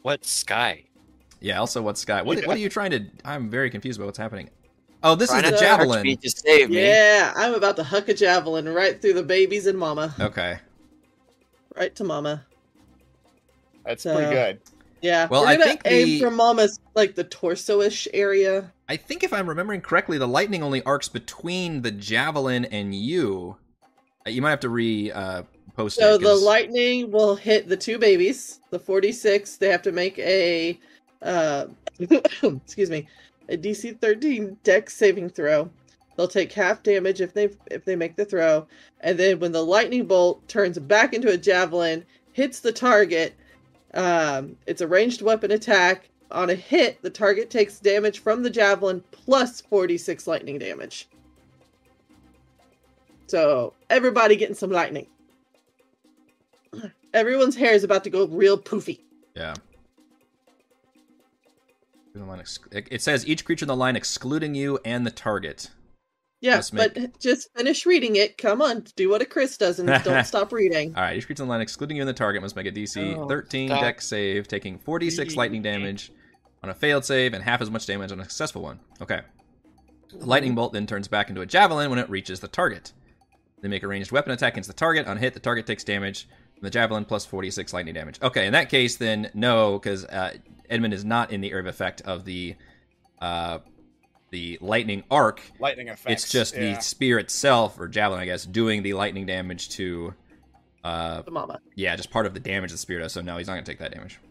Speaker 4: What sky?
Speaker 1: Yeah. Also, what's Sky? What, what are you trying to? I'm very confused about what's happening. Oh, this
Speaker 6: Trying
Speaker 1: is the
Speaker 6: to charge me
Speaker 1: javelin.
Speaker 6: To save me.
Speaker 7: Yeah, I'm about to huck a javelin right through the babies and Mama.
Speaker 1: Okay.
Speaker 7: Right to Mama.
Speaker 2: That's
Speaker 7: So-
Speaker 2: pretty good.
Speaker 7: Yeah.
Speaker 1: Well,
Speaker 7: we're
Speaker 1: I
Speaker 7: gonna
Speaker 1: think
Speaker 7: aim
Speaker 1: the-
Speaker 7: for Mama's like the torso-ish area.
Speaker 1: I think if I'm remembering correctly, the lightning only arcs between the javelin and you. Uh, You might have to re uh, post
Speaker 7: So
Speaker 1: it.
Speaker 7: the
Speaker 1: 'cause-
Speaker 7: lightning will hit the two babies, the 46. They have to make a, uh, excuse me, a DC 13 Dex saving throw. They'll take half damage if they if they make the throw, and then when the lightning bolt turns back into a javelin, hits the target. Um, it's a ranged weapon attack. On a hit, the target takes damage from the javelin plus 46 lightning damage. So everybody getting some lightning. Everyone's hair is about to go real poofy.
Speaker 1: Yeah. In the line ex- It it says each creature in the line excluding you and the target.
Speaker 7: Yeah,
Speaker 1: Let's make-
Speaker 7: but just finish reading it. Come on, do what a Chris does and don't stop reading.
Speaker 1: All right, each creature in the line excluding you and the target must make a DC
Speaker 7: Oh,
Speaker 1: 13
Speaker 6: stop.
Speaker 1: deck save, taking 46 lightning damage on a failed save and half as much damage on a successful one. Okay. The lightning bolt then turns back into a javelin when it reaches the target. They make a ranged weapon attack against the target. On hit, the target takes damage from the javelin plus 46 lightning damage. Okay, in that case, then no, because uh, Edmund is not in the area of effect of the uh, the lightning arc.
Speaker 2: Lightning effect.
Speaker 1: It's just the spear itself, or javelin, I guess, doing the lightning damage to. Uh,
Speaker 7: The mama.
Speaker 1: yeah, just part of the damage the spear does. So no, he's not gonna take that damage.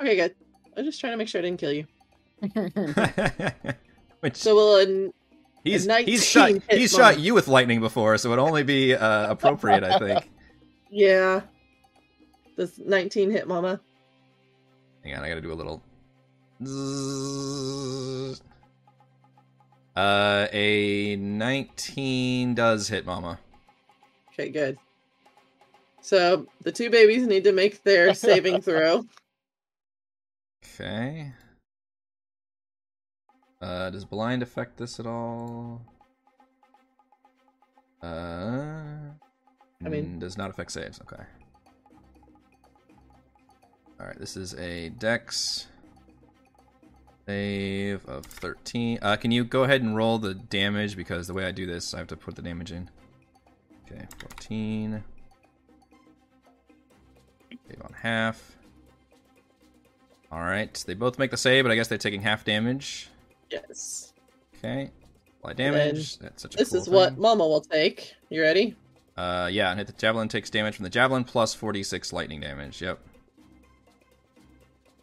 Speaker 7: Okay, good. I'm just trying to make sure I didn't kill you.
Speaker 1: Which
Speaker 7: So we'll an-
Speaker 1: he's
Speaker 7: a 19
Speaker 1: he's shot
Speaker 7: hit
Speaker 1: he's
Speaker 7: moment.
Speaker 1: shot you with lightning before, so it'd only be uh, appropriate, I think.
Speaker 7: yeah. Does 19 hit mama?
Speaker 1: Hang on, I gotta do a little Zzzz. Uh, a 19 does hit Mama.
Speaker 7: Okay, good. So the two babies need to make their saving throw.
Speaker 1: Okay. Uh, does blind affect this at all? Uh,
Speaker 7: I mean-
Speaker 1: mm, does not affect saves. Okay. All right, this is a Dex save of thirteen. Uh, can you go ahead and roll the damage because the way I do this, I have to put the damage in. Okay, fourteen. Save on half. All right, they both make the save, but I guess they're taking half damage.
Speaker 7: Yes.
Speaker 1: Okay, apply damage. That's such a
Speaker 7: This
Speaker 1: cool
Speaker 7: is what
Speaker 1: thing.
Speaker 7: Mama will take. You ready?
Speaker 1: Uh, yeah, and hit the javelin takes damage from the javelin plus 46 lightning damage. Yep.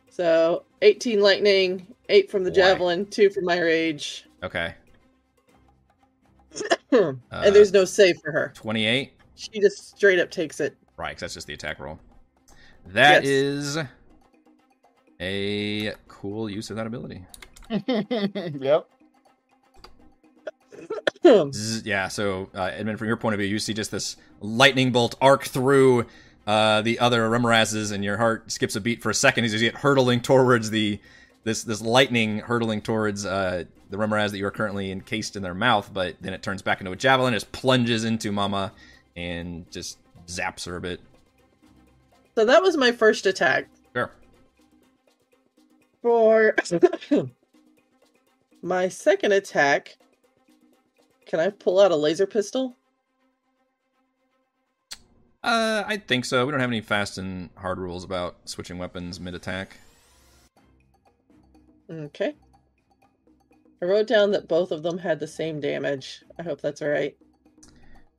Speaker 7: So 18 lightning, 8 from the
Speaker 1: Why?
Speaker 7: javelin, 2 from my rage.
Speaker 1: Okay. Uh,
Speaker 7: and there's no save for her.
Speaker 1: 28.
Speaker 7: She just straight up takes it.
Speaker 1: Right, 'cause that's just the attack roll. That
Speaker 7: Yes.
Speaker 1: is a cool use of that ability.
Speaker 8: yep.
Speaker 1: Zzz, yeah, so uh, Edmund, from your point of view, you see just this lightning bolt arc through uh, the other Remorazes, and your heart skips a beat for a second as you see it hurtling towards the this this lightning hurtling towards uh, the Remoraz that you are currently encased in their mouth. But then it turns back into a javelin, just plunges into Mama, and just zaps her a bit.
Speaker 7: So that was my first attack
Speaker 1: Sure.
Speaker 7: for my second attack. Can I pull out a laser pistol?
Speaker 1: Uh, I think so. We don't have any fast and hard rules about switching weapons mid attack.
Speaker 7: Okay. I wrote down that both of them had the same damage. I hope that's all right.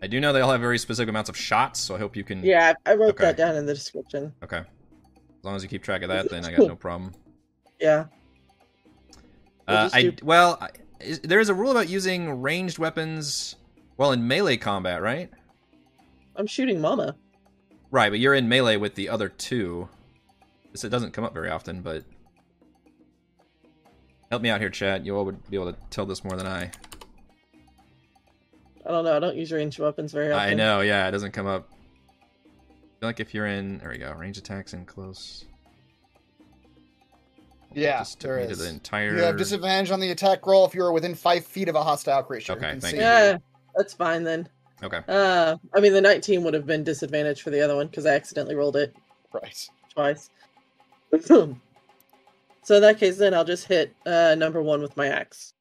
Speaker 1: I do know they all have very specific amounts of shots, so I hope you can.
Speaker 7: Yeah, I I wrote
Speaker 1: Hmm. Okay.
Speaker 7: that down in the description.
Speaker 1: Okay. As long as you keep track of that, then I got no problem.
Speaker 7: Yeah. We'll
Speaker 1: Uh,
Speaker 7: just
Speaker 1: I
Speaker 7: do-
Speaker 1: well, I, is, there is a rule about using ranged weapons well in melee combat, right?
Speaker 7: I'm shooting Mama.
Speaker 1: Right, but you're in melee with the other two. This it doesn't come up very often, but help me out here, chat. You all would be able to tell this more than I.
Speaker 7: I don't know. I don't use ranged weapons very often.
Speaker 1: I know, yeah, it doesn't come up. I feel like if you're in, there we go, range attacks in close.
Speaker 8: Yeah,
Speaker 1: just took
Speaker 8: there
Speaker 1: me to
Speaker 8: is.
Speaker 1: the entire.
Speaker 8: You have disadvantage on the attack roll if you are within five feet of a hostile creature.
Speaker 1: Okay,
Speaker 8: can
Speaker 1: thank
Speaker 8: see
Speaker 1: you.
Speaker 7: Yeah, that's fine then.
Speaker 1: Okay.
Speaker 7: Uh, I mean, the 19 would have been disadvantage for the other one because I accidentally rolled it
Speaker 8: Right.
Speaker 7: twice. so in that case, then I'll just hit uh, number one with my axe.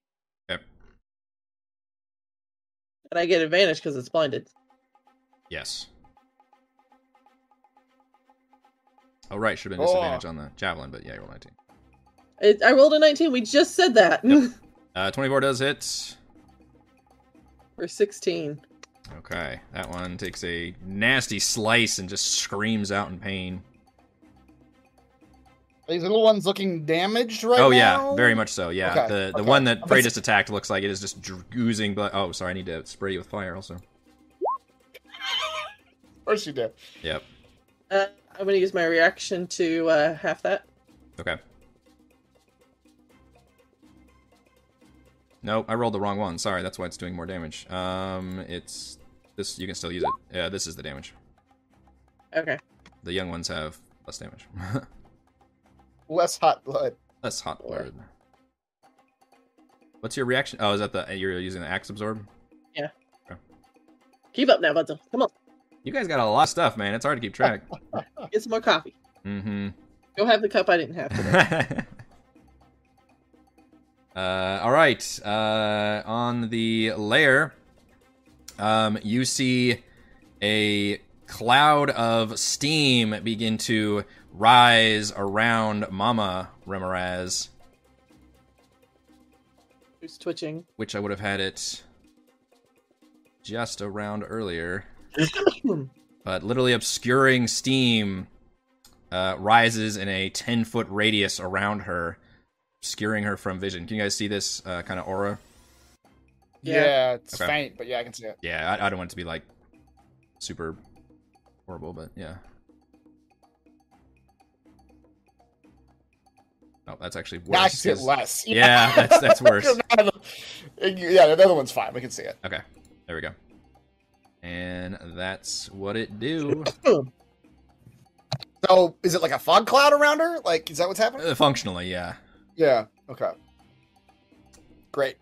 Speaker 1: Yep.
Speaker 7: And I get advantage because it's blinded.
Speaker 1: Yes. Oh right, should have been
Speaker 8: Oh.
Speaker 1: disadvantage on the javelin, but yeah, you rolled 19.
Speaker 7: It, I rolled a 19. We just said that.
Speaker 1: Yep. Uh, 24 does hit.
Speaker 7: We're 16.
Speaker 1: Okay, that one takes a nasty slice and just screams out in pain.
Speaker 8: Are these little ones looking damaged right now?
Speaker 1: oh yeah, very much so. Yeah,
Speaker 8: Okay,
Speaker 1: the the
Speaker 8: okay.
Speaker 1: one that Frey
Speaker 8: Let's-
Speaker 1: just attacked looks like it is just dr- oozing blood. Oh, sorry, I need to spray you with fire also.
Speaker 8: Of course you do.
Speaker 1: Yep.
Speaker 7: Uh, I'm going to use my reaction to uh, half that.
Speaker 1: Okay. Nope, I rolled the wrong one. Sorry, that's why it's doing more damage. Um, it's this. You can still use it. Yeah, this is the damage.
Speaker 7: Okay.
Speaker 1: The young ones have less damage.
Speaker 8: Less hot blood.
Speaker 1: less hot
Speaker 7: Or-
Speaker 1: blood. What's your reaction? Oh, is that the you're using the axe absorb?
Speaker 7: Keep up now, Bunzel. Come on.
Speaker 1: You guys got a lot of stuff, man. It's hard to keep track.
Speaker 7: Get some more coffee.
Speaker 1: mm-hmm.
Speaker 7: Go have the cup I didn't have today.
Speaker 1: uh, all right. Uh, on the layer, um, you see a cloud of steam begin to rise around Mama Remoraz,
Speaker 7: Who's twitching?
Speaker 1: which I would have had it just a round earlier. but literally obscuring steam uh, rises in a 10 foot radius around her, obscuring her from vision. Can you guys see this uh, kind of aura?
Speaker 7: Yeah.
Speaker 8: Yeah, it's
Speaker 1: Okay.
Speaker 8: faint, but yeah, I can see it.
Speaker 1: Yeah, I, I don't want it to be like super horrible, but yeah. Oh, that's actually worse.
Speaker 8: Nah, I can see it
Speaker 1: 'cause-
Speaker 8: less.
Speaker 1: Yeah, that's- that's worse.
Speaker 8: yeah, the other one's fine. We can see it.
Speaker 1: Okay, there we go. And that's what it do.
Speaker 8: So, is it like a fog cloud around her? Like, is that what's happening?
Speaker 1: Uh, Functionally, yeah.
Speaker 8: Yeah. Okay. Great.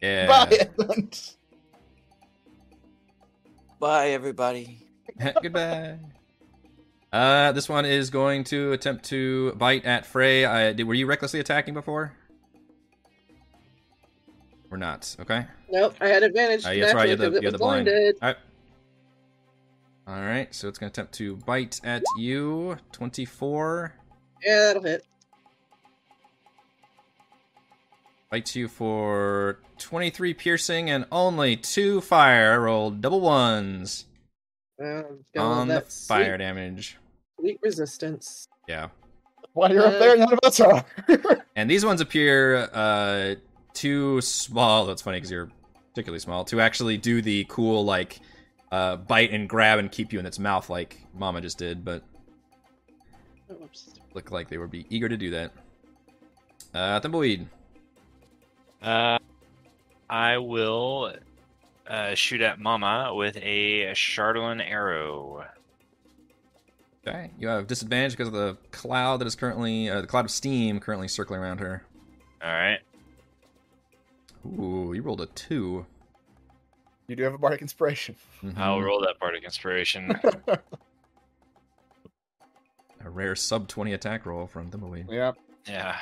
Speaker 1: Yeah.
Speaker 8: Bye. Edmund.
Speaker 6: Bye, everybody.
Speaker 1: Goodbye. Uh, this one is going to attempt to bite at Frey. I, did, were you recklessly attacking before? Or not? Okay.
Speaker 7: Nope, I had advantage.
Speaker 1: Uh, yeah, that's right.
Speaker 7: naturally
Speaker 1: You had the,
Speaker 7: 'cause it
Speaker 1: you had
Speaker 7: was
Speaker 1: the blind.
Speaker 7: blinded.
Speaker 1: All right. All right. So it's going to attempt to bite at you. Twenty-four
Speaker 7: Yeah, that'll hit.
Speaker 1: bites you for twenty-three piercing and only two fire. Roll double ones
Speaker 7: Um, got all
Speaker 1: on the
Speaker 7: that sweet-
Speaker 1: fire damage.
Speaker 7: Sweet resistance.
Speaker 1: Yeah.
Speaker 8: While you're up there, none of us are.
Speaker 1: And these ones appear uh, too small. That's funny because you're particularly small to actually do the cool like uh, bite and grab and keep you in its mouth like Mama just did, but
Speaker 7: Oops.
Speaker 1: look like they would be eager to do that. Uh, Thimbleweed.
Speaker 4: Uh, I will uh, shoot at Mama with a Shardolin arrow.
Speaker 1: Okay, you have disadvantage because of the cloud that is currently uh, the cloud of steam currently circling around her.
Speaker 4: All right.
Speaker 1: Ooh, you rolled a 2
Speaker 8: you do have a bardic inspiration.
Speaker 1: Mhm.
Speaker 4: I'll roll that part of inspiration.
Speaker 1: a rare sub twenty attack roll from Thimbleweed.
Speaker 8: Yeah.
Speaker 4: yeah.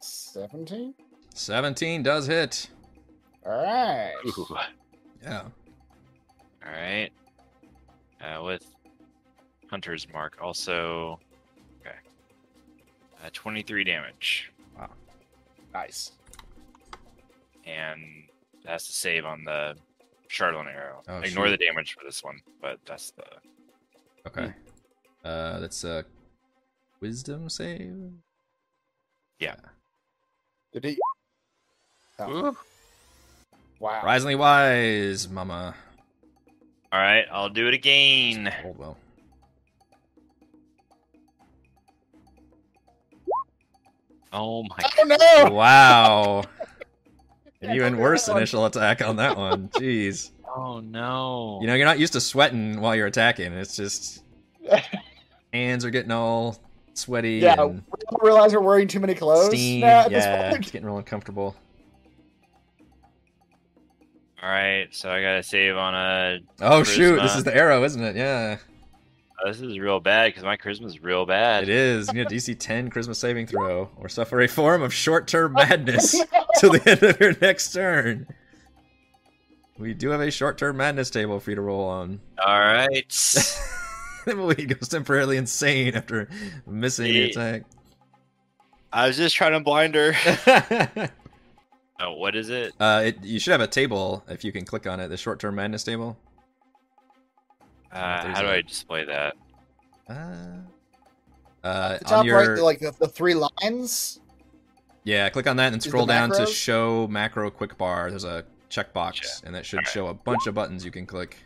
Speaker 8: Seventeen.
Speaker 1: Seventeen does hit.
Speaker 8: All right.
Speaker 4: Ooh. All
Speaker 1: Yeah.
Speaker 4: right. Uh, with Hunter's Mark, also. Okay. Uh, 23 damage.
Speaker 8: Nice.
Speaker 4: And that's the save on the Shardolin arrow.
Speaker 1: Oh,
Speaker 4: Ignore
Speaker 1: shoot.
Speaker 4: the damage for this one, but that's the.
Speaker 1: Okay. Uh, that's a wisdom save.
Speaker 8: Did he? Oh. Wow.
Speaker 1: Surprisingly wise, Mama.
Speaker 4: All right, I'll do it again.
Speaker 1: Rolled well.
Speaker 4: Oh my
Speaker 8: Oh no!
Speaker 1: Wow. An Even worse initial attack on that one. Jeez.
Speaker 4: Oh no.
Speaker 1: You know you're not used to sweating while you're attacking. It's just hands are getting all sweaty
Speaker 8: Yeah, we
Speaker 1: and
Speaker 8: don't realize we're wearing too many clothes.
Speaker 1: steam.
Speaker 8: now at this
Speaker 1: yeah,
Speaker 8: point.
Speaker 1: it's getting real uncomfortable.
Speaker 4: All right, so I gotta save on a.
Speaker 1: Oh shoot! This
Speaker 4: Charisma.
Speaker 1: is the arrow, isn't it? Yeah,
Speaker 4: oh, this is real bad because my charisma's real bad.
Speaker 1: it is. You need a DC 10 charisma saving throw, or suffer a form of short-term madness. till the end of your next turn. We do have a short-term madness table for you to roll on.
Speaker 4: All right.
Speaker 1: Emily goes temporarily insane after missing the attack.
Speaker 4: I was just trying to blind her. Oh, what is it?
Speaker 1: uh, it, you should have a table if you can click on it. The short-term madness table.
Speaker 4: Uh,
Speaker 1: There's
Speaker 4: how do
Speaker 1: a-
Speaker 4: I display that?
Speaker 1: Uh, uh,
Speaker 8: The
Speaker 1: on
Speaker 8: top
Speaker 1: your
Speaker 8: right, like the, the three lines.
Speaker 1: yeah, click on that and
Speaker 8: the
Speaker 1: scroll down to
Speaker 8: macros?
Speaker 1: show macro quick bar. There's a checkbox,
Speaker 4: Check.
Speaker 1: and that should
Speaker 4: Alright.
Speaker 1: show a bunch of buttons you can click.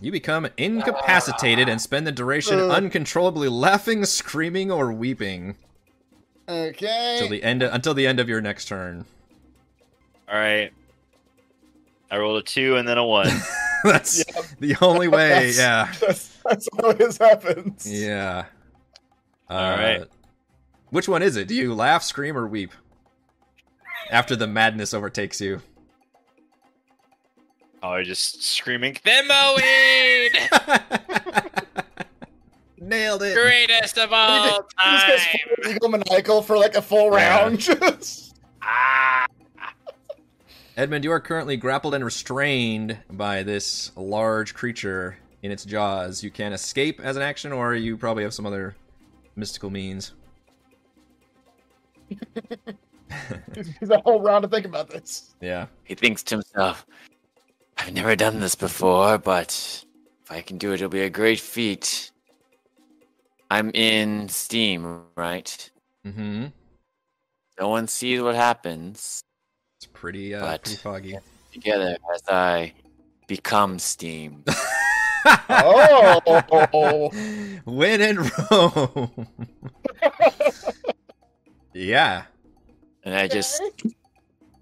Speaker 1: You become incapacitated and spend the duration
Speaker 8: Uh.
Speaker 1: uncontrollably laughing, screaming, or weeping.
Speaker 8: Okay.
Speaker 1: Till the end until the end of your next turn.
Speaker 4: All right. I rolled a two and then a one.
Speaker 1: That's
Speaker 8: Yep.
Speaker 1: the only way.
Speaker 8: That's-
Speaker 1: yeah.
Speaker 8: That's, that's how this happens.
Speaker 1: Yeah.
Speaker 4: Alright.
Speaker 1: Uh, Which one is it? Do you laugh, scream, or weep? After the madness overtakes you.
Speaker 4: oh, I just screaming. Thimoid,
Speaker 1: Nailed it.
Speaker 4: greatest of all
Speaker 8: This
Speaker 4: time.
Speaker 8: guy's full eagle maniacal for like a full
Speaker 1: Yeah.
Speaker 8: round. Just
Speaker 4: Ah.
Speaker 1: Edmund, you are currently grappled and restrained by this large creature in its jaws. You can escape as an action, or you probably have some other mystical means.
Speaker 8: gives a whole round to think about this.
Speaker 1: Yeah.
Speaker 6: He thinks to himself, I've never done this before, but if I can do it, it'll be a great feat. I'm in Steam, right?
Speaker 1: Mm-hmm.
Speaker 6: No one sees what happens
Speaker 1: It's pretty, uh,
Speaker 6: But-
Speaker 1: pretty foggy.
Speaker 6: together as I become Steam.
Speaker 8: Oh.
Speaker 1: Win in Rome. yeah.
Speaker 6: and I just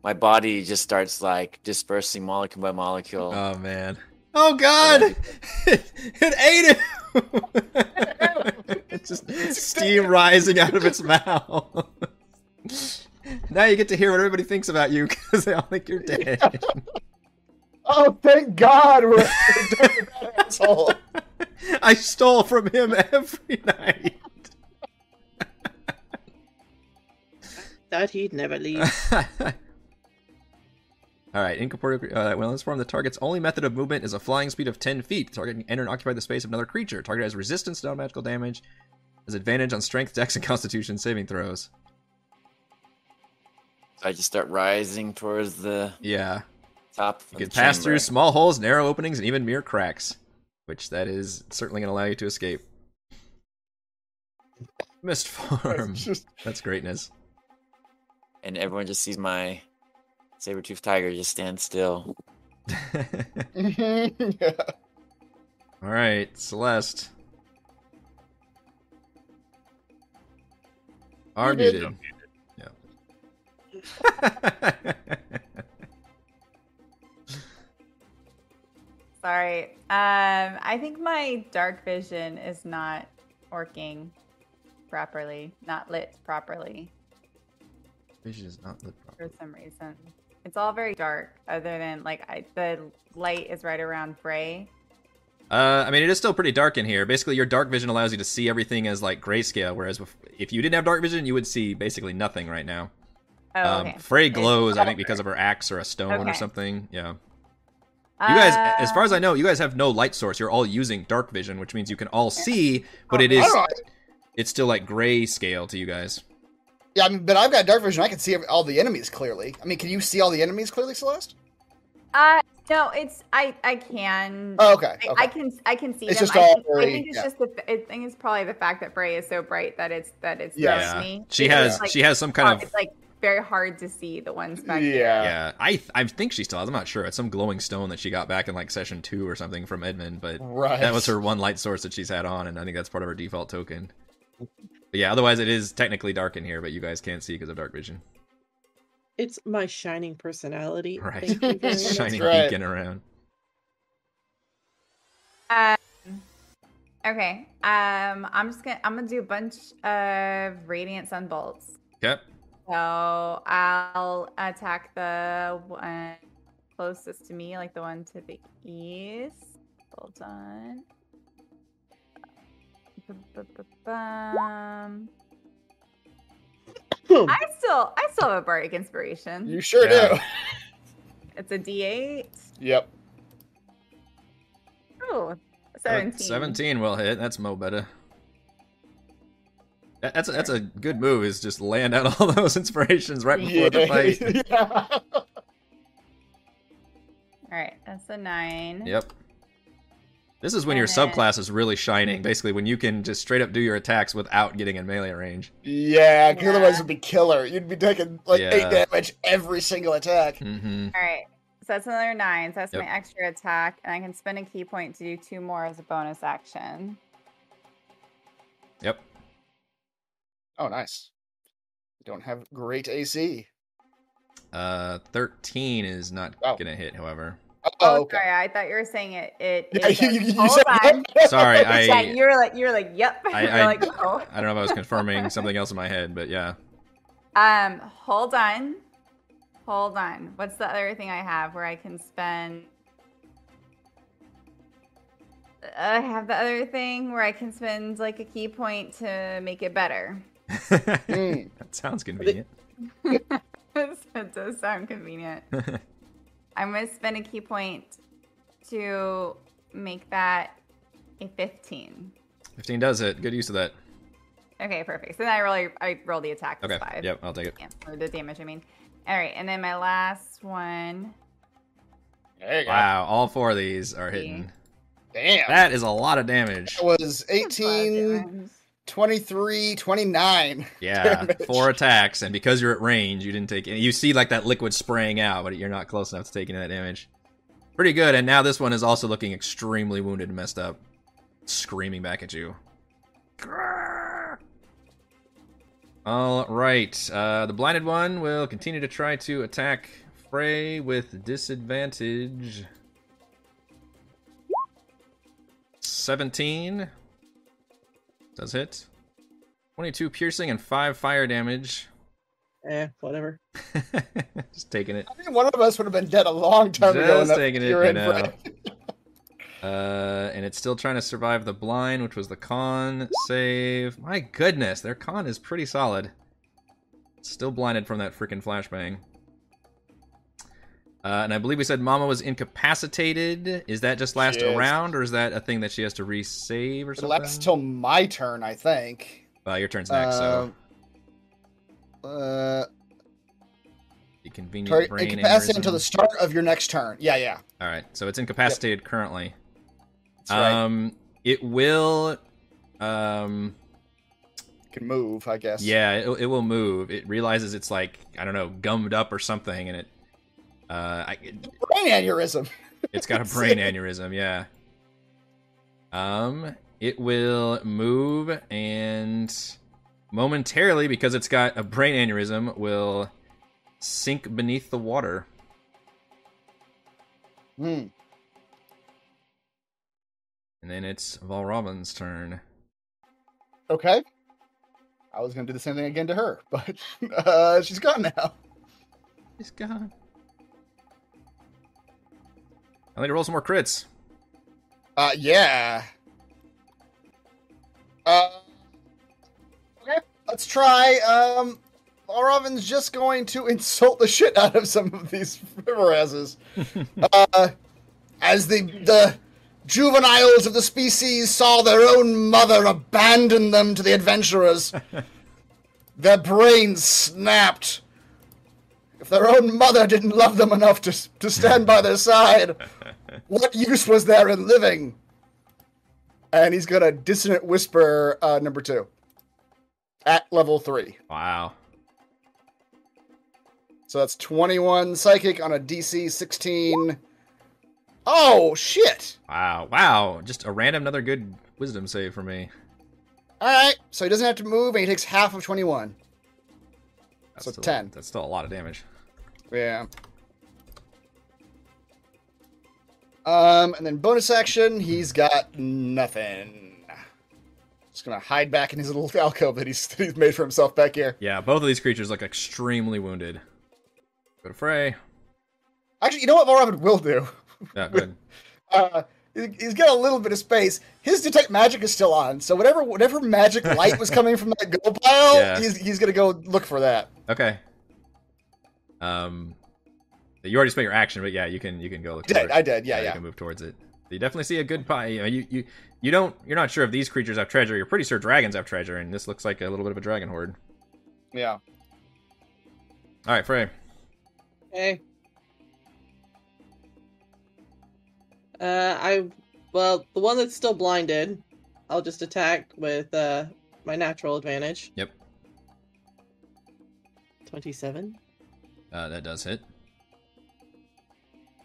Speaker 6: my body just starts like dispersing molecule by molecule.
Speaker 1: Oh man. Oh god. it ate it. it's just steam rising out of its mouth. now you get to hear what everybody thinks about you because they all think you're dead.
Speaker 8: Oh, thank God we're we're done with that asshole.
Speaker 1: I stole from him every night.
Speaker 7: That he'd never leave.
Speaker 1: All right, incorporeal. Uh, when in this form, the target's only method of movement is a flying speed of 10 feet. The target can enter and occupy the space of another creature. Target has resistance to non-magical damage, has advantage on strength, dex, and constitution saving throws.
Speaker 6: I just start rising towards the
Speaker 1: Yeah,
Speaker 6: top.
Speaker 1: you
Speaker 6: of
Speaker 1: can
Speaker 6: the
Speaker 1: pass
Speaker 6: chamber.
Speaker 1: through small holes, narrow openings, and even mere cracks, which that is certainly going to allow you to escape. Mist form.
Speaker 8: It's just-
Speaker 1: That's greatness.
Speaker 6: and everyone just sees my saber-toothed tiger just stand still.
Speaker 8: Mhm, yeah.
Speaker 1: All right, Celeste. Are muted.
Speaker 5: Sorry. Um, I think my dark vision is not working properly, not lit properly
Speaker 1: Vision is not lit properly.
Speaker 5: for some reason. It's all very dark, other than like I, the light is right around gray.
Speaker 1: Uh, I mean, it is still pretty dark in here. Basically, your dark vision allows you to see everything as like grayscale, whereas bef- if you didn't have dark vision, you would see basically nothing right now.
Speaker 5: Oh, okay.
Speaker 1: um, Frey
Speaker 5: It's-
Speaker 1: glows, I think, because of her axe or a stone or
Speaker 5: Okay.
Speaker 1: something. Yeah. You guys, as far as
Speaker 5: Uh,
Speaker 1: I know, you guys have no light source. You're all using dark vision, which means you can all see, but it
Speaker 5: Oh,
Speaker 1: is
Speaker 8: I don't know.
Speaker 1: it's still like grayscale to you guys.
Speaker 8: Yeah, I mean, but I've got dark vision. I can see all the enemies clearly. I mean, can you see all the enemies clearly, Celeste?
Speaker 5: uh, no, it's I I can.
Speaker 8: Oh, okay. okay.
Speaker 5: I, I can I can see
Speaker 8: It's
Speaker 5: them.
Speaker 8: just
Speaker 5: I,
Speaker 8: all
Speaker 5: think, I
Speaker 8: very-
Speaker 5: think it's
Speaker 8: yeah.
Speaker 5: just the, I think it's probably the fact that Bray is so bright that it's that it's
Speaker 8: Yeah.
Speaker 5: throws
Speaker 1: Yeah.
Speaker 5: me.
Speaker 1: She
Speaker 5: Because,
Speaker 1: has
Speaker 5: like,
Speaker 1: she has some kind of
Speaker 5: it's like very hard to see the ones back there.
Speaker 8: yeah.
Speaker 1: yeah. I I think she still has. I'm not sure. It's some glowing stone that she got back in like session two or something from Edmund, but
Speaker 8: Right.
Speaker 1: that was her one light source that she's had on, and I think that's part of her default token. But yeah, otherwise it is technically dark in here, but you guys can't see because of dark vision.
Speaker 7: It's my shining personality.
Speaker 1: Right.
Speaker 7: Thank you very much.
Speaker 1: Shining
Speaker 8: right.
Speaker 1: beacon around.
Speaker 5: Um, okay. Um, I'm just gonna I'm gonna do a bunch of radiant sun bolts.
Speaker 1: Yep.
Speaker 5: So I'll attack the one closest to me, like the one to the east. Hold on. Bum.
Speaker 7: Boom.
Speaker 5: I still I still have a bardic inspiration.
Speaker 8: You sure
Speaker 1: Yeah.
Speaker 5: It's a D8.
Speaker 8: do. yep.
Speaker 5: Oh,
Speaker 1: Uh,
Speaker 5: 17.
Speaker 1: 17 will hit. That's Mo better. That- That's a, that's a good move. Is just land out all those inspirations right before the fight.
Speaker 8: yeah.
Speaker 5: All right, that's a nine.
Speaker 1: Yep. This is when your
Speaker 5: And then-
Speaker 1: subclass is really shining. Basically, when you can just straight up do your attacks without getting in melee range.
Speaker 8: Yeah, 'cause
Speaker 5: Yeah.
Speaker 8: otherwise it'd be killer. You'd be taking like
Speaker 1: Yeah.
Speaker 8: eight damage every single attack.
Speaker 1: Mm-hmm.
Speaker 5: All right, so that's another nine. So that's
Speaker 1: Yep.
Speaker 5: my extra attack, and I can spend a key point to do two more as a bonus action.
Speaker 1: Yep.
Speaker 8: Oh, nice. You don't have great AC.
Speaker 1: Uh, 13 is not
Speaker 8: Wow.
Speaker 1: gonna hit. However,
Speaker 8: Oh,
Speaker 5: Oh,
Speaker 8: okay.
Speaker 5: sorry, I thought you were saying it. It.
Speaker 8: Yeah,
Speaker 5: is
Speaker 8: you,
Speaker 5: a-
Speaker 8: you, you
Speaker 5: hold
Speaker 8: said
Speaker 5: on.
Speaker 1: sorry.
Speaker 5: yeah,
Speaker 1: I
Speaker 5: you were like, you were like, yep.
Speaker 1: I-
Speaker 5: You're
Speaker 1: I-
Speaker 5: like, oh.
Speaker 1: I don't know if I was confirming something else in my head, but yeah.
Speaker 5: Um, hold on, hold on. What's the other thing I have where I can spend? Uh, I have the other thing where I can spend like a key point to make it better.
Speaker 8: Mm.
Speaker 1: that sounds convenient.
Speaker 5: it does sound convenient. I'm gonna spend a key point to make that a 15.
Speaker 1: 15 does it. Good use of that.
Speaker 5: Okay, perfect. So then I roll, I roll the attack. as
Speaker 1: Okay.
Speaker 5: Five.
Speaker 1: Yep. I'll take it.
Speaker 5: Yeah, or the damage, I mean. All right, and then my last one.
Speaker 8: There you go.
Speaker 1: Wow, all four of these are hitting.
Speaker 8: Damn. That
Speaker 1: That is a lot of damage.
Speaker 8: was 18, 23, 29.
Speaker 1: Yeah,
Speaker 8: Damage.
Speaker 1: four attacks, and because you're at range, you didn't take any. You see like that liquid spraying out, but you're not close enough to take any of that damage. Pretty good. And now this one is also looking extremely wounded and messed up, screaming back at you. Grrr. All right. Uh, the blinded one will continue to try to attack Frey with disadvantage. 17 does hit. 22 piercing and 5 fire damage.
Speaker 7: Eh, whatever.
Speaker 1: Just taking it.
Speaker 2: I mean, one of us would have been dead a long time ago.
Speaker 1: Just
Speaker 2: enough
Speaker 1: taking it,
Speaker 2: you're
Speaker 1: I
Speaker 2: in for
Speaker 1: know. Uh, and it's still trying to survive the blind, which was the con save. My goodness, their con is pretty solid. Still blinded from that freaking flashbang. Uh, and I believe we said Mama was incapacitated. Is that just last
Speaker 2: Yes.
Speaker 1: round, or is that a thing that she has to resave or
Speaker 2: It
Speaker 1: something?
Speaker 2: lasts till my turn, I think.
Speaker 1: Uh, your turn's next, so
Speaker 2: Uh, uh,
Speaker 1: the convenient
Speaker 2: target
Speaker 1: brain
Speaker 2: incapacitated until
Speaker 1: aneurysm.
Speaker 2: the start of your next turn. Yeah, yeah.
Speaker 1: All right, so it's incapacitated currently.
Speaker 2: That's right.
Speaker 1: Um, it will. Um,
Speaker 2: Can move, I guess.
Speaker 1: yeah, it, it will move. It realizes it's like I don't know, gummed up or something, and it. Uh, I, it,
Speaker 2: Brain aneurysm.
Speaker 1: it's got a brain aneurysm. Yeah. Um, it will move and momentarily because it's got a brain aneurysm will sink beneath the water.
Speaker 2: Hmm.
Speaker 1: And then it's Valravan's turn.
Speaker 2: Okay. I was gonna do the same thing again to her, but uh, she's gone now.
Speaker 1: He's gone. I need to roll some more crits.
Speaker 2: Uh, yeah. Uh, okay, let's try. Um, Alrovin's just going to insult the shit out of some of these river asses. uh, as the the juveniles of the species saw their own mother abandon them to the adventurers, their brains snapped. If their own mother didn't love them enough to s- to stand by their side, what use was there in living? And he's gonna dissonant whisper uh, number two at level three.
Speaker 1: Wow.
Speaker 2: So that's 21 psychic on a DC 16. Oh, shit.
Speaker 1: Wow. Wow. Just a random another good wisdom save for me.
Speaker 2: All right. So he doesn't have to move and he takes half of 21. So
Speaker 1: still,
Speaker 2: 10.
Speaker 1: That's still a lot of damage.
Speaker 2: Yeah. Um, and then bonus action, he's got nothing. Just gonna hide back in his little alcove that he's, he's made for himself back here.
Speaker 1: Yeah, both of these creatures look extremely wounded. Go to Frey.
Speaker 2: Actually, you know what Vorobin will do?
Speaker 1: Yeah, good.
Speaker 2: Uh, he- he's got a little bit of space. His detect magic is still on, so whatever whatever magic light was coming from that gold pile,
Speaker 1: Yeah.
Speaker 2: he's, he's gonna go look for that.
Speaker 1: Okay. Um, you already spent your action, but yeah, you can you can go look.
Speaker 2: Did-
Speaker 1: toward-
Speaker 2: I did, yeah,
Speaker 1: You
Speaker 2: yeah.
Speaker 1: can move towards it. You definitely see a good pie. You, know, you you you don't you're not sure if these creatures have treasure. You're pretty sure dragons have treasure, and this looks like a little bit of a dragon horde.
Speaker 2: Yeah.
Speaker 1: All right, Frey.
Speaker 7: Hey. Uh, I well, the one that's still blinded, I'll just attack with uh my natural advantage.
Speaker 1: Yep.
Speaker 7: Twenty-seven
Speaker 1: Uh, that does hit.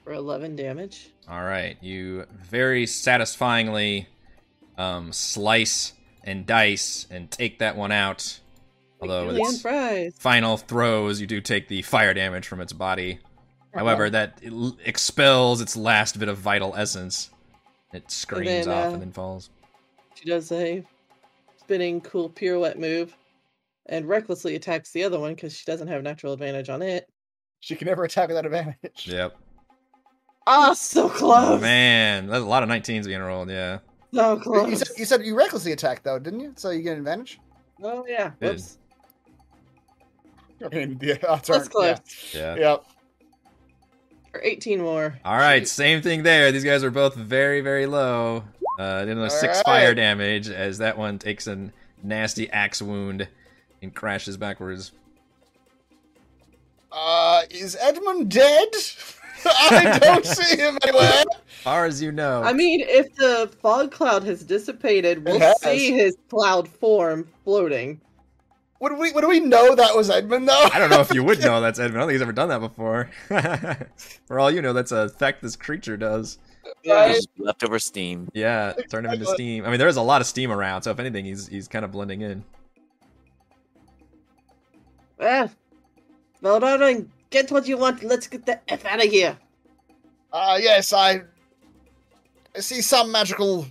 Speaker 7: for eleven damage.
Speaker 1: All right, you very satisfyingly um, slice and dice and take that one out. Although with
Speaker 7: Julian
Speaker 1: its
Speaker 7: fries.
Speaker 1: final throws, you do take the fire damage from its body.
Speaker 7: Uh-huh.
Speaker 1: However, that l- expels its last bit of vital essence. It screams
Speaker 7: then,
Speaker 1: off
Speaker 7: uh,
Speaker 1: and then falls.
Speaker 7: She does a spinning cool pirouette move and recklessly attacks the other one because she doesn't have natural advantage on it.
Speaker 2: She can never attack without advantage.
Speaker 1: Yep.
Speaker 7: Ah, so
Speaker 1: Oh,
Speaker 7: close.
Speaker 1: man, that's a lot of 19s being rolled. Yeah.
Speaker 7: So
Speaker 2: You-
Speaker 7: close.
Speaker 2: You said, you said you recklessly attacked, though, didn't you? So you get an advantage?
Speaker 7: oh yeah.
Speaker 1: Did.
Speaker 7: Whoops.
Speaker 2: I mean, the odds
Speaker 7: That's
Speaker 2: aren't- yeah.
Speaker 7: close.
Speaker 1: Yeah.
Speaker 2: Yep.
Speaker 7: For eighteen more.
Speaker 1: All right, same thing there. These guys are both very, very low. Uh, another
Speaker 2: All
Speaker 1: six
Speaker 2: right.
Speaker 1: fire damage as that one takes a nasty axe wound and crashes backwards.
Speaker 2: Uh, is Edmund dead? I don't see him anywhere.
Speaker 1: Far as you know.
Speaker 7: I mean, if the fog cloud has dissipated, we'll
Speaker 2: has.
Speaker 7: see his cloud form floating.
Speaker 2: Would we would we know that was Edmund though?
Speaker 1: I don't know if you would know that's Edmund. I don't think he's ever done that before. For all you know, that's a effect this creature does.
Speaker 6: It's
Speaker 2: Right?
Speaker 6: just leftover steam.
Speaker 1: Yeah, turn him into steam. I mean, there is a lot of steam around, so if anything, he's he's kind of blending in.
Speaker 7: Well, Eh. well, all right, get what you want. Let's get the F out of here.
Speaker 2: Ah, yes, I. I see some magical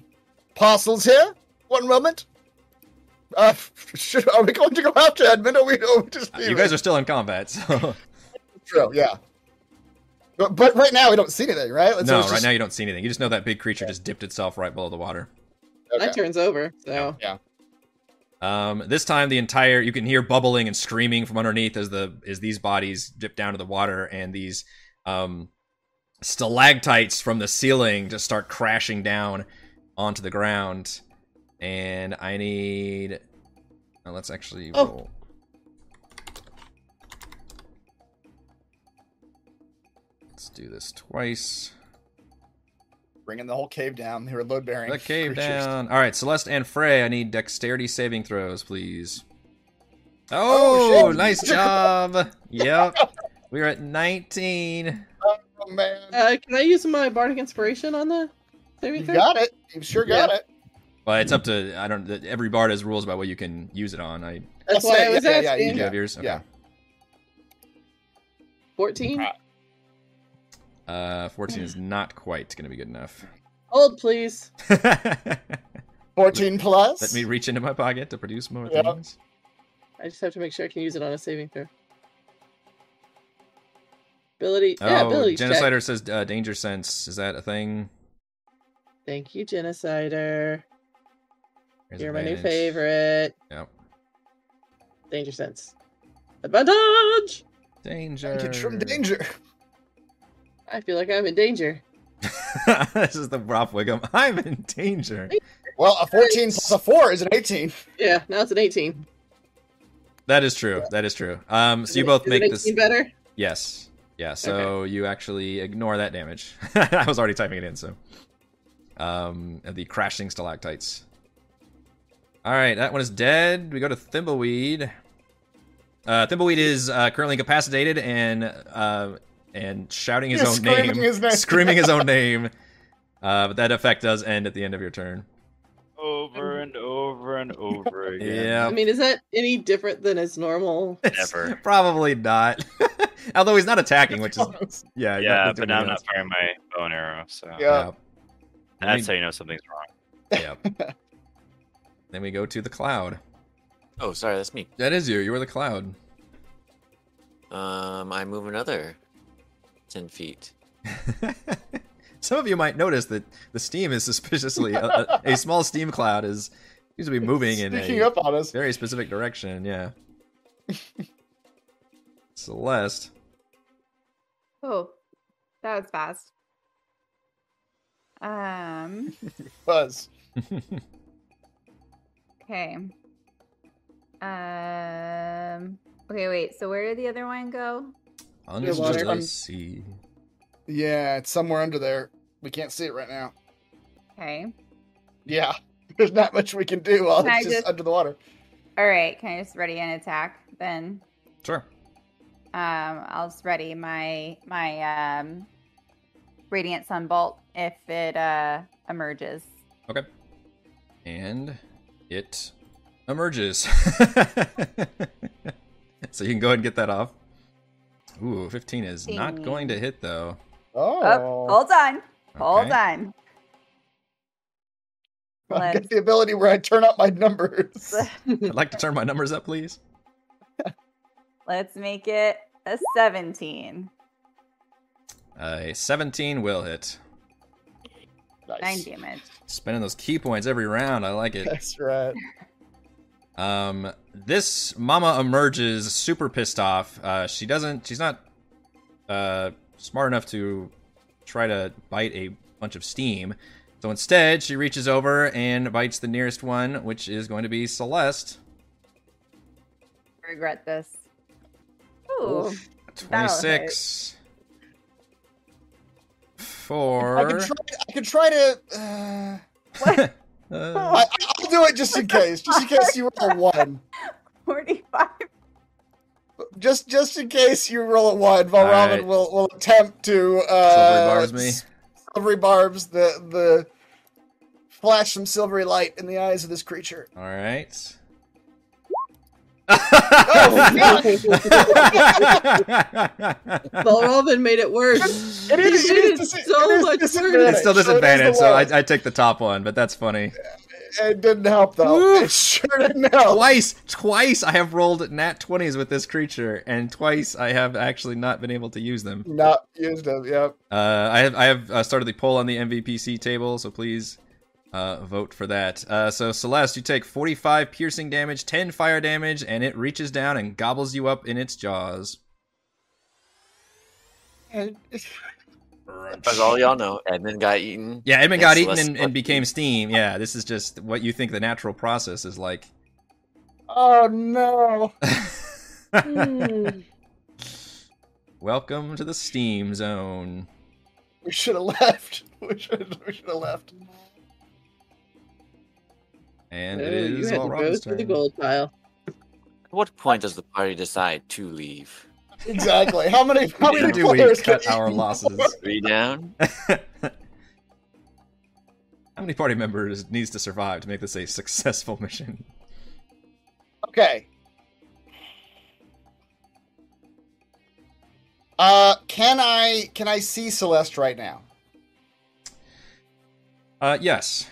Speaker 2: parcels here. One moment. Uh, should, are we going to go after Edmund? Or are we, are we just
Speaker 1: You guys are still in combat, so
Speaker 2: true. Yeah. But, but right now we don't see anything, right? So
Speaker 1: no.
Speaker 2: it's
Speaker 1: Right
Speaker 2: just-
Speaker 1: now, you don't see anything. You just know that big creature just dipped itself right below the water.
Speaker 7: That
Speaker 2: okay.
Speaker 7: turns over. So
Speaker 1: Um, this time, the entire you can hear bubbling and screaming from underneath as the as these bodies dip down to the water, and these um, stalactites from the ceiling just start crashing down onto the ground. And I need. oh, let's actually
Speaker 7: Oh.
Speaker 1: roll. Let's do this twice.
Speaker 2: Bringing the whole cave down. They were load bearing.
Speaker 1: The cave down. All right, Celeste and Frey, I need dexterity saving throws, please. Oh,
Speaker 2: Oh, shit.
Speaker 1: nice job. yep. We're at 19.
Speaker 2: Oh man,
Speaker 7: uh, can I use my bardic inspiration on the
Speaker 2: you
Speaker 7: saving throw?
Speaker 2: got it. You sure got it.
Speaker 1: Well, it's up to I don't every bard has rules about what you can use it on. I
Speaker 7: That's
Speaker 2: I'll
Speaker 7: why
Speaker 2: say,
Speaker 7: I was
Speaker 2: yeah, yeah, yeah,
Speaker 7: asking.
Speaker 1: you do
Speaker 2: yeah.
Speaker 1: have yours. Okay.
Speaker 2: yeah.
Speaker 7: Fourteen.
Speaker 1: Uh 14 is not quite going to be good enough.
Speaker 7: Hold, please.
Speaker 1: Let
Speaker 2: Fourteen plus.
Speaker 1: me reach into my pocket to produce more
Speaker 2: Yeah.
Speaker 1: things.
Speaker 7: I just have to make sure I can use it on a saving throw. Ability. yeah,
Speaker 1: Oh,
Speaker 7: ability check.
Speaker 1: genocider says uh, danger sense. Is that a thing?
Speaker 7: Thank you, genocider.
Speaker 1: There's
Speaker 7: You're my new
Speaker 1: advantage.
Speaker 7: favorite.
Speaker 1: Yep.
Speaker 7: Danger sense. Advantage.
Speaker 1: Danger.
Speaker 2: Get you from danger.
Speaker 7: I feel like I'm in danger.
Speaker 1: this is the Rob Wiggum. I'm in danger.
Speaker 2: Well, a fourteen plus a four is an eighteen.
Speaker 7: Yeah, now it's an eighteen.
Speaker 1: That is true. That is true. Um, so
Speaker 7: Is
Speaker 1: you
Speaker 7: it-
Speaker 1: both
Speaker 7: is
Speaker 1: make
Speaker 7: it
Speaker 1: this.
Speaker 7: 18 better.
Speaker 1: Yes. Yeah. So you actually ignore that damage. I was already typing it in. So, um, and the crashing stalactites. All right, that one is dead. We go to Thimbleweed. Uh, Thimbleweed is uh, currently incapacitated and uh, and shouting his
Speaker 2: He's
Speaker 1: own
Speaker 2: screaming
Speaker 1: name,
Speaker 2: his name.
Speaker 1: screaming his own name. Uh, but that effect does end at the end of your turn.
Speaker 4: Over and over and over again.
Speaker 1: Yeah.
Speaker 7: I mean, is that any different than his normal?
Speaker 1: It's
Speaker 4: Never.
Speaker 1: Probably not. Although he's not attacking, which is yeah. he's
Speaker 4: Yeah,
Speaker 1: not-
Speaker 4: but now I'm not firing my bow and arrow, so
Speaker 2: Yeah.
Speaker 4: that's how you know something's wrong.
Speaker 1: Yeah. yeah. then we go to the cloud.
Speaker 6: Oh, sorry, that's me.
Speaker 1: That is you. You are the cloud.
Speaker 6: Um, I move another ten feet.
Speaker 1: Some of you might notice that the steam is suspiciously a, a, a small steam cloud is seems to be moving in
Speaker 2: Sneaking
Speaker 1: a
Speaker 2: up on us.
Speaker 1: very specific direction. Yeah. Celeste.
Speaker 5: Oh, that was fast. Um.
Speaker 2: Buzz.
Speaker 5: Okay. Um. Okay. Wait. So where did the other one go?
Speaker 1: Under
Speaker 7: water.
Speaker 1: the sea.
Speaker 2: Yeah, it's somewhere under there. We can't see it right now.
Speaker 5: Okay.
Speaker 2: Yeah. There's not much we can do while
Speaker 5: Can I
Speaker 2: it's just,
Speaker 5: just-
Speaker 2: under the water.
Speaker 5: All right. Can I just ready an attack then?
Speaker 1: Sure.
Speaker 5: Um. I'll just ready my my um radiant sunbolt if it uh emerges.
Speaker 1: and it emerges. so you can go ahead and get that off. Ooh, 15 is not
Speaker 5: Ding.
Speaker 1: going to hit though.
Speaker 5: Oh,
Speaker 2: Oh.
Speaker 5: hold on. Hold
Speaker 1: Okay.
Speaker 5: on.
Speaker 2: I
Speaker 5: Let's
Speaker 2: got the ability where I turn up my numbers.
Speaker 1: I'd like to turn my numbers up, please.
Speaker 5: let's make it a seventeen.
Speaker 1: A 17 Uh, will hit.
Speaker 5: Nine
Speaker 2: nice.
Speaker 5: damage.
Speaker 1: Spending those key points every round. I like it.
Speaker 2: That's right.
Speaker 1: Um, this mama emerges super pissed off. Uh, she doesn't. She's not uh, smart enough to try to bite a bunch of steam. So instead, she reaches over and bites the nearest one, which is going to be Celeste.
Speaker 5: I regret this. Ooh. That'll hurt.
Speaker 1: Twenty-six. Four.
Speaker 2: I could try. I could try to. Uh,
Speaker 1: Uh,
Speaker 2: I, I'll do it just in case. Just in case you roll a one.
Speaker 5: 45.
Speaker 2: just just in case you roll a one, Valravn
Speaker 1: right.
Speaker 2: will will attempt to uh,
Speaker 1: Silvery bars me.
Speaker 2: silvery barbs the the flash some silvery light in the eyes of this creature.
Speaker 1: All right.
Speaker 2: Oh,
Speaker 5: Oh,
Speaker 7: Valravn made it worse.
Speaker 2: It is,
Speaker 7: It is
Speaker 2: dis-
Speaker 7: so much
Speaker 2: disadvantage,
Speaker 1: it's still
Speaker 2: so it is
Speaker 1: disadvantage, so
Speaker 2: lowest.
Speaker 1: I, I take the top one, but that's funny.
Speaker 2: It didn't help though.
Speaker 1: Woo.
Speaker 2: It sure didn't help.
Speaker 1: Twice, twice I have rolled nat 20s with this creature, and twice I have actually not been able to use them.
Speaker 2: Not used up. Yep.
Speaker 1: Uh, I have I have uh, started the poll on the MVPC table, so please uh, vote for that. Uh, so Celeste, you take 45 piercing damage, 10 fire damage, and it reaches down and gobbles you up in its jaws.
Speaker 6: As all y'all know, Edmund got eaten.
Speaker 1: Yeah, Edmund
Speaker 6: Yeah,
Speaker 1: got eaten
Speaker 6: Celeste
Speaker 1: and,
Speaker 6: fucking-
Speaker 1: and became steam. Yeah, this is just what you think the natural process is like.
Speaker 2: Oh no.
Speaker 7: Hmm.
Speaker 1: Welcome to the steam zone.
Speaker 2: We should have left. We should we should have left.
Speaker 1: And it
Speaker 7: Oh, you
Speaker 1: is
Speaker 7: had
Speaker 1: all
Speaker 7: to go
Speaker 1: Robin's
Speaker 7: through the
Speaker 1: turn.
Speaker 7: gold pile.
Speaker 6: At what point does the party decide to leave?
Speaker 2: Exactly. How many how
Speaker 1: Where
Speaker 2: many
Speaker 1: do we
Speaker 2: players
Speaker 1: cut
Speaker 2: can
Speaker 1: our
Speaker 2: eat?
Speaker 1: losses?
Speaker 6: Three down.
Speaker 1: How many party members needs to survive to make this a successful mission?
Speaker 2: Okay. Uh, can I can I see Celeste right now?
Speaker 1: Uh, yes.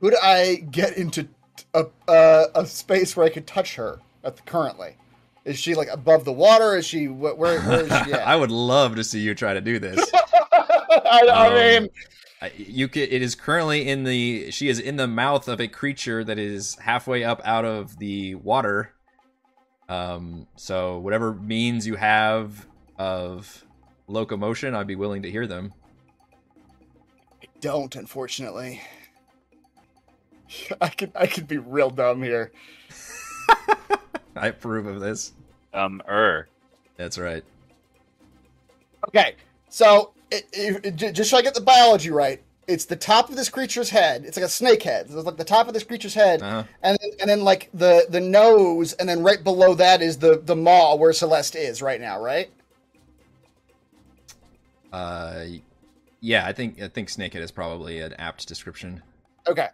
Speaker 2: Could I get into a uh, a space where I could touch her at the, currently? Is she like above the water? Is she wh- where where is she at?
Speaker 1: I would love to see you try to do this.
Speaker 2: I, I
Speaker 1: Um,
Speaker 2: mean,
Speaker 1: I- you ca It is currently in the. She is in the mouth of a creature that is halfway up out of the water. Um. So whatever means you have of locomotion, I'd be willing to hear them.
Speaker 2: don't unfortunately. I could I could be real dumb here.
Speaker 1: I approve of this.
Speaker 4: Um, er.
Speaker 1: That's right.
Speaker 2: Okay, so it, it, it- ju- just so I get the biology right, it's the top of this creature's head. It's like a snake head. It's like the top of this creature's head,
Speaker 1: Uh-huh.
Speaker 2: and then, and then like the the nose, and then right below that is the the maw where Celeste is right now. Right?
Speaker 1: Uh, yeah. I think I think snakehead is probably an apt description.
Speaker 2: Okay.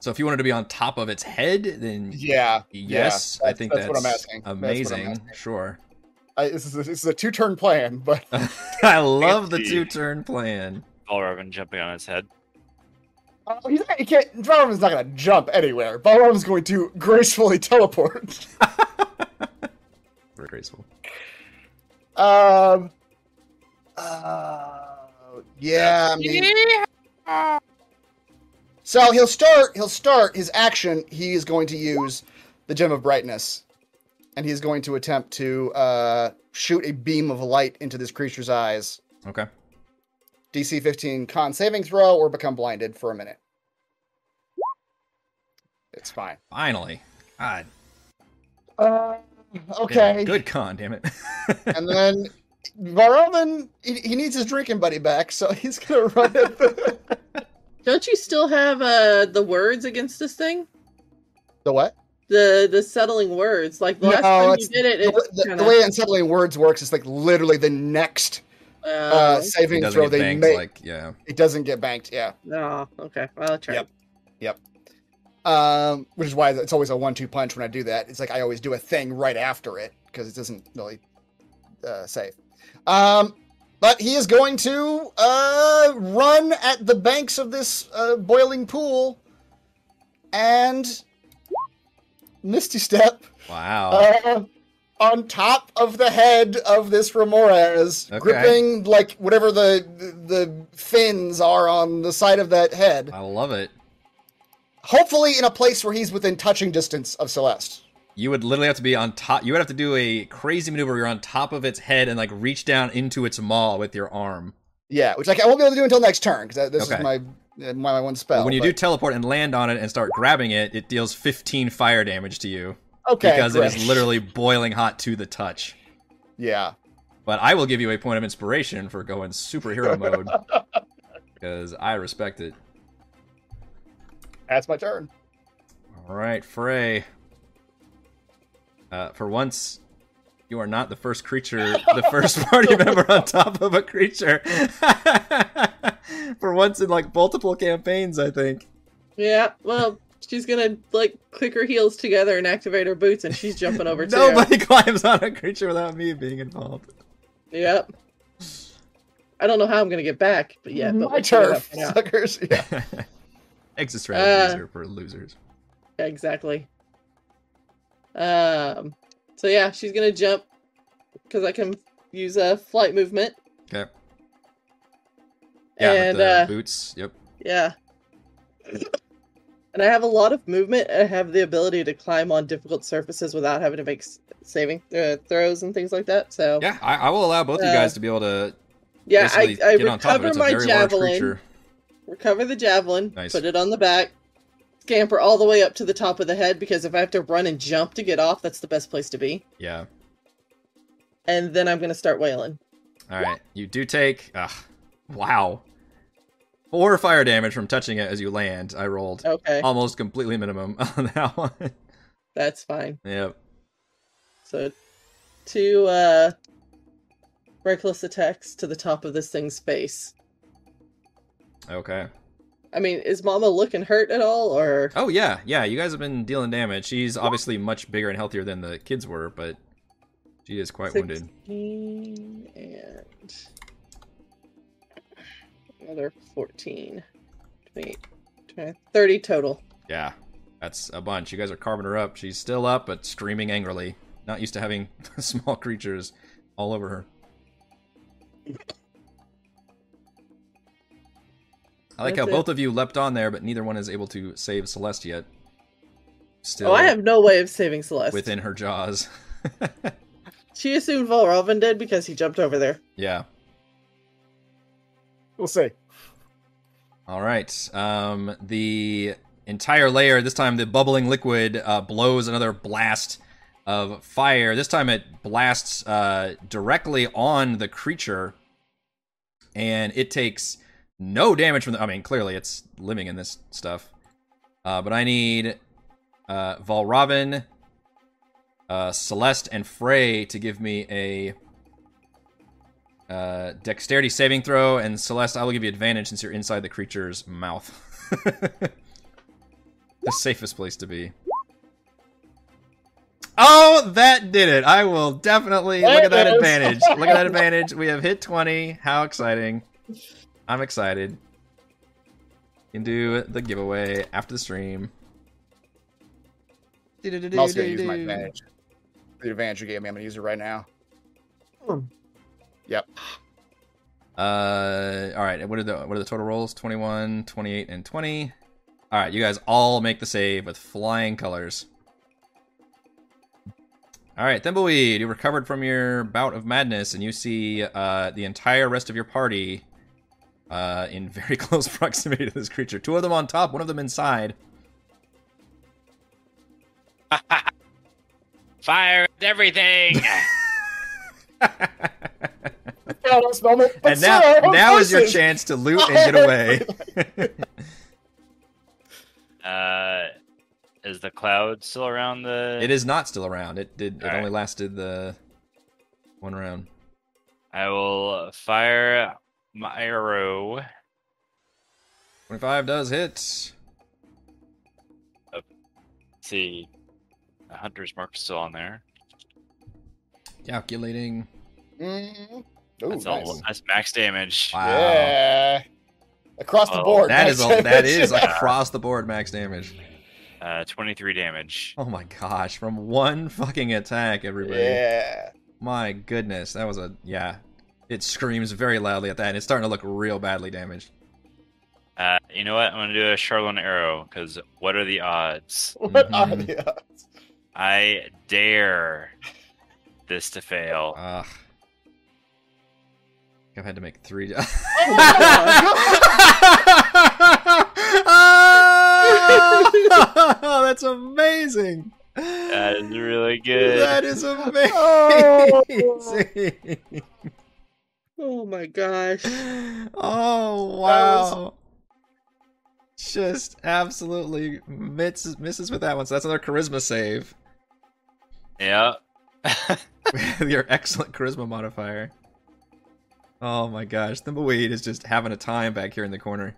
Speaker 1: So if you wanted to be on top of its head,
Speaker 2: Mm.
Speaker 1: then
Speaker 2: Yeah.
Speaker 1: yes,
Speaker 2: yeah,
Speaker 1: I think that's,
Speaker 2: that's what I'm asking. That's what I'm
Speaker 1: amazing.
Speaker 2: asking.
Speaker 1: Sure.
Speaker 2: I, this, is a, this is a two turn plan, but
Speaker 1: I love the
Speaker 4: Fancy.
Speaker 1: two turn plan.
Speaker 4: Valravn jumping on his head.
Speaker 2: uh, he's not, he can't. Valorum's not going to jump anywhere. Valorum's going to gracefully teleport.
Speaker 1: Very graceful.
Speaker 2: Um. Uh, yeah. I mean. So he'll start. He'll start his action. He is going to use the gem of brightness, and he is going to attempt to uh, shoot a beam of light into this creature's eyes.
Speaker 1: Okay.
Speaker 2: DC 15 con saving throw or become blinded for a minute. It's fine.
Speaker 1: Finally. God.
Speaker 2: Uh,
Speaker 1: damn it. Good con, damn it.
Speaker 2: and then Varovan, he, he needs his drinking buddy back, so he's gonna run at the,
Speaker 7: Don't you still have uh the words against this thing?
Speaker 2: the what?
Speaker 7: The the settling words. Like the
Speaker 2: No,
Speaker 7: last time
Speaker 2: it's-
Speaker 7: you did it, it
Speaker 2: the,
Speaker 7: was
Speaker 2: the- the
Speaker 7: kinda,
Speaker 2: way unsettling words works is like literally the next
Speaker 7: uh,
Speaker 2: uh,
Speaker 1: It
Speaker 2: saving
Speaker 1: doesn't
Speaker 2: throw
Speaker 1: get
Speaker 2: they
Speaker 1: banked,
Speaker 2: make.
Speaker 1: like yeah.
Speaker 2: it doesn't get banked. Yeah.
Speaker 7: no, oh, okay. Well, I'll try.
Speaker 2: Yep. Um, which is why it's always a one-two punch when I do that. It's like I always do a thing right after it because it doesn't really uh, save. Um, but he is going to uh, run at the banks of this uh, boiling pool and misty step
Speaker 1: Wow.
Speaker 2: uh, on top of the head of this Remorez,
Speaker 1: Okay.
Speaker 2: gripping like whatever the, the the fins are on the side of that head
Speaker 1: I love it.
Speaker 2: hopefully in a place where he's within touching distance of Celeste.
Speaker 1: You would literally have to be on top you would have to do a crazy maneuver where you're on top of its head and like reach down into its maw with your arm.
Speaker 2: Yeah, which like, I won't be able to do until next turn because this
Speaker 1: Okay.
Speaker 2: is my my, my one spell.
Speaker 1: But when you do
Speaker 2: but-
Speaker 1: teleport and land on it and start grabbing it, it deals 15 fire damage to you
Speaker 2: okay,
Speaker 1: because
Speaker 2: great.
Speaker 1: it is literally boiling hot to the touch.
Speaker 2: yeah.
Speaker 1: But I will give you a point of inspiration for going superhero mode because I respect it.
Speaker 8: That's my turn.
Speaker 1: All right, Frey. Uh, for once, you are not the first creature, the first party member on top of a creature. for once in like multiple campaigns, I think.
Speaker 7: Yeah, well, she's gonna like click her heels together and activate her boots, and she's jumping over uh, too.
Speaker 1: Nobody climbs on a creature without me being involved.
Speaker 7: Yep. I don't know how I'm gonna get back, but yeah, but
Speaker 8: my
Speaker 7: we'll figure
Speaker 8: turn,
Speaker 7: it out.
Speaker 8: suckers. Yeah.
Speaker 1: Exit strategies
Speaker 7: Uh.
Speaker 1: are for losers.
Speaker 7: Yeah, exactly. Um. So yeah, she's gonna jump because I can use a flight movement.
Speaker 1: Okay. Yeah, with
Speaker 7: and
Speaker 1: the
Speaker 7: uh,
Speaker 1: boots. Yep.
Speaker 7: yeah. And I have a lot of movement. and I have the ability to climb on difficult surfaces without having to make s- saving uh, throws and things like that. So
Speaker 1: Yeah, I, I will allow both of you
Speaker 7: oh. Uh,
Speaker 1: guys to be able to
Speaker 7: yeah, I,
Speaker 1: basically
Speaker 7: I
Speaker 1: get on top of it.
Speaker 7: recover
Speaker 1: It's a
Speaker 7: my
Speaker 1: very large
Speaker 7: javelin.
Speaker 1: creature.
Speaker 7: recover the javelin,
Speaker 1: Nice.
Speaker 7: put it on the back, scamper all the way up to the top of the head because if I have to run and jump to get off, that's the best place to be.
Speaker 1: Yeah.
Speaker 7: And then I'm gonna start wailing.
Speaker 1: All right, you do take. Ugh, wow, four fire damage from touching it as you land. I rolled
Speaker 7: Okay,
Speaker 1: almost completely minimum on that one.
Speaker 7: that's fine.
Speaker 1: yep.
Speaker 7: So two uh reckless attacks to the top of this thing's face.
Speaker 1: Okay.
Speaker 7: I mean, is Mama looking hurt at all or
Speaker 1: Oh yeah, yeah. You guys have been dealing damage. She's obviously much bigger and healthier than the kids were, but she is quite wounded.
Speaker 7: 16 and another 14 28 29, 30 total
Speaker 1: Yeah, that's a bunch. You guys are carving her up. She's still up, but screaming angrily. Not used to having small creatures all over her. I like how
Speaker 7: That's it.
Speaker 1: both of you leapt on there, but neither one is able to save Celeste yet. Still
Speaker 7: oh i have no way of saving celeste
Speaker 1: within her jaws.
Speaker 7: she assumed volrovin did because he jumped over there
Speaker 1: yeah.
Speaker 8: We'll see.
Speaker 1: All right. Um, the entire layer, this time the bubbling liquid, uh, blows another blast of fire. This time it blasts uh, directly on the creature, and it takes no damage from the. I mean, clearly it's living in this stuff. Uh, but I need uh, Valravin, uh, Celeste, and Frey to give me a uh, dexterity saving throw, and Celeste, I will give you advantage since you're inside the creature's mouth. the safest place to be. Oh, that did it! I will definitely look at that
Speaker 8: There it is.
Speaker 1: advantage. Look at that advantage. We have hit 20. How exciting! I'm excited. You can do the giveaway after the stream.
Speaker 8: I'm also gonna use my advantage. The advantage you gave me, I'm gonna use it right now. Yep.
Speaker 1: Uh, all right. What are the what are the total rolls? 21, 28, and 20. All right, you guys all make the save with flying colors. All right, Thimbleweed, you recovered from your bout of madness, and you see uh, the entire rest of your party uh, in very close proximity to this creature. Two of them on top, one of them inside.
Speaker 4: Fire at everything.
Speaker 8: Proudest moment. But
Speaker 1: and now,
Speaker 8: sir,
Speaker 1: now is your
Speaker 8: horses!
Speaker 1: chance to loot and get away.
Speaker 4: uh, is the cloud still around the?
Speaker 1: It is not still around. It did. It
Speaker 4: All right.
Speaker 1: only lasted the one round.
Speaker 4: I will fire my arrow.
Speaker 1: Twenty-five does hit.
Speaker 4: Let's see, the hunter's mark's still on there.
Speaker 1: Calculating.
Speaker 8: Mhm.
Speaker 2: Mm-hmm.
Speaker 8: Ooh,
Speaker 4: that's
Speaker 8: nice.
Speaker 4: all. That's max damage.
Speaker 1: Wow.
Speaker 8: Yeah. Across the
Speaker 4: Oh,
Speaker 8: board.
Speaker 1: That is
Speaker 8: max
Speaker 1: all.
Speaker 8: damage.
Speaker 1: That is across the board max damage.
Speaker 4: Uh, twenty-three damage.
Speaker 1: Oh my gosh! From one fucking attack, everybody.
Speaker 8: Yeah.
Speaker 1: My goodness, that was a yeah. It screams very loudly at that, and it's starting to look real badly damaged.
Speaker 4: Uh, you know what? I'm gonna do a Charlon arrow because what are the odds?
Speaker 8: What are
Speaker 1: Mhm.
Speaker 8: the odds?
Speaker 4: I dare this to fail.
Speaker 1: Ugh. I've had to make three.
Speaker 8: Oh
Speaker 1: oh, that's amazing.
Speaker 4: that is really good.
Speaker 1: That is Oh.
Speaker 8: Oh,
Speaker 1: amazing.
Speaker 7: oh my gosh
Speaker 1: Oh wow. just absolutely misses, misses with that one. So that's another charisma save.
Speaker 4: Yeah.
Speaker 1: with your excellent charisma modifier. Oh my gosh, Thimbleweed is just having a time back here in the corner.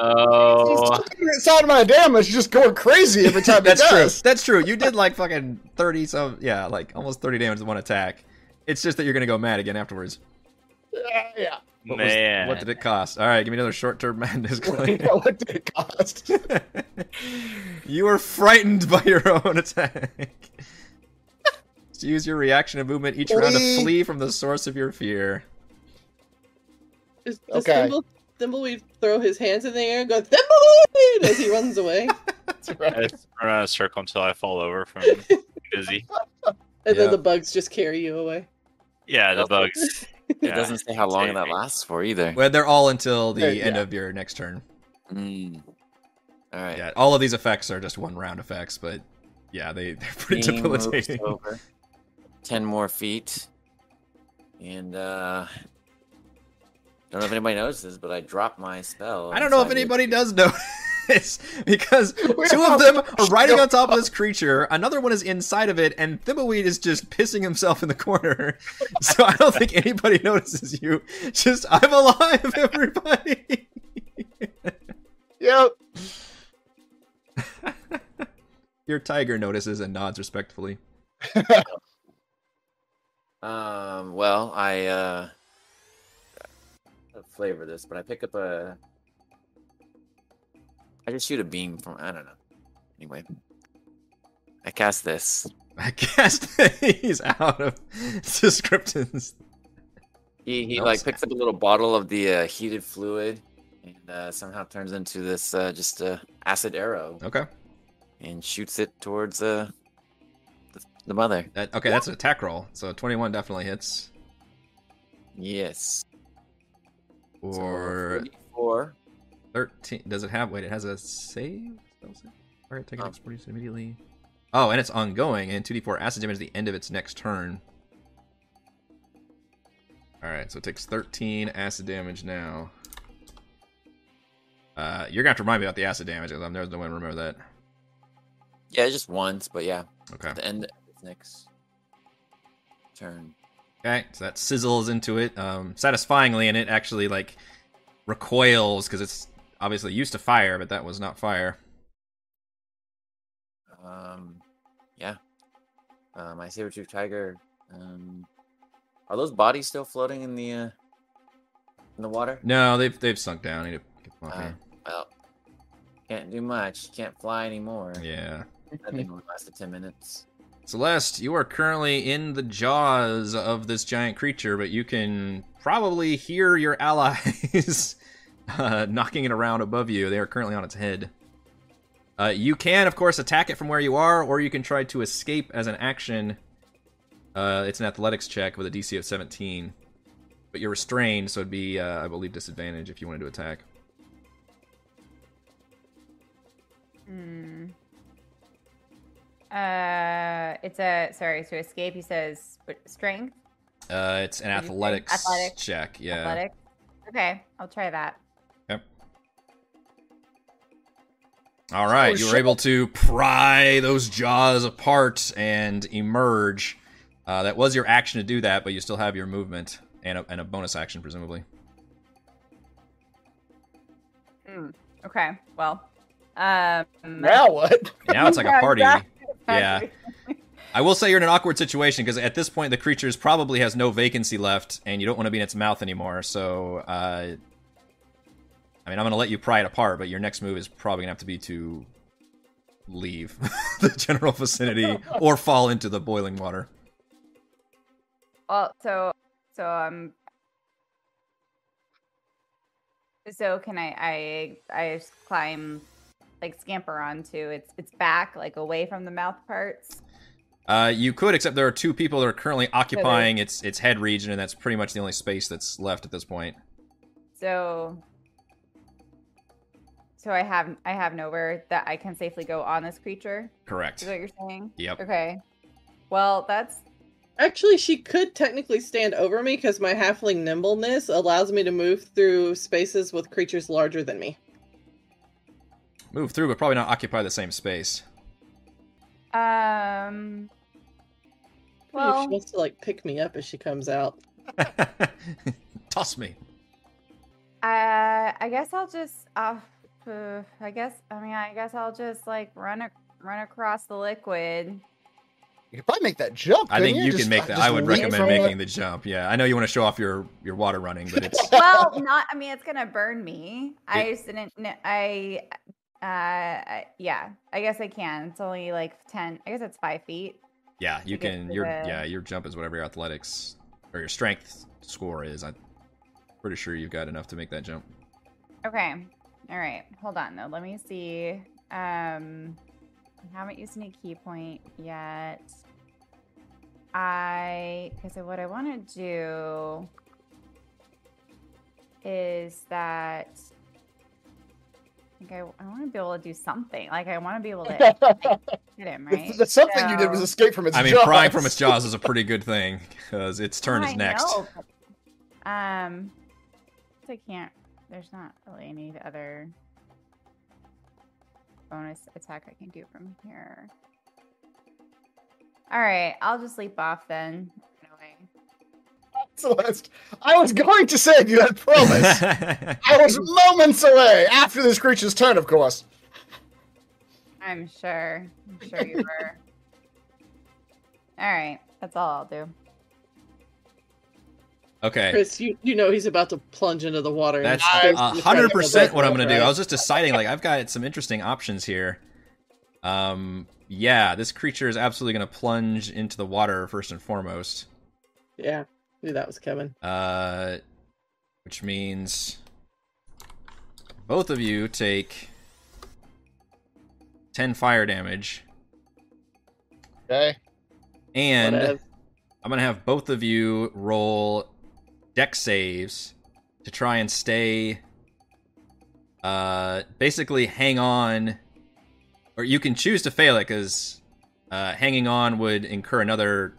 Speaker 4: oh.
Speaker 8: Inside my damage, just going crazy every time it
Speaker 1: That's true.
Speaker 8: does.
Speaker 1: That's true. You did like fucking 30 some yeah, like almost 30 damage in one attack. It's just that you're going to go mad again afterwards.
Speaker 8: Yeah, yeah.
Speaker 1: What was-
Speaker 4: man.
Speaker 1: what did it cost? All right, give me another short-term madness claim.
Speaker 8: Yeah, what did it cost?
Speaker 1: you were frightened by your own attack. so use your reaction and movement each round to
Speaker 8: Flee.
Speaker 1: flee from the source of your fear.
Speaker 7: Is, does
Speaker 8: Okay.
Speaker 7: Thimble, Thimbleweed throw his hands in the air and go Thimbleweed as he runs away,
Speaker 4: I just run out of circle until I fall over from busy.
Speaker 7: and
Speaker 1: Yeah.
Speaker 7: then the bugs just carry you away.
Speaker 4: Yeah, the bugs.
Speaker 6: It
Speaker 4: Yeah.
Speaker 6: doesn't say how long
Speaker 4: Save
Speaker 6: that
Speaker 4: me.
Speaker 6: lasts for either.
Speaker 1: Well, they're all until the
Speaker 8: Yeah.
Speaker 1: end of your next turn.
Speaker 6: Mm. All right.
Speaker 1: Yeah, all of these effects are just one round effects, but yeah, they, they're pretty
Speaker 6: Being moved
Speaker 1: debilitating.
Speaker 6: over. Ten more feet, and uh, don't know if anybody notices, but I dropped my spell.
Speaker 1: I don't know if
Speaker 6: inside the-
Speaker 1: anybody does notice because two of
Speaker 8: all-
Speaker 1: them are riding on top of this creature, another one is inside of it, and Thimbleweed is just pissing himself in the corner. So I don't think anybody notices you. Just, I'm alive, everybody!
Speaker 8: yep.
Speaker 1: Your tiger notices and nods respectfully.
Speaker 6: Um. Well, I uh, how to flavor this, but I pick up a. I just shoot a beam from I don't know. Anyway, I cast this.
Speaker 1: I guess he's out of descriptions.
Speaker 6: He he
Speaker 1: That
Speaker 6: like
Speaker 1: was-
Speaker 6: picks up a little bottle of the uh, heated fluid, and uh, somehow turns into this uh, just uh, acid arrow
Speaker 1: Okay.
Speaker 6: and shoots it towards uh, the, the mother.
Speaker 1: That, okay, that's an attack roll. So 21 definitely hits.
Speaker 6: Yes. So,
Speaker 1: Or
Speaker 6: 44.
Speaker 1: 13. Does it have. Wait, it has a save? Spell save? Alright, take an
Speaker 6: Oh.
Speaker 1: expertise immediately. Oh, and it's ongoing, and 2d4 acid damage at the end of its next turn. Alright, so it takes 13 acid damage now. Uh, you're gonna have to remind me about the acid damage because I'm there's no way to remember that.
Speaker 6: Yeah, just once, but yeah,
Speaker 1: Okay.
Speaker 6: at the end of its next turn.
Speaker 1: Okay, so that sizzles into it um, satisfyingly, and it actually like recoils because it's obviously used to fire, but that was not fire.
Speaker 6: Um, yeah. Uh, my saber tooth tiger. Um, are those bodies still floating in the uh, in the water?
Speaker 1: No, they've they've sunk down. I need to get them off
Speaker 6: Uh,
Speaker 1: here.
Speaker 6: well, can't do much. Can't fly anymore.
Speaker 1: Yeah,
Speaker 6: That thing only lasted ten minutes.
Speaker 1: Celeste, you are currently in the jaws of this giant creature, but you can probably hear your allies uh, knocking it around above you. They are currently on its head. Uh, you can, of course, attack it from where you are, or you can try to escape as an action. Uh, it's an athletics check with a DC of 17, but you're restrained, so it'd be, uh, I believe, disadvantage if you wanted to attack.
Speaker 5: Hmm. Uh, it's a sorry to escape. He says what- strength,
Speaker 1: Uh, it's an
Speaker 5: What'd you say?
Speaker 1: athletics,
Speaker 5: Athletics?
Speaker 1: check. Yeah.
Speaker 5: athletic. Okay, I'll try that.
Speaker 1: All right, you were able to pry those jaws apart and emerge. Uh, that was your action to do that, but you still have your movement and a, and a bonus action, presumably.
Speaker 5: Okay, well, um,
Speaker 8: Now what?
Speaker 1: Now it's like a
Speaker 5: Yeah,
Speaker 1: party.
Speaker 5: exactly.
Speaker 1: yeah. I will say you're in an awkward situation because at this point the creature's probably has no vacancy left, and you don't want to be in its mouth anymore. So, uh, I mean, I'm going to let you pry it apart, but your next move is probably going to have to be to leave the general vicinity or fall into the boiling water.
Speaker 5: Well, so so um so can I I I just climb like scamper onto its its back like away from the mouth parts.
Speaker 1: Uh, you could, except there are two people that are currently occupying its its head region, and that's pretty much the only space that's left at this point.
Speaker 5: So so I have I have nowhere that I can safely go on this creature. Is
Speaker 1: Correct.
Speaker 5: what you're saying?
Speaker 1: Yep.
Speaker 5: Okay. Well, that's
Speaker 7: Actually, she could technically stand over me because my halfling nimbleness allows me to move through spaces with creatures larger than me.
Speaker 1: move through, but probably not occupy the same space.
Speaker 5: Um.
Speaker 7: Well,
Speaker 5: Well,
Speaker 7: she wants to like pick me up as she comes out.
Speaker 1: Toss me.
Speaker 5: Uh, I guess I'll just. I'll, uh, I guess. I mean, I guess I'll just like run a, run across the liquid.
Speaker 2: You could probably make that jump.
Speaker 1: I
Speaker 2: couldn't
Speaker 1: think you
Speaker 2: Just-
Speaker 1: can make that.
Speaker 2: just
Speaker 1: I would
Speaker 2: leap
Speaker 1: recommend
Speaker 2: from
Speaker 1: making
Speaker 2: it.
Speaker 1: the jump. Yeah, I know you want to show off your your water running, but it's
Speaker 5: Well, not. I mean, it's gonna burn me. I just didn't. kn- I. Uh, I- yeah. I guess I can. It's only like ten. I guess it's five feet.
Speaker 1: yeah, you
Speaker 5: To get
Speaker 1: can.
Speaker 5: to
Speaker 1: Your
Speaker 5: the-
Speaker 1: yeah, your jump is whatever your athletics or your strength score is. I'm pretty sure you've got enough to make that jump.
Speaker 5: Okay. All right. Hold on though. Let me see. Um, I haven't used any key point yet. I because what I want to do is that I think I, I want to be able to do something. Like I want to be able to like, hit him, right?
Speaker 2: The something you did was
Speaker 5: So-
Speaker 2: escape from its
Speaker 1: I mean,
Speaker 2: jaws.
Speaker 1: prying from its jaws is a pretty good thing because its turn
Speaker 5: I
Speaker 1: is next.
Speaker 5: know, but- Um, so I can't. There's not really any other bonus attack I can do from here. All right, I'll just leap off then. Run away.
Speaker 2: Celeste, I was going to save you, I promise. I was moments away after this creature's turn, of course.
Speaker 5: I'm sure. I'm sure you were. All right, that's all I'll do.
Speaker 1: okay,
Speaker 7: Chris, you, you know he's about to plunge into the water.
Speaker 1: that's
Speaker 2: I-
Speaker 1: a hundred percent what I'm gonna do. I
Speaker 7: Right?
Speaker 1: was just deciding like I've got some interesting options here. Um, yeah, this creature is absolutely gonna plunge into the water first and foremost.
Speaker 7: Yeah, knew that was coming.
Speaker 1: Uh, which means both of you take 10 fire damage.
Speaker 2: Okay.
Speaker 1: And
Speaker 7: Whatev.
Speaker 1: I'm going to have both of you roll deck saves to try and stay. Uh, basically, hang on. Or you can choose to fail it because uh, hanging on would incur another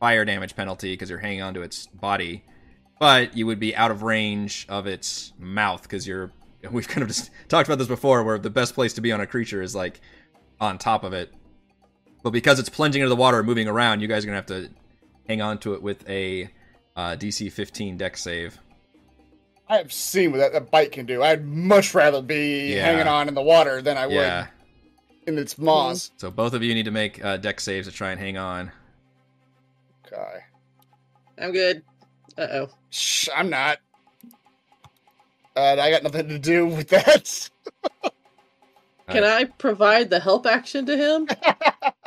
Speaker 1: fire damage penalty because you're hanging on to its body. But you would be out of range of its mouth because you're. We've kind of just talked about this before where the best place to be on a creature is like on top of it. But because it's plunging into the water and moving around, you guys are going to have to hang on to it with a uh, DC 15 deck save.
Speaker 2: I have seen what that, that bite can do. I'd much rather be
Speaker 1: Yeah.
Speaker 2: hanging on in the water than I would
Speaker 1: Yeah.
Speaker 2: in its maws.
Speaker 1: So both of you need to make uh, deck saves to try and hang on.
Speaker 2: Okay.
Speaker 7: I'm good. Uh oh.
Speaker 2: Shh, I'm not. Uh, I got nothing to do with that.
Speaker 7: Can I provide the help action to him?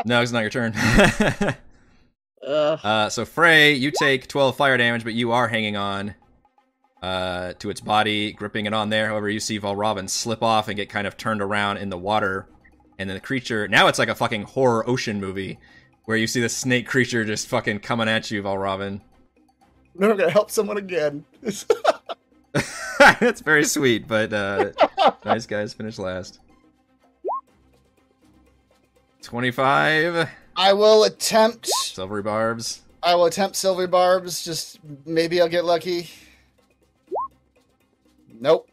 Speaker 1: No, it's not your turn.
Speaker 7: Ugh.
Speaker 1: uh, so Frey, you take 12 fire damage, but you are hanging on uh, to its body, gripping it on there. However, you see Valravn slip off and get kind of turned around in the water. And then the creature, now it's like a fucking horror ocean movie where you see the snake creature just fucking coming at you, Valravn.
Speaker 2: Then I'm gonna help someone again.
Speaker 1: That's very sweet, but uh, nice guys finish last. 25
Speaker 2: I will attempt.
Speaker 1: silvery barbs.
Speaker 2: I will attempt silver barbs. Just maybe I'll get lucky. Nope.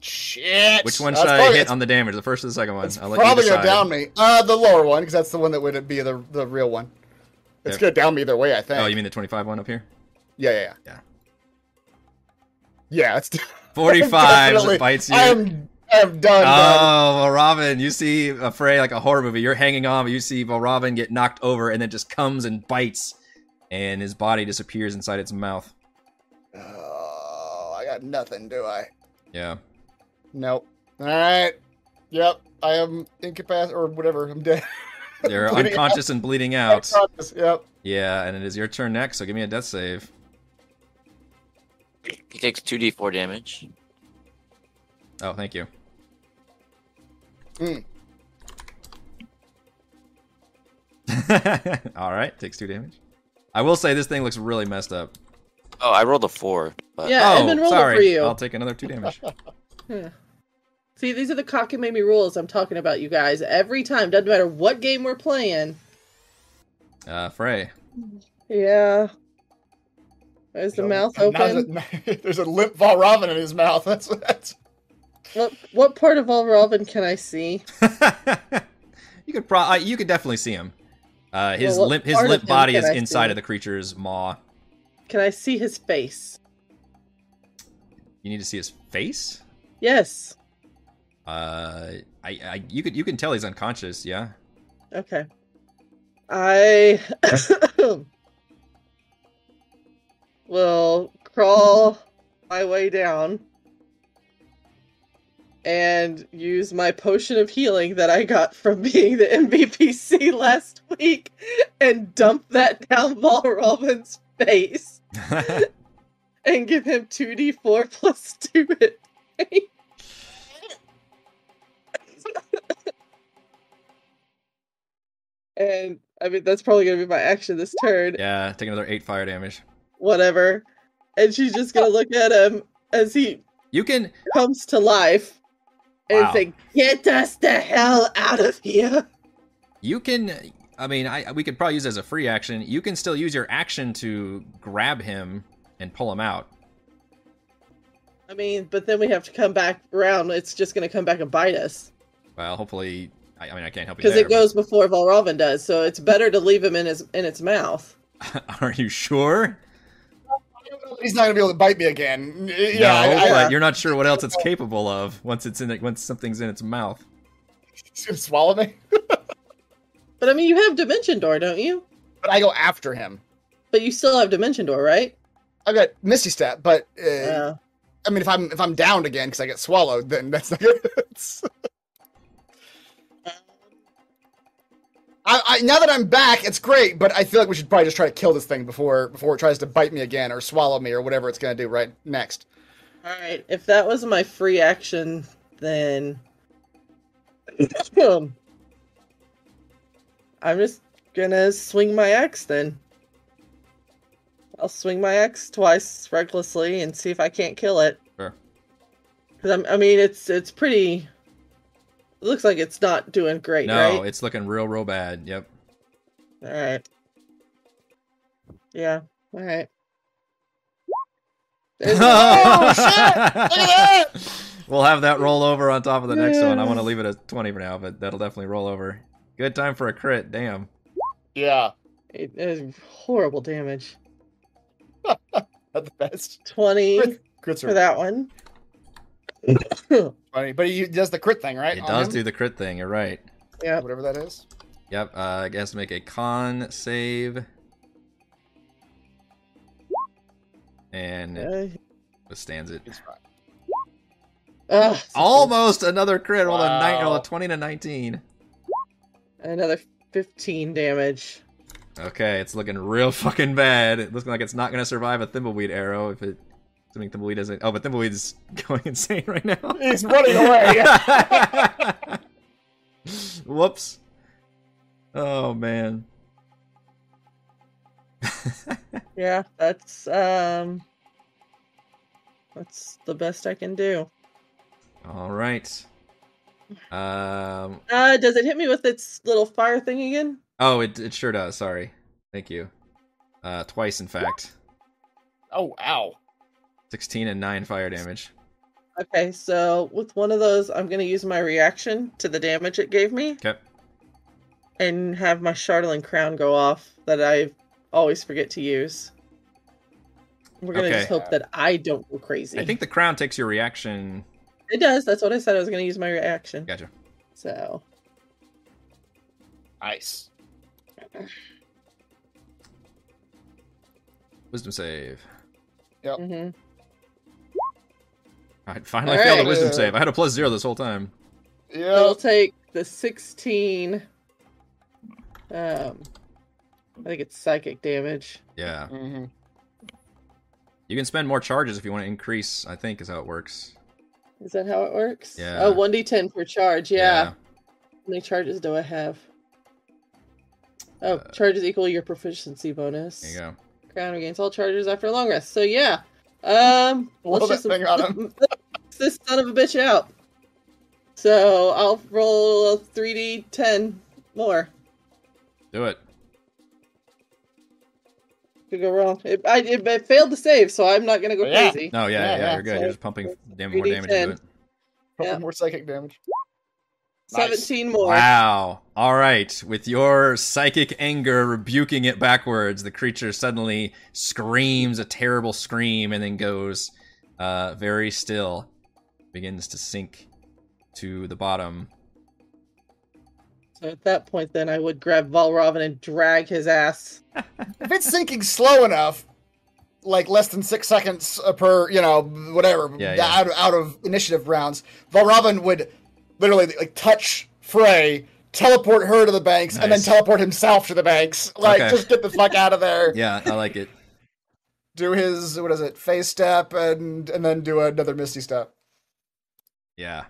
Speaker 2: Shit.
Speaker 1: Which one
Speaker 2: That's
Speaker 1: should I
Speaker 2: probably-
Speaker 1: hit on the damage? The first or the second one?
Speaker 2: It's
Speaker 1: I'll let
Speaker 2: probably
Speaker 1: you
Speaker 2: gonna
Speaker 1: decide.
Speaker 2: down me. Uh, the lower one, because that's the one that would be the the real one. It's
Speaker 1: Yeah.
Speaker 2: gonna down me either way, I think.
Speaker 1: Oh, you mean the 25 one up here?
Speaker 2: yeah, yeah, yeah,
Speaker 1: Yeah.
Speaker 2: Yeah, it's
Speaker 1: 45
Speaker 2: definitely-
Speaker 1: it bites you.
Speaker 2: I am I am done. dog.
Speaker 1: Oh, well, Robin, you see a fray like a horror movie. You're hanging on, but you see well, Robin get knocked over and then just comes and bites, and his body disappears inside its mouth.
Speaker 2: Oh, I got nothing, do I?
Speaker 1: Yeah.
Speaker 2: Nope. All right. Yep. I am incapacitated or whatever. I'm dead.
Speaker 1: You're
Speaker 2: Bleeding
Speaker 1: unconscious and bleeding out.
Speaker 2: yep.
Speaker 1: Yeah, and it is your turn next, so give me a death save.
Speaker 6: He takes 2d4 damage.
Speaker 1: Oh, thank you.
Speaker 7: Hmm.
Speaker 2: Mm.
Speaker 1: All right, takes two damage. I will say this thing looks really messed up.
Speaker 6: Oh, I rolled a 4. But
Speaker 7: Yeah,
Speaker 1: oh,
Speaker 7: and then roll
Speaker 1: sorry.
Speaker 7: it for you.
Speaker 1: I'll take another two damage.
Speaker 7: Yeah. See, these are the cocky mamie rules I'm talking about, you guys. Every time, doesn't matter what game we're playing.
Speaker 1: Uh, Frey.
Speaker 7: Yeah. Is the mouth
Speaker 2: Now
Speaker 7: open?
Speaker 2: that- There's a limp Valravin in his mouth. That's that's.
Speaker 7: What what part of Olrovin can I see?
Speaker 1: you could pro- uh, you could definitely see him. Uh, his
Speaker 7: Well, what
Speaker 1: limp his
Speaker 7: part of
Speaker 1: limp
Speaker 7: him
Speaker 1: body
Speaker 7: can
Speaker 1: is
Speaker 7: I
Speaker 1: inside
Speaker 7: see?
Speaker 1: of the creature's maw.
Speaker 7: Can I see his face?
Speaker 1: You need to see his face.
Speaker 7: Yes.
Speaker 1: Uh, I, I you could you can tell he's unconscious. Yeah.
Speaker 7: Okay. I will crawl my way down and use my potion of healing that I got from being the MVPC last week and dump that down Valrovin's face and give him 2d4 plus 2 hit. And I mean, that's probably going to be my action this turn.
Speaker 1: yeah. Take another eight fire damage.
Speaker 7: Whatever. And she's just going to look at him as he
Speaker 1: You can
Speaker 7: comes to life and
Speaker 1: Wow.
Speaker 7: say, Get us the hell out of here.
Speaker 1: you can. I mean, I we could probably use it as a free action. You can still use your action to grab him and pull him out.
Speaker 7: I mean, but then we have to come back around. It's just going to come back and bite us
Speaker 1: Well, hopefully, I, I mean, I can't help you
Speaker 7: because
Speaker 1: there.
Speaker 7: it goes before Valravin does. So it's better to leave him in his in its mouth.
Speaker 1: but- Are you sure?
Speaker 8: He's not gonna be able to bite me again. Yeah,
Speaker 1: no,
Speaker 8: I, I,
Speaker 1: but you're not sure what else it's capable of once it's in it, once something's in its mouth.
Speaker 8: he's gonna swallow me.
Speaker 7: But I mean, you have Dimension Door, don't you?
Speaker 8: But I go after him.
Speaker 7: But you still have Dimension Door, right?
Speaker 8: I've got Misty Step, but uh,
Speaker 7: Yeah.
Speaker 8: I mean, if I'm if I'm downed again because I get swallowed, then that's not good. I, I, now that I'm back, it's great, but I feel like we should probably just try to kill this thing before before it tries to bite me again or swallow me or whatever it's gonna do right next.
Speaker 7: All right. If that was my free action, then Um, I'm just gonna swing my axe. Then I'll swing my axe twice recklessly and see if I can't kill it.
Speaker 1: Sure.
Speaker 7: Because I'm. I mean, it's it's pretty. It looks like it's not doing great,
Speaker 1: No,
Speaker 7: right?
Speaker 1: it's looking real, real bad. Yep.
Speaker 7: All right. Yeah. All right. There's
Speaker 8: at
Speaker 1: We'll have that roll over on top of the next one. I want to leave it at 20 for now, but that'll definitely roll over. Good time for a crit. Damn.
Speaker 8: Yeah,
Speaker 7: it is horrible damage.
Speaker 8: not the best.
Speaker 7: Twenty.
Speaker 8: Crits, crits
Speaker 7: for
Speaker 8: are
Speaker 7: that one.
Speaker 8: funny, but he does the crit thing, right?
Speaker 1: It
Speaker 8: on
Speaker 1: does
Speaker 8: him?
Speaker 1: do the crit thing. You're right.
Speaker 7: Yeah.
Speaker 8: whatever that is.
Speaker 1: Yep. Uh, I guess make a con save. And it
Speaker 7: Uh,
Speaker 1: withstands it.
Speaker 8: He's fine. Ah,
Speaker 7: Uh, ugh,
Speaker 1: Almost another crit. Roll a, nine, roll
Speaker 8: Wow.
Speaker 1: a 20 to 19.
Speaker 7: another 15 damage.
Speaker 1: Okay, it's looking real fucking bad. It looking like it's not gonna survive a thimbleweed arrow if it assuming thimbleweed doesn't oh but thimbleweed's going insane right now.
Speaker 8: He's running away.
Speaker 1: Whoops. Oh man.
Speaker 7: Yeah, that's um that's the best I can do.
Speaker 1: Alright. Um
Speaker 7: Uh does it hit me with its little fire thing again?
Speaker 1: oh it it sure does, sorry. Thank you. Uh twice in fact.
Speaker 8: oh, ow!
Speaker 1: Sixteen and nine fire damage.
Speaker 7: Okay, so with one of those I'm going to use my reaction to the damage it gave me
Speaker 1: Okay.
Speaker 7: and have my Shardling crown go off that I always forget to use. We're going to
Speaker 1: Okay.
Speaker 7: just hope that I don't go crazy.
Speaker 1: I think the crown takes your reaction.
Speaker 7: it does. That's what I said I was going to use my reaction.
Speaker 1: Gotcha.
Speaker 7: So
Speaker 8: Nice.
Speaker 1: Wisdom save.
Speaker 7: hmm
Speaker 1: I finally
Speaker 7: All
Speaker 1: failed a
Speaker 7: right.
Speaker 1: wisdom save. I had a plus zero this whole time.
Speaker 8: Yeah.
Speaker 7: It'll take the 16. Um, I think it's psychic damage.
Speaker 1: Yeah.
Speaker 8: Mhm.
Speaker 1: You can spend more charges if you want to increase, I think is how it works.
Speaker 7: Is that how it works?
Speaker 1: Yeah.
Speaker 7: Oh, 1d10 per charge. Yeah. How many charges do I have? Oh,
Speaker 1: Uh,
Speaker 7: charges equal your proficiency bonus.
Speaker 1: There you go.
Speaker 7: Crown regains all charges after a long rest. So, yeah. Um,
Speaker 8: Roll
Speaker 7: let's
Speaker 8: that
Speaker 7: just
Speaker 8: thing on him.
Speaker 7: let's this son of a bitch out. So, I'll roll 3d10 more.
Speaker 1: Do it.
Speaker 7: Could go wrong. It, I, it, it failed to save, so I'm not going to go
Speaker 8: Yeah.
Speaker 7: crazy.
Speaker 1: No, Oh, yeah, yeah,
Speaker 8: Yeah, yeah,
Speaker 1: you're good.
Speaker 7: so
Speaker 1: You're just pumping
Speaker 7: it's
Speaker 1: damn more damage
Speaker 7: 3d10.
Speaker 1: into it.
Speaker 2: Couple
Speaker 7: Yep.
Speaker 2: more psychic damage. Nice.
Speaker 7: 17 more.
Speaker 1: Wow. All right. With your psychic anger rebuking it backwards, the creature suddenly screams a terrible scream and then goes uh, very still, begins to sink to the bottom.
Speaker 7: So at that point, then I would grab Valravn and drag his ass.
Speaker 2: If it's sinking slow enough, like less than six seconds uh, per, you know, whatever,
Speaker 1: Yeah, yeah.
Speaker 2: Out, out of initiative rounds, Valravn would literally like touch Frey, teleport her to the banks, and then
Speaker 1: Nice.
Speaker 2: teleport himself to the banks. Like,
Speaker 1: Okay.
Speaker 2: just get the fuck out of there.
Speaker 1: Yeah, I like it.
Speaker 2: Do his what is it? Face step, and and then do another Misty step.
Speaker 1: Yeah.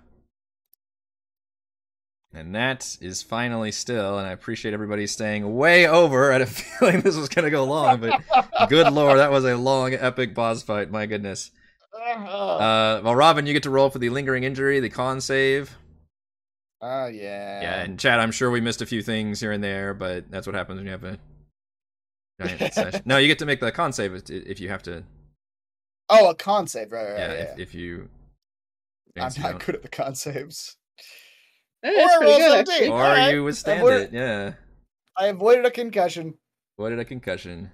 Speaker 1: And that is finally still, and I appreciate everybody staying way over. I had a feeling this was going to go long, but good lord, that was a long, epic boss fight. My goodness.
Speaker 2: Ah,
Speaker 1: Uh, well, Robin, you get to roll for the lingering injury, the con save.
Speaker 2: oh yeah.
Speaker 1: Yeah, and Chad, I'm sure we missed a few things here and there, but that's what happens when you have a giant session. No, you get to make the con save if- if you have to.
Speaker 2: Oh, a con save. Right, right,
Speaker 1: Yeah,
Speaker 2: right,
Speaker 1: if, if you.
Speaker 2: yeah.
Speaker 1: things you
Speaker 2: I'm not
Speaker 1: don't-
Speaker 2: good at the con saves.
Speaker 7: Eh, That's
Speaker 2: Or
Speaker 7: pretty
Speaker 2: roll
Speaker 7: good,
Speaker 2: some
Speaker 7: actually.
Speaker 2: deep.
Speaker 1: Or
Speaker 2: Alright,
Speaker 1: you withstand
Speaker 2: we're-
Speaker 1: it. Yeah.
Speaker 2: I avoided a concussion.
Speaker 1: What did a concussion?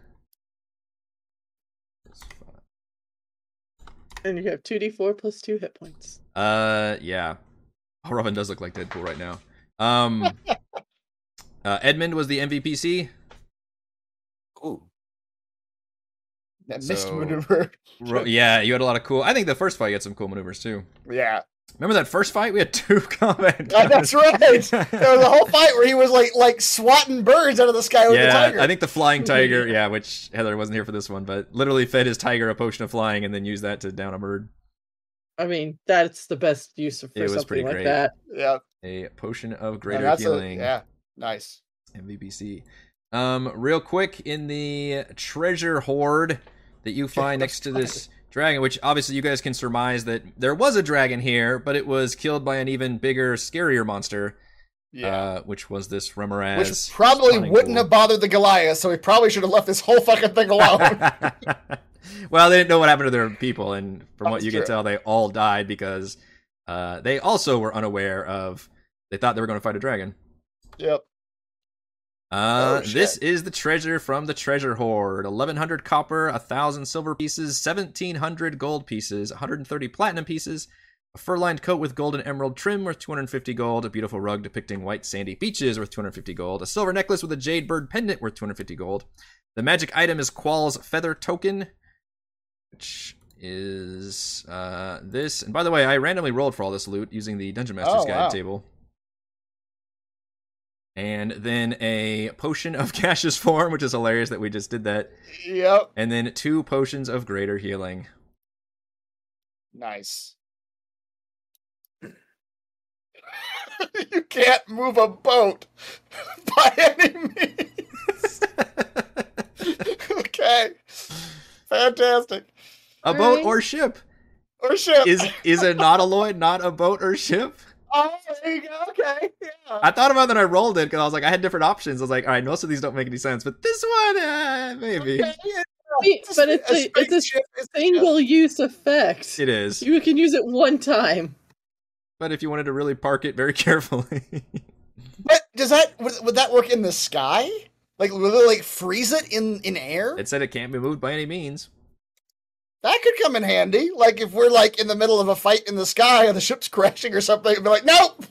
Speaker 1: That's fine.
Speaker 7: And you have 2d4 plus 2 hit points.
Speaker 1: Uh, yeah. Oh, Robin does look like Deadpool right now. Um, uh, Edmund was the MVPC.
Speaker 6: Ooh.
Speaker 2: That missed
Speaker 1: So-
Speaker 2: maneuver.
Speaker 1: Ro- yeah, you had a lot of cool. I think the first fight you had some cool maneuvers too.
Speaker 2: Yeah.
Speaker 1: Remember that first fight? We had two combat.
Speaker 2: Uh, that's right. There was a whole fight where he was like like swatting birds out of the sky with the
Speaker 1: yeah,
Speaker 2: tiger.
Speaker 1: I think the flying tiger. Yeah, which Heather wasn't here for this one, but literally fed his tiger a potion of flying and then used that to down a bird.
Speaker 7: I mean, that's the best use of for
Speaker 1: It was pretty
Speaker 7: something
Speaker 1: great.
Speaker 7: like that.
Speaker 2: yeah.
Speaker 1: A potion of
Speaker 2: No,
Speaker 1: greater
Speaker 2: that's a-
Speaker 1: healing.
Speaker 2: yeah. Nice.
Speaker 1: MVPC. Um, real quick in the treasure hoard that you find next to this dragon, which obviously you guys can surmise that there was a dragon here, but it was killed by an even bigger, scarier monster,
Speaker 2: Yeah.
Speaker 1: uh, which was this Remoraz.
Speaker 2: Which probably
Speaker 1: spawning
Speaker 2: wouldn't
Speaker 1: pool.
Speaker 2: have bothered the Goliath, so we probably should have left this whole fucking thing alone.
Speaker 1: well, they didn't know what happened to their people, and from what
Speaker 2: That's
Speaker 1: you can
Speaker 2: true.
Speaker 1: tell, they all died because uh, they also were unaware of. They thought they were going to fight a dragon.
Speaker 2: yep.
Speaker 1: Uh,
Speaker 2: Oh, shit.
Speaker 1: this is the treasure from the treasure hoard. 1100 copper, 1000 silver pieces, 1700 gold pieces, 130 platinum pieces, a fur-lined coat with gold and emerald trim worth 250 gold, a beautiful rug depicting white sandy beaches worth 250 gold, a silver necklace with a jade bird pendant worth 250 gold. The magic item is Qual's feather token, which is uh this. And by the way, I randomly rolled for all this loot using the dungeon master's
Speaker 2: Oh,
Speaker 1: guide
Speaker 2: wow.
Speaker 1: table. And then a potion of Cash's form, which is hilarious that we just did that.
Speaker 2: Yep.
Speaker 1: And then two potions of greater healing.
Speaker 2: Nice. you can't move a boat by any means. okay. Fantastic. Oh,
Speaker 1: A boat or ship
Speaker 2: Or ship.
Speaker 1: is is a nautiloid not a boat or ship?
Speaker 2: oh, there you go. Okay. Yeah.
Speaker 1: I thought about that. I rolled it because I was like, I had different options. I was like, all right, most of these don't make any sense, but this one, uh, maybe
Speaker 2: Okay, yeah.
Speaker 7: Wait, but it's a, it's a
Speaker 2: spaceship is ship.
Speaker 7: single use effect.
Speaker 1: it is.
Speaker 7: You can use it one time.
Speaker 1: But if you wanted to really park it very carefully,
Speaker 2: But does that would, would that work in the sky? Like will it like freeze it in in air?
Speaker 1: it said it can't be moved by any means.
Speaker 2: that could come in handy. Like if we're like in the middle of a fight in the sky and the ship's crashing or something, and be like, nope,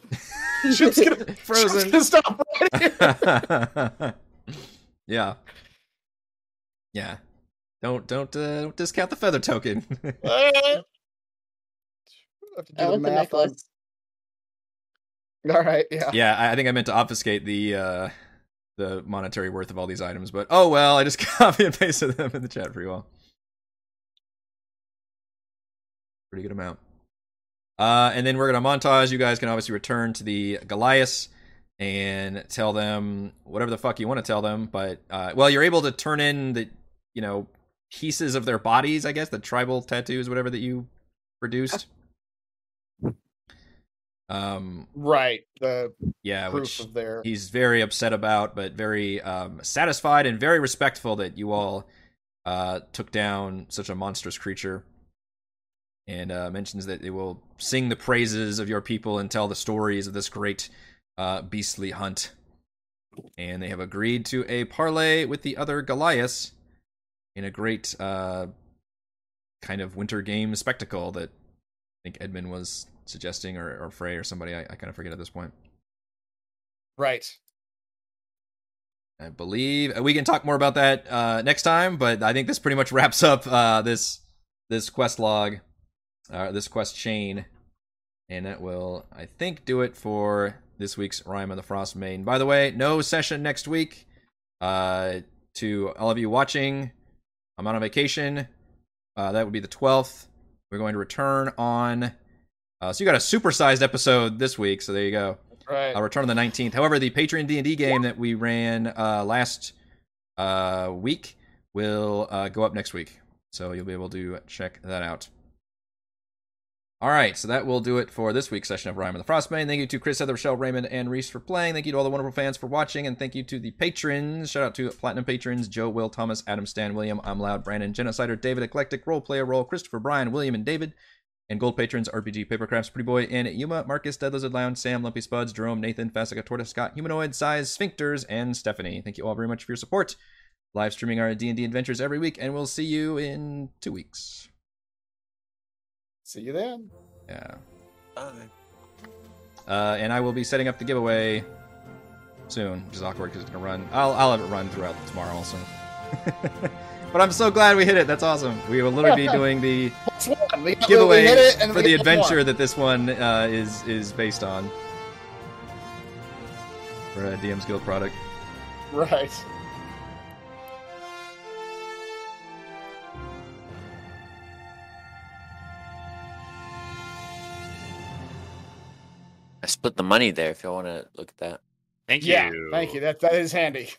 Speaker 2: ship's gonna, ship's
Speaker 1: Frozen.
Speaker 2: gonna stop right here.
Speaker 1: yeah. Yeah. Don't don't uh, don't discount the feather token.
Speaker 2: Alright. Have to do
Speaker 7: I
Speaker 2: the
Speaker 7: want the
Speaker 2: math on-
Speaker 7: necklace.
Speaker 2: All right, yeah.
Speaker 1: yeah, I I think I meant to obfuscate the uh the monetary worth of all these items, but oh well, I just copy and pasted them in the chat for you all. Pretty good amount. Uh and then we're gonna montage. You guys can obviously return to the Goliath and tell them whatever the fuck you want to tell them, but uh well you're able to turn in the you know, pieces of their bodies, I guess, the tribal tattoos, whatever that you produced. Um
Speaker 2: Right. The
Speaker 1: yeah,
Speaker 2: proof
Speaker 1: which
Speaker 2: of their
Speaker 1: he's very upset about, but very um, satisfied and very respectful that you all uh, took down such a monstrous creature. and uh, mentions that it will sing the praises of your people and tell the stories of this great uh, beastly hunt. And they have agreed to a parley with the other Goliaths in a great uh, kind of winter game spectacle that I think Edmund was suggesting, or, or Frey, or somebody. I, I kind of forget at this point.
Speaker 2: Right.
Speaker 1: I believe we can talk more about that uh, next time, but I think this pretty much wraps up uh, this this quest log, uh, this quest chain, and that will, I think, do it for this week's Rhyme of the Frost Maiden. By the way, no session next week. Uh, to all of you watching, I'm on a vacation. Uh, that would be the 12th. We're going to return on. Uh, so you got a supersized episode this week. So there you go.
Speaker 2: Right.
Speaker 1: I'll return on the 19th. However, the Patreon D&D game that we ran uh, last uh, week will uh, go up next week. So you'll be able to check that out. All right, so that will do it for this week's session of Rhyme of the Frostbane. Thank you to Chris, Heather, Rochelle, Raymond, and Reese for playing. Thank you to all the wonderful fans for watching, and thank you to the patrons. Shout out to Platinum patrons: Joe, Will, Thomas, Adam, Stan, William, I'm Loud, Brandon, Genocider, David, Eclectic, Roleplayer, Roll, Christopher, Brian, William, and David. And gold patrons RPG, Papercrafts, Pretty Boy, and Yuma, Marcus, Dead Lizard Lounge, Sam, Lumpy Spuds, Jerome, Nathan, Fastica, Tortoise, Scott, Humanoid, Size, Sphincters, and Stephanie. Thank you all very much for your support. Live streaming our D&D adventures every week, and we'll see you in two weeks.
Speaker 8: See you then.
Speaker 1: Yeah.
Speaker 6: Bye.
Speaker 1: Uh, and I will be setting up the giveaway soon, which is awkward because it's going to run. I'll, I'll have it run throughout tomorrow also. but I'm so glad we hit it. That's awesome. We will literally be doing the
Speaker 8: Plus one. We got- we
Speaker 1: giveaway
Speaker 8: hit it and
Speaker 1: for
Speaker 8: we
Speaker 1: the
Speaker 8: hit one.
Speaker 1: adventure that this one uh, is is based on. For a DM's Guild product.
Speaker 8: Right.
Speaker 6: I split the money there if y'all want to look at that.
Speaker 4: Thank
Speaker 8: yeah.
Speaker 4: you.
Speaker 8: Thank you. That that is handy.